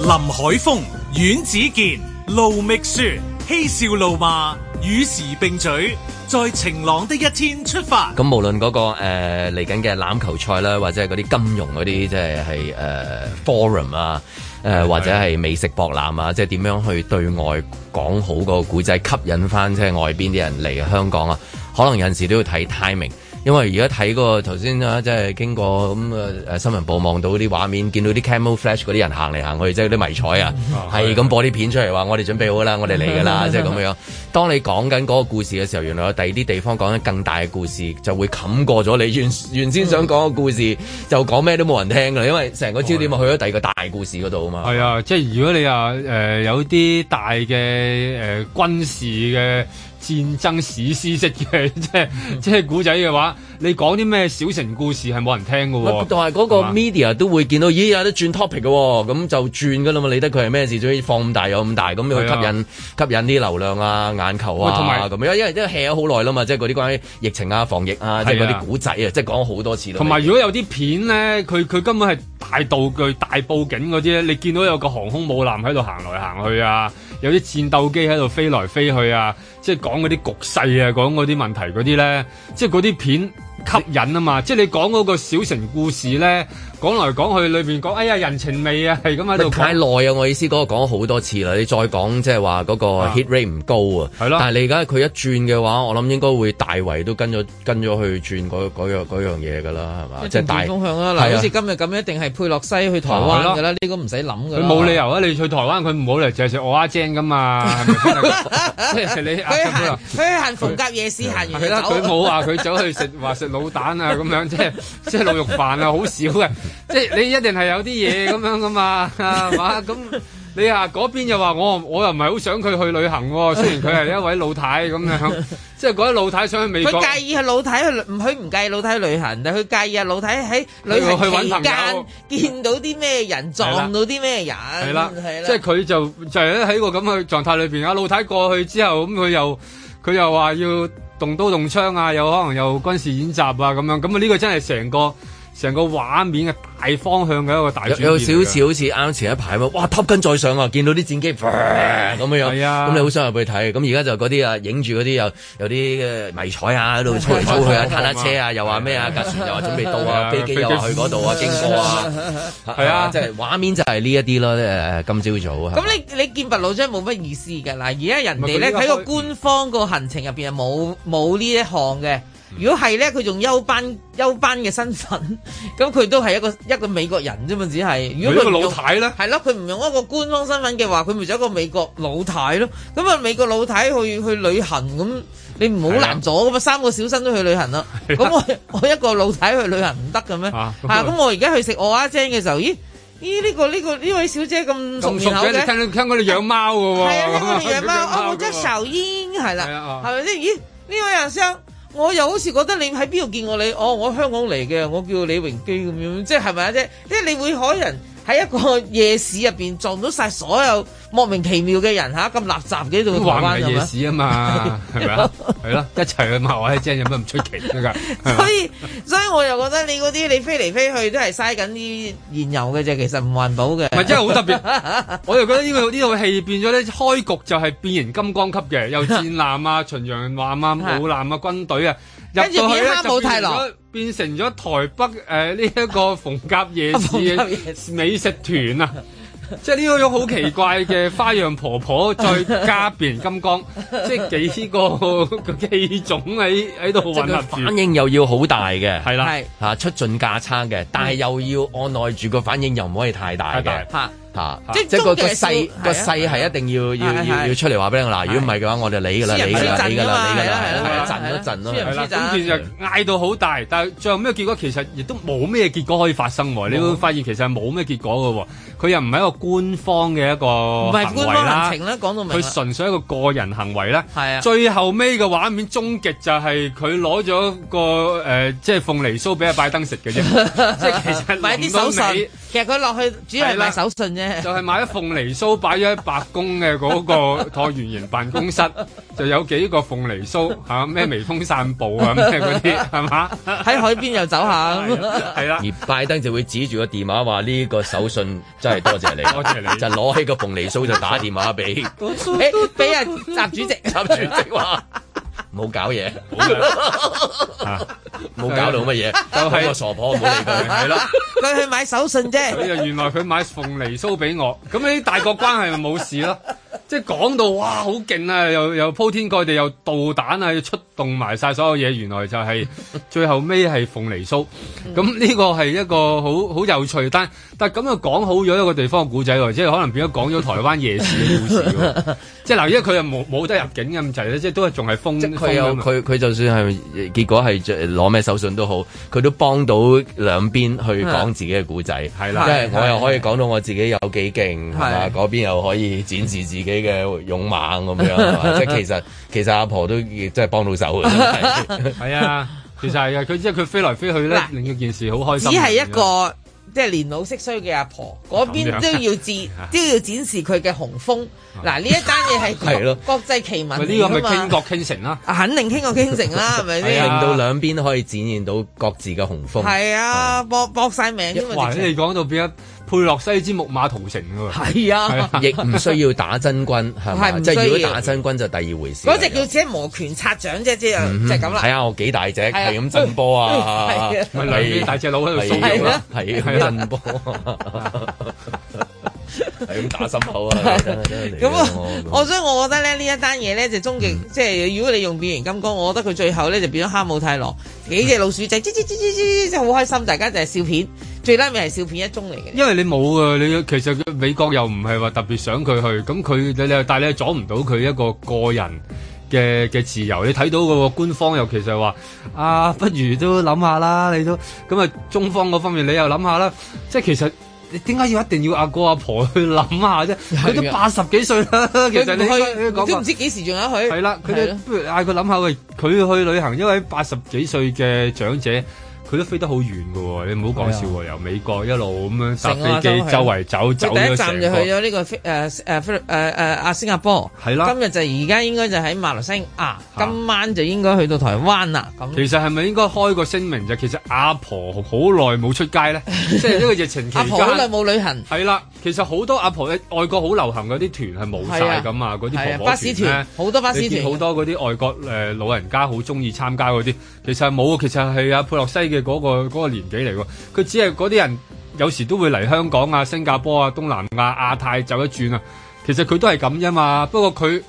[SPEAKER 1] 林海峰、阮子健、盧覓雪，嬉笑怒罵，與時並舉，在晴朗的一天出發。
[SPEAKER 2] 咁無論嗰、個誒嚟緊嘅欖球賽啦，或者係嗰啲金融嗰啲，即係係誒 forum 啊，誒、或者係美食博覽啊，即係點樣去對外講好個古仔，吸引翻即係外邊啲人嚟香港啊。可能有陣時都要睇 timing，因為而家睇嗰個頭先啊，即係經過咁誒嗯呃誒新聞部望到啲畫面，見到啲 camel flash 嗰啲人行嚟行去，即係啲迷彩啊，係咁播啲片出嚟話我哋準備好啦，我哋嚟㗎啦，即係咁樣。當你講緊嗰個故事嘅時候，原來有第二啲地方講緊更大嘅故事，就會冚過咗你原原先想講嘅故事，就講咩都冇人聽㗎啦，因為成個焦點咪去咗第二個大故事嗰度啊嘛。
[SPEAKER 6] 係啊，即係如果你話誒、呃有啲大嘅誒、呃、軍事嘅戰爭史詩式嘅即係即係古仔嘅話，你講啲咩小城故事係冇人聽嘅
[SPEAKER 2] 喂
[SPEAKER 6] 喎。
[SPEAKER 2] 同埋嗰個
[SPEAKER 6] 係嘛
[SPEAKER 2] media 都會見到，咦有得轉 topic 嘅喎，咁就轉噶啦嘛，理得佢係咩事，總之放咁大有咁大，咁去
[SPEAKER 6] 係
[SPEAKER 2] 吸
[SPEAKER 6] 啊
[SPEAKER 2] 引吸引啲流量啊、眼球
[SPEAKER 6] 喂同
[SPEAKER 2] 啊
[SPEAKER 6] 埋
[SPEAKER 2] 咁樣，因為因為 hea 咗好耐啦嘛，即係嗰啲關於疫情啊、防疫啊，即係
[SPEAKER 6] 係
[SPEAKER 2] 嗰
[SPEAKER 6] 啊
[SPEAKER 2] 啲古仔啊，即係講咗好多次啦。
[SPEAKER 6] 同埋如果有啲片咧，佢佢根本係大道具、大佈景嗰啲咧，你見到有個航空母艦喺度行來行去啊，有啲戰鬥機喺度飛來飛去啊，即係講嗰啲局勢啊，講嗰啲問題嗰啲咧，即係嗰啲片吸引啊嘛，即係你講嗰個小城故事咧，講來講去裏邊講，哎呀人情味啊，係咁喺度
[SPEAKER 2] 咪
[SPEAKER 6] 講
[SPEAKER 2] 太耐啊！我意思嗰個講咗好多次啦，你再講即係話嗰個
[SPEAKER 6] 啊
[SPEAKER 2] hit rate 唔高啊。係咯。但係你而家佢一轉嘅話，我諗應該會大圍都跟咗跟咗去轉嗰嗰樣嗰樣嘢㗎啦，係嘛？
[SPEAKER 4] 一
[SPEAKER 2] 即係
[SPEAKER 4] 定
[SPEAKER 2] 大
[SPEAKER 4] 大方向啦。
[SPEAKER 2] 係
[SPEAKER 4] 嗱，
[SPEAKER 2] 啊
[SPEAKER 4] 好似今日咁，一定係佩洛西去台灣㗎啦，呢個唔使諗㗎
[SPEAKER 6] 佢
[SPEAKER 4] 啦。
[SPEAKER 6] 冇理由啊！你去台灣，佢唔好嚟淨係食我阿精噶嘛，係咪 先 你啊
[SPEAKER 4] 佢行佢行逢甲夜市行完
[SPEAKER 6] 係啦，
[SPEAKER 4] 就走啊
[SPEAKER 6] 佢冇話佢走去食話食滷蛋啊咁樣，即係即係滷肉飯啊，好少嘅， 即係你一定係有啲嘢咁樣噶嘛，係嘛咁。你啊嗰邊又話我我又唔係好想佢去旅行喎，雖然佢係一位老太咁樣， 即係嗰啲老太想去美國，
[SPEAKER 4] 佢介意係老太去，唔佢唔介意老太去旅行，但係佢介意啊老太喺旅行
[SPEAKER 6] 去去揾
[SPEAKER 4] 期
[SPEAKER 6] 朋
[SPEAKER 4] 間
[SPEAKER 6] 友
[SPEAKER 4] 見到啲咩人，撞到啲咩人，
[SPEAKER 6] 係
[SPEAKER 4] 係
[SPEAKER 6] 啦，
[SPEAKER 4] 嗯係
[SPEAKER 6] 即係佢就就係喺個咁嘅狀態裏邊啊。老太過去之後，咁佢又佢又話要動刀動槍啊，又可能又軍事演習啊咁樣。咁啊，呢個真係成個成個畫面嘅大方向嘅一個大轉變
[SPEAKER 2] 有有少
[SPEAKER 6] 嚟嘅
[SPEAKER 2] 少好似啱前一排咁，哇 Top 跟再上啊！見到啲戰 機呃咁樣樣，咁你好想入去睇。咁而家就嗰啲啊，影住嗰啲又有啲誒迷彩啊，喺度操嚟操 去啊，
[SPEAKER 6] 嗯
[SPEAKER 2] 坦克車啊，又話咩啊，架船又話準備到啊，
[SPEAKER 6] 嗯
[SPEAKER 2] 飛機又話去嗰度啊，經過啊，
[SPEAKER 6] 係啊
[SPEAKER 2] 即係畫面就係呢一啲咯。誒誒，今朝早啊
[SPEAKER 4] 咁你你見白老張冇乜意思㗎嗱，而家人哋
[SPEAKER 2] 咪佢
[SPEAKER 4] 咧
[SPEAKER 2] 依家
[SPEAKER 4] 喺個
[SPEAKER 2] 開
[SPEAKER 4] 官方個行程入邊係冇冇呢一項嘅。如果係咧，佢仲休班休班嘅身份， 咁佢都係一個一個美國人啫嘛，只係。如果佢
[SPEAKER 6] 佢一個
[SPEAKER 4] 唔用
[SPEAKER 6] 老太咧
[SPEAKER 4] 係咯，佢唔用一個官方身份嘅話，佢咪就一個美國老太咯。咁啊，美國老太去去旅行咁，你唔好難阻噶嘛，三個小生都去旅行啦。咁我我一 個老太去旅行唔得嘅咩？啊，
[SPEAKER 6] 咁
[SPEAKER 4] 咁我而家去食我阿姐嘅時候，咦咦呢個呢個呢位小姐咁熟
[SPEAKER 6] 咁
[SPEAKER 4] 面
[SPEAKER 6] 熟
[SPEAKER 4] 口
[SPEAKER 6] 嘅，你
[SPEAKER 4] 嘅？
[SPEAKER 6] 聽聽講你養貓嘅 喎，
[SPEAKER 4] 係啊，聽我哋養
[SPEAKER 6] 佢
[SPEAKER 4] 貓，我冇
[SPEAKER 6] 㗎
[SPEAKER 4] 得
[SPEAKER 6] 喎
[SPEAKER 4] 受煙，係啦，
[SPEAKER 6] 係啊
[SPEAKER 4] 係咪先？咦，呢位阿生，我又好似覺得你喺邊度見過你？哦，我香港嚟嘅，我叫李榮基咁樣，即係係咪啊？即係即係你會可能喺一個夜市入邊撞到晒所有莫名其妙嘅人嚇，咁垃圾嘅度台
[SPEAKER 6] 話
[SPEAKER 4] 灣
[SPEAKER 6] 唔係夜
[SPEAKER 4] 係
[SPEAKER 6] 市啊嘛，係咪啊？係咯，一齊去嘛，我係真有乜唔出奇得㗎？係 嘛
[SPEAKER 4] 所以所以我又覺得你嗰啲你飛嚟飛去都係嘥緊啲燃油嘅啫，其實唔環保嘅。
[SPEAKER 6] 唔係真係好特別，我就覺得呢、個呢 套戲變咗咧，開局就係變形金剛級嘅，有戰艦啊、巡洋艦啊、武艦啊、軍隊啊，入
[SPEAKER 4] 跟住
[SPEAKER 6] 到去咧
[SPEAKER 4] 變哈姆
[SPEAKER 6] 就
[SPEAKER 4] 太
[SPEAKER 6] 變
[SPEAKER 4] 郎
[SPEAKER 6] 咗變成咗台北誒呢一個逢甲夜市嘅美食團啊！即係呢個種好奇怪嘅花樣婆婆，再加變形金剛，即係幾個個機種喺喺度混合住
[SPEAKER 2] 反。應又要好大嘅，係
[SPEAKER 6] 啦係
[SPEAKER 2] 嚇出盡價差嘅，但係又要按耐住個反應又唔可以太大嘅，
[SPEAKER 4] 嚇
[SPEAKER 2] 嚇
[SPEAKER 6] 啊
[SPEAKER 4] 即係
[SPEAKER 2] 啊即係
[SPEAKER 4] 中
[SPEAKER 2] 個個
[SPEAKER 4] 嘅數
[SPEAKER 2] 勢
[SPEAKER 4] 係啊
[SPEAKER 2] 個勢係一定要要
[SPEAKER 4] 係係
[SPEAKER 2] 要要出嚟話俾我嗱，如果唔係嘅話，我就理㗎啦，
[SPEAKER 6] 私人
[SPEAKER 2] 理㗎啦，
[SPEAKER 6] 私
[SPEAKER 2] 理
[SPEAKER 6] 人
[SPEAKER 2] 㗎啦，
[SPEAKER 6] 㗎嘛
[SPEAKER 2] 理㗎啦，
[SPEAKER 6] 係啦係啦
[SPEAKER 2] 係啦震一震咯，
[SPEAKER 6] 係啦，咁其實嗌到好大，但係最後咩結果其實亦都冇咩結果可以發生喎。你會發現其實係冇咩結果嘅喎，佢又唔係一個官方嘅一個
[SPEAKER 4] 唔
[SPEAKER 6] 唔
[SPEAKER 4] 係官方行程啦，講到明啦。
[SPEAKER 6] 佢純粹一個個人行為啦。
[SPEAKER 4] 係啊
[SPEAKER 6] 最後尾嘅畫面終極就係佢攞咗個誒、呃即係鳳梨酥俾阿拜登食 嘅啫，即係其實
[SPEAKER 4] 買啲手
[SPEAKER 6] 臨到尾
[SPEAKER 4] 信，其實佢落去主要係
[SPEAKER 6] 係啦
[SPEAKER 4] 買手信啫。
[SPEAKER 6] 就係買咗鳳梨酥，擺咗喺白宮嘅嗰個橢圓形辦公室，就有幾個鳳梨酥嚇，咩、微風散步啊，咩嗰啲係嘛？
[SPEAKER 4] 喺海邊又走下，
[SPEAKER 6] 係啦。
[SPEAKER 2] 而拜登就會指住個電話話呢個手信真係多謝你，
[SPEAKER 6] 多謝你
[SPEAKER 2] 就攞起個鳳梨酥就打電話 俾
[SPEAKER 4] 俾俾人習主席，
[SPEAKER 2] 習主席話冇搞嘢， 冇搞到乜嘢，
[SPEAKER 6] 就係
[SPEAKER 2] 嗰個傻婆唔好理 佢，
[SPEAKER 6] 係啦。
[SPEAKER 4] 佢去買手信啫。
[SPEAKER 6] 哎佢就原來佢買鳳梨酥俾我，咁呢啲大國關係咪冇事咯？ 即係講到哇好勁啊，又又鋪天蓋地又導彈啊，要出動埋晒所有嘢，原來就係、最後尾係鳳梨酥。咁呢個係一個好好有趣，但但咁樣講好咗一個地方嘅古仔喎，即係可能變咗講咗台灣夜市嘅故事喎。即係嗱，因為佢又冇冇得入境咁滯咧，即係都係仲係
[SPEAKER 4] 嗯
[SPEAKER 6] 封。
[SPEAKER 2] 佢有
[SPEAKER 4] 啊
[SPEAKER 6] 封㗎嘛啊
[SPEAKER 2] 佢佢就算係結果係攞咩手信都好，佢都幫到兩邊去講自己嘅故仔，係
[SPEAKER 6] 啦
[SPEAKER 2] 即係我又可以講到我自己有幾勁，係嘛
[SPEAKER 6] 係
[SPEAKER 2] 嗰邊又可以展示自己嘅勇猛咁樣，係嘛即係其實其實阿婆都亦真係幫到手嘅，真係
[SPEAKER 6] 係啊，其實係啊，佢即係佢飛來飛去咧，令到件事好開
[SPEAKER 4] 只
[SPEAKER 6] 心。
[SPEAKER 4] 係一個即係年老色衰嘅阿婆，嗰邊
[SPEAKER 6] 咁樣
[SPEAKER 4] 都要展都要展示佢嘅雄風。嗱，呢一單嘢
[SPEAKER 2] 係
[SPEAKER 4] 啊 係
[SPEAKER 2] 咯
[SPEAKER 4] 國際奇聞
[SPEAKER 2] 咪
[SPEAKER 4] 嚟
[SPEAKER 2] 呢個咪
[SPEAKER 4] 㗎啊嘛
[SPEAKER 2] 傾國
[SPEAKER 6] 傾城啦，
[SPEAKER 4] 肯定傾國傾城 啦，係啊咪
[SPEAKER 2] 令
[SPEAKER 4] 先？
[SPEAKER 2] 到兩邊可以展現到各自嘅雄風。
[SPEAKER 4] 哎係啊，搏搏晒命啫嘛
[SPEAKER 6] 哇！
[SPEAKER 4] 直
[SPEAKER 6] 你
[SPEAKER 4] 情
[SPEAKER 6] 哋講到變咗佩洛西之木馬屠城㗎喎。
[SPEAKER 4] 係啊
[SPEAKER 2] 亦唔需要打真軍，係
[SPEAKER 4] 係
[SPEAKER 2] 嘛？
[SPEAKER 4] 唔
[SPEAKER 2] 即係如
[SPEAKER 4] 需要
[SPEAKER 2] 果打真軍就第二回事啦。
[SPEAKER 4] 嗰只叫只磨拳擦掌啫，即係
[SPEAKER 2] 嗯
[SPEAKER 4] 就係咁啦。
[SPEAKER 2] 睇下我幾大隻，
[SPEAKER 4] 係啊
[SPEAKER 2] 係咁震波 啊
[SPEAKER 4] 係啊！
[SPEAKER 6] 咪兩邊大隻佬喺度
[SPEAKER 2] 係
[SPEAKER 6] 騷擾
[SPEAKER 2] 啊
[SPEAKER 6] 啦係
[SPEAKER 2] 係
[SPEAKER 6] 啊
[SPEAKER 2] 咁震波啊，係咁打心口啊！真係真係嚟
[SPEAKER 4] 咁啊
[SPEAKER 2] 嘅我，
[SPEAKER 4] 我所以我覺得咧呢一單嘢咧就終極，即係如果你用變形金剛，我覺得佢最後咧就變咗哈姆太郎幾隻老鼠仔，吱吱吱吱吱，真係好開心，大家就係笑片，最拉尾係笑片一宗嚟嘅。
[SPEAKER 6] 因為你冇啊，你其實美國又唔係話特別想佢去，咁佢你你又但係你又阻唔到佢一個個人嘅嘅自由。你睇到個官方又其實話啊，不如都諗下啦，你都咁啊，中方嗰方面你又諗下啦，即係其實。你點解要一定要阿哥阿婆去諗下啫？佢都八十幾歲啦，其實你應該應該
[SPEAKER 4] 啊佢
[SPEAKER 6] 講
[SPEAKER 4] 都
[SPEAKER 6] 話
[SPEAKER 4] 唔知幾時仲有佢。
[SPEAKER 6] 係啦，佢哋
[SPEAKER 4] 哎咯
[SPEAKER 6] 不如嗌佢諗下喂，佢去旅行，因為八十幾歲嘅長者，佢都飛得好遠嘅喎，你唔好講笑喎，由美國一路咁樣搭
[SPEAKER 4] 啊成個亞洲
[SPEAKER 6] 飛機
[SPEAKER 4] 係啊
[SPEAKER 6] 周圍走，走
[SPEAKER 4] 佢第一站
[SPEAKER 6] 咗成
[SPEAKER 4] 就去
[SPEAKER 6] 個。
[SPEAKER 4] 咗呢個菲誒誒菲律誒誒啊新加坡，
[SPEAKER 6] 係啦
[SPEAKER 4] 今日就而家應該就喺馬來西亞，今晚就應該去到台灣啦。咁
[SPEAKER 6] 其實係咪應該開個聲明就其實阿婆好耐冇出街 咧，即係呢個疫情期
[SPEAKER 4] 阿婆好耐
[SPEAKER 6] 間。
[SPEAKER 4] 冇旅行，
[SPEAKER 6] 係啦，其實好多阿婆喺外國好流行嗰啲團係冇晒咁啊，嗰啲
[SPEAKER 4] 係啊
[SPEAKER 6] 婆婆
[SPEAKER 4] 巴士團
[SPEAKER 6] 團咧
[SPEAKER 4] 好多巴士
[SPEAKER 6] 你見
[SPEAKER 4] 團
[SPEAKER 6] 好多嗰啲外國誒、呃老人家好中意參加嗰啲，其實係冇啊，其實係阿佩洛西嘅嗰、個嗰個年紀嚟喎，佢只係嗰啲人有時都會嚟香港啊、新加坡啊、東南亞、亞太走一轉啊，其實佢都係咁啫嘛，不過佢。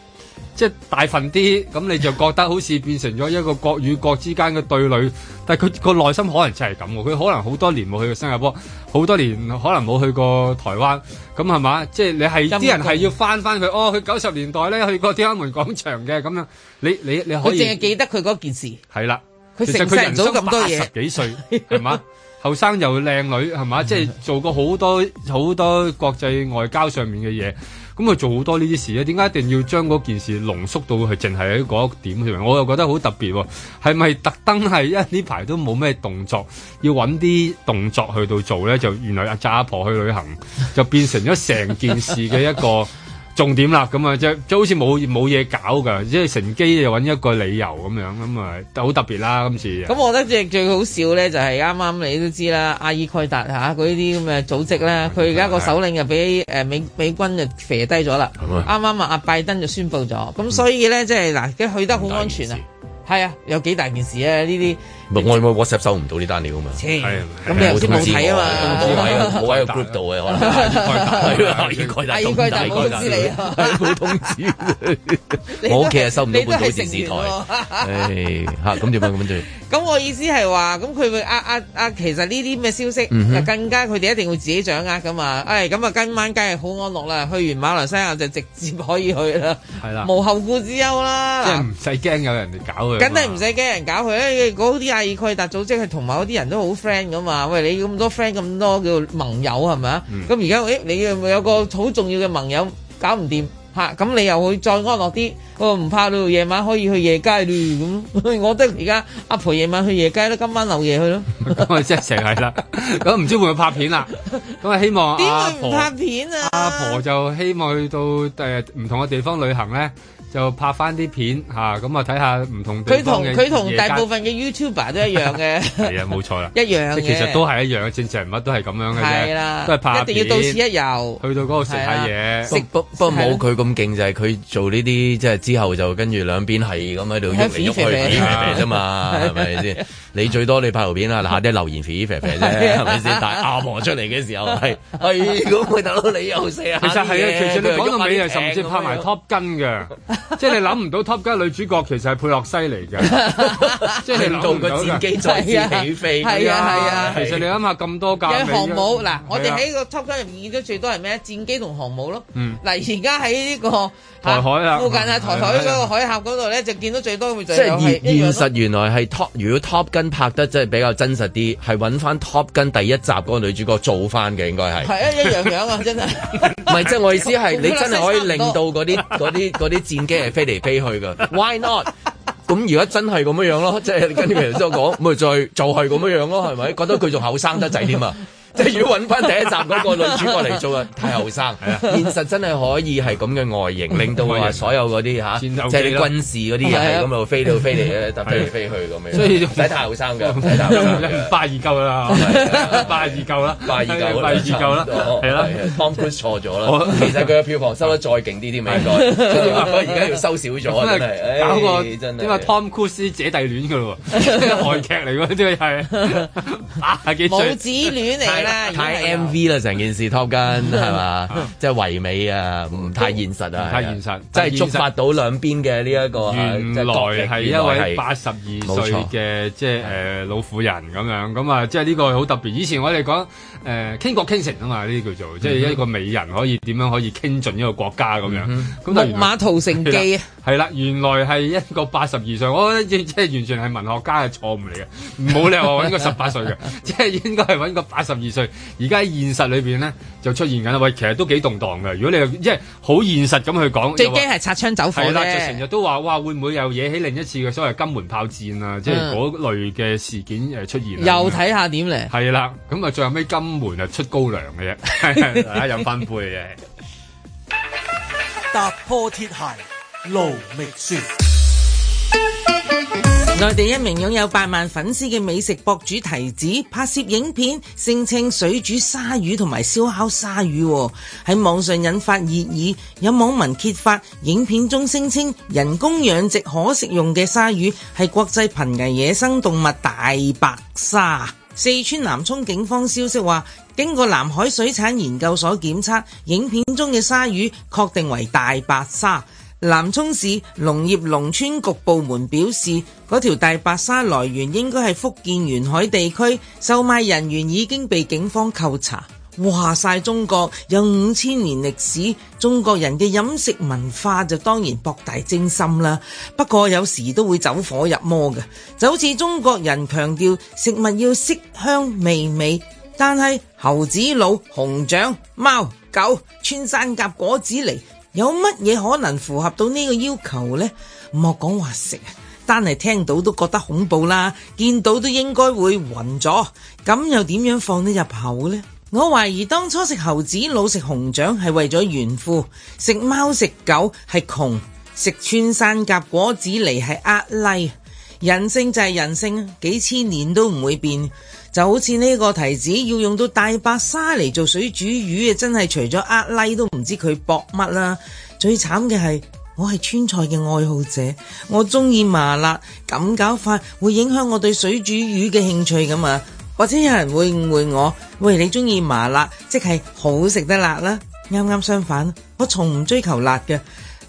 [SPEAKER 6] 即係大份啲，咁你就覺得好似變成咗一個國與國之間嘅對壘，但係佢個內心可能就係咁喎，佢可能好多年冇去過新加坡，好多年可能冇去過台灣，咁係嘛？即係你係啲人係要翻翻佢，哦，佢九十年代咧去過天安門廣場嘅咁樣，你你你
[SPEAKER 4] 佢
[SPEAKER 6] 可
[SPEAKER 4] 淨係
[SPEAKER 6] 以
[SPEAKER 4] 記得佢嗰件事。
[SPEAKER 6] 係啦，
[SPEAKER 4] 佢
[SPEAKER 6] 其實
[SPEAKER 4] 承受
[SPEAKER 6] 人生
[SPEAKER 4] 唔到咁多嘢
[SPEAKER 6] 80幾歲係嘛？後生又靚女係嘛？即係做過好多好多國際外交上面嘅嘢，咁佢做好多呢啲事咧，點解一定要將嗰件事濃縮到佢淨係喺嗰一點上面？我又覺得好特別喎，係咪特登係因為呢排都冇咩動作，要揾啲動作去到做咧？就原來阿渣阿婆去旅行，就變成咗成件事嘅一個。重點啦，咁啊，即係即係好似冇冇嘢搞㗎，即係乘機就揾一個理由咁樣，咁啊好特別啦，今次。
[SPEAKER 4] 咁我覺得最最好笑咧，就係啱啱你都知啦，阿爾蓋達嚇佢呢啲咁嘅組織咧，佢而家個首領就俾誒美美軍就肥低咗啦。
[SPEAKER 8] 係咩
[SPEAKER 4] 啱啱啊，阿拜登就宣布咗，
[SPEAKER 2] 嗯
[SPEAKER 4] 咁所以咧即係嗱，佢去得好安全啊。係啊，有幾大件事啊？呢啲
[SPEAKER 2] 唔係我我 WhatsApp 收唔到呢單料啊嘛，
[SPEAKER 4] 係
[SPEAKER 2] 啊
[SPEAKER 4] 咁你頭先冇睇啊嘛
[SPEAKER 2] 冇喺個冇喺個 group 度嘅可能，係啊，阿爾蓋達，
[SPEAKER 4] 阿爾蓋達冇通知你啊
[SPEAKER 2] 冇通知我屋企係收唔 到
[SPEAKER 4] 你都
[SPEAKER 2] 半島
[SPEAKER 4] 係
[SPEAKER 2] 電視
[SPEAKER 4] 成員喎
[SPEAKER 2] 台，唉嚇咁點啊咁點啊？
[SPEAKER 4] 咁我意思係話，咁佢會呃呃呃，其實呢啲咩消息，
[SPEAKER 2] 嗯哼
[SPEAKER 4] 更加佢哋一定會自己掌握噶嘛。唉、咁啊，今晚梗係好安樂啦，去完馬來西亞就直接可以去啦，
[SPEAKER 6] 係啦
[SPEAKER 4] 無後顧之憂啦。
[SPEAKER 6] 即係唔使驚有人哋搞佢啊嘛。
[SPEAKER 4] 梗係唔使驚人搞佢啦，因為嗰啲阿爾蓋達組織係同某啲人都好 friend 噶嘛。喂，你咁多 friend 咁多叫盟友係咪啊？
[SPEAKER 6] 嗯
[SPEAKER 4] 咁而家誒你有有個好重要嘅盟友搞唔掂嚇，咁、你又會再安樂啲，我唔怕咯，夜晚可以去夜街咯咁。 我覺得而家阿婆夜晚去夜街啦，今晚留夜 去咯。
[SPEAKER 6] 咁啊，即係成係啦。咁唔知會唔會拍片啦？咁啊，希望
[SPEAKER 4] 點
[SPEAKER 6] 阿
[SPEAKER 4] 會唔
[SPEAKER 6] 婆
[SPEAKER 4] 拍片啊？
[SPEAKER 6] 阿婆就希望去到誒唔同嘅地方旅行咧，就拍翻啲片嚇，咁啊睇下唔同地
[SPEAKER 4] 佢
[SPEAKER 6] 方
[SPEAKER 4] 同
[SPEAKER 6] 嘅
[SPEAKER 4] 佢同
[SPEAKER 6] 夜
[SPEAKER 4] 大
[SPEAKER 6] 間
[SPEAKER 4] 部分嘅 YouTuber 都一樣嘅。
[SPEAKER 6] 係啊，冇錯啦，
[SPEAKER 4] 一樣
[SPEAKER 6] 即係其
[SPEAKER 4] 嘅
[SPEAKER 6] 實都係一樣，正常人物都係咁樣嘅啫，
[SPEAKER 4] 係啦
[SPEAKER 6] 都係拍下
[SPEAKER 4] 一定要到此
[SPEAKER 6] 片
[SPEAKER 4] 一遊
[SPEAKER 6] 去到嗰度食下嘢，
[SPEAKER 2] 不不不過冇佢咁勁，就係佢做呢啲即係之後就跟住兩邊係咁喺度喐嚟喐去
[SPEAKER 6] 係
[SPEAKER 2] 肥
[SPEAKER 6] 肥
[SPEAKER 2] 肥
[SPEAKER 6] 肥
[SPEAKER 2] 啫嘛，係咪先？你最多你拍圖片啦，啊嗱下啲留言肥肥肥啫，係咪先？但係阿婆出嚟嘅時候係係咁，佢大佬你又死啊！
[SPEAKER 6] 其實係啊，其實你講到尾啊，甚至拍埋
[SPEAKER 2] 拖。
[SPEAKER 6] Top Gun 嘅， 即係你諗唔到 Top Gun 女主角其實係佩洛西嚟嘅，即係你諗唔
[SPEAKER 2] 令到
[SPEAKER 6] 到
[SPEAKER 2] 個
[SPEAKER 6] 㗎
[SPEAKER 2] 戰機再次起飛
[SPEAKER 4] 係啊係啊
[SPEAKER 6] 其實你諗下咁多架
[SPEAKER 4] 有
[SPEAKER 6] 美，
[SPEAKER 4] 航母嗱，我
[SPEAKER 6] 係
[SPEAKER 4] 哋
[SPEAKER 6] 啊
[SPEAKER 4] 喺個 Top Gun 入面見到最多係咩？戰機同航母咯。
[SPEAKER 6] 嗯
[SPEAKER 4] 嗱，而家喺呢個
[SPEAKER 6] 台海啦
[SPEAKER 4] 啊附近啊，台海嗰個海峽嗰度咧，就見到最多會就
[SPEAKER 2] 即係
[SPEAKER 4] 係啊
[SPEAKER 2] 現
[SPEAKER 4] 一樣
[SPEAKER 2] 現
[SPEAKER 4] 咯
[SPEAKER 2] 實原來係 Top，如果 Top 跟拍得真係比較真實啲，係揾翻 Top 跟第一集嗰個女主角做翻嘅應該係。
[SPEAKER 4] 係啊，一樣樣啊，真 係。
[SPEAKER 2] 唔係，即係我意思係，
[SPEAKER 4] 同
[SPEAKER 2] 你真係可以令
[SPEAKER 4] 差唔
[SPEAKER 2] 到
[SPEAKER 4] 多
[SPEAKER 2] 嗰啲嗰啲嗰啲戰機係飛嚟飛去㗎。Why not？咁如果真係咁樣樣咯，即係跟住佢頭先我講，咪就係就係咁樣樣咯，係咪？覺得佢仲後生得滯添啊！即係如果揾翻第一集嗰個女主角嚟做啊，太後生。現實真係可以係咁嘅外形，令到話所有嗰啲嚇，即
[SPEAKER 6] 鬥機
[SPEAKER 2] 係啲
[SPEAKER 6] 啦
[SPEAKER 2] 軍事嗰啲嘢係咁喺度飛到飛嚟，突飛嚟飛去咁樣。
[SPEAKER 6] 所以
[SPEAKER 2] 唔使太後生㗎，唔使太後生㗎。
[SPEAKER 6] 八二夠啦，八二夠啦，
[SPEAKER 2] 八二九，
[SPEAKER 6] 八二夠啦，係啦。
[SPEAKER 2] 啊，Tom Cruise 錯咗
[SPEAKER 6] 我
[SPEAKER 2] 啦。其實佢嘅票房收得再勁啲添，應該。而家要收少咗啊，真係。
[SPEAKER 6] 啊搞個
[SPEAKER 2] 唉真
[SPEAKER 6] 點啊
[SPEAKER 2] 係。
[SPEAKER 6] Tom Cruise 姐弟戀噶咯喎，即係韓劇嚟喎，呢個係八幾
[SPEAKER 4] 母
[SPEAKER 6] 歲
[SPEAKER 4] 子戀嚟啦，
[SPEAKER 6] 啊
[SPEAKER 2] 太
[SPEAKER 4] 已經係
[SPEAKER 2] MV 啦，成件事 Top Gun 係 嘛，即係唯美啊，唔太現實啊，
[SPEAKER 6] 太
[SPEAKER 2] 係啊
[SPEAKER 6] 現實
[SPEAKER 2] 即係觸發到兩邊嘅呢一個啊
[SPEAKER 6] 原
[SPEAKER 2] 即
[SPEAKER 6] 來
[SPEAKER 2] 係角力
[SPEAKER 6] 係一
[SPEAKER 2] 原來
[SPEAKER 6] 位
[SPEAKER 2] 係
[SPEAKER 6] 八十二
[SPEAKER 2] 冇
[SPEAKER 6] 歲
[SPEAKER 2] 錯
[SPEAKER 6] 嘅即係誒老婦人咁樣，咁啊即係呢個好特別。以前我哋講誒傾國傾城啊嘛，呢啲叫做
[SPEAKER 2] 嗯
[SPEAKER 6] 即係一個美人可以點樣可以傾盡一個國家咁樣。
[SPEAKER 2] 嗯
[SPEAKER 6] 咁但係
[SPEAKER 4] 木馬屠城記啊。
[SPEAKER 6] 係啦，原來係一個八十二歲，我覺得即係完全係文學家嘅錯誤嚟嘅，冇理由話揾 個十八歲嘅，即係應該係揾個八十二歲。而家喺現實裏邊咧就出現緊啦，喂，其實都幾動盪嘅。如果你又即係好現實咁去講，
[SPEAKER 4] 最
[SPEAKER 6] 又話
[SPEAKER 4] 驚係擦槍走火
[SPEAKER 6] 係啦，就成
[SPEAKER 4] 啫。
[SPEAKER 6] 日都話哇，會唔會又惹起另一次嘅所謂金門炮戰啊，即係
[SPEAKER 4] 嗯
[SPEAKER 6] 嗰類嘅事件誒出現啊。
[SPEAKER 4] 又睇下點嚟。
[SPEAKER 6] 係啦，咁啊最後尾金門啊出高粱嘅啫， 大家飲分杯嘅啫。
[SPEAKER 1] 踏破鐵鞋路未絕。
[SPEAKER 4] 內地一名擁有八萬粉絲嘅美食博主提子拍攝影片，聲稱水煮鯊魚同埋燒烤鯊魚喎，喺網上引發熱議。有網民揭發影片中聲稱人工養殖可食用嘅鯊魚係國際瀕危野生動物大白鯊。四川南充警方消息話，經過南海水產研究所檢測，影片中嘅鯊魚確定為大白鯊。南充市農業農村局部門表示，嗰條大白鯊來源應該係福建沿海地區，售賣人員已經被警方扣查。話晒中國有五千年歷史，中國人嘅飲食文化就當然博大精深啦。不過有時都會走火入魔嘅，就好似中國人強調食物要色香味美，但係猴子腦、熊掌、貓、狗、穿山甲、果子狸，有乜嘢可能符合到呢個要求呢？莫講話食啊！單係聽到都覺得恐怖啦，見到都應該會暈咗，咁又點樣放得入口呢？我懷疑當初食猴子腦食熊掌係為咗炫富，食貓食狗係窮，食穿山甲果子狸係呃拉。人性就係人性，啊幾千年都唔會變。就好似呢個提子要用到大白鯊嚟做水煮魚，真係除咗呃拉都唔知佢搏乜啦。最慘嘅係我係川菜嘅愛好者，我中意麻辣，咁搞法會影響我對水煮魚嘅興趣㗎嘛。或者有人會誤會我，喂，你中意麻辣，即係好食得辣啦。啱啱相反，我從唔追求辣嘅。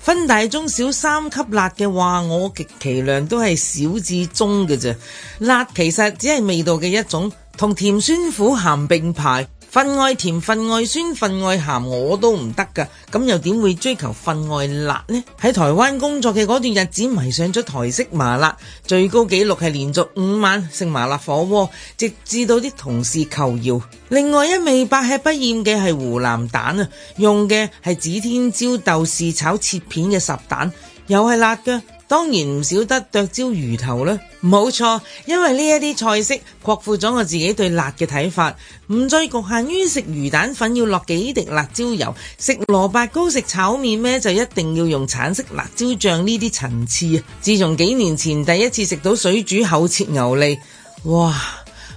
[SPEAKER 4] 分大中小三級辣嘅話，我極其量都係小至中嘅啫。辣其實只係味道嘅一種，同甜酸苦鹹並排。份外甜、份外酸、份外鹹我都唔得噶，咁又點會追求份外辣呢？喺台灣工作嘅嗰段日子，迷上咗台式麻辣，最高紀錄係連續五晚食麻辣火鍋，直至到啲同事求饒。另外一味百吃不厭嘅係湖南蛋啊，用嘅係指天椒豆豉炒切片嘅十蛋，又係辣嘅。當然唔少得剁椒魚頭啦，冇錯，因為呢一啲菜式擴闊咗我自己對辣嘅睇法，唔再局限於食魚蛋粉要落幾滴辣椒油，食蘿蔔糕食炒麵咩就一定要用橙色辣椒醬呢啲層次啊！自從幾年前第一次食到水煮厚切牛脷，哇！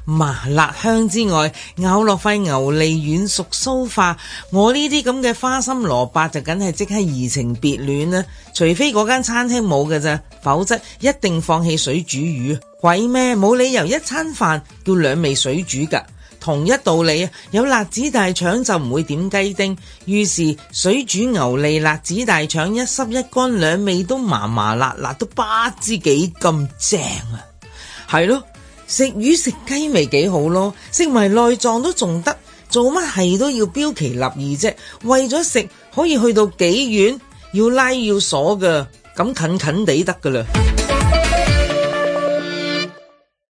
[SPEAKER 4] 麻辣香之外，咬落塊牛脷軟熟酥化，我呢啲咁嘅花心蘿蔔就梗係即刻移情別戀啦。除非嗰間餐廳冇嘅咋，否則一定放棄水煮魚。鬼咩？冇理由一餐飯叫兩味水煮㗎。同一道理啊，有辣子大腸就唔會點雞丁，於是水煮牛脷辣子大腸一濕一乾兩味都麻麻辣辣，都不知幾咁正啊！係咯，食魚食雞咪幾好咯，食埋內臟都仲得，做乜係都要標奇立異啫？為咗食可以去到幾遠，要拉要鎖噶，咁近近地得噶啦。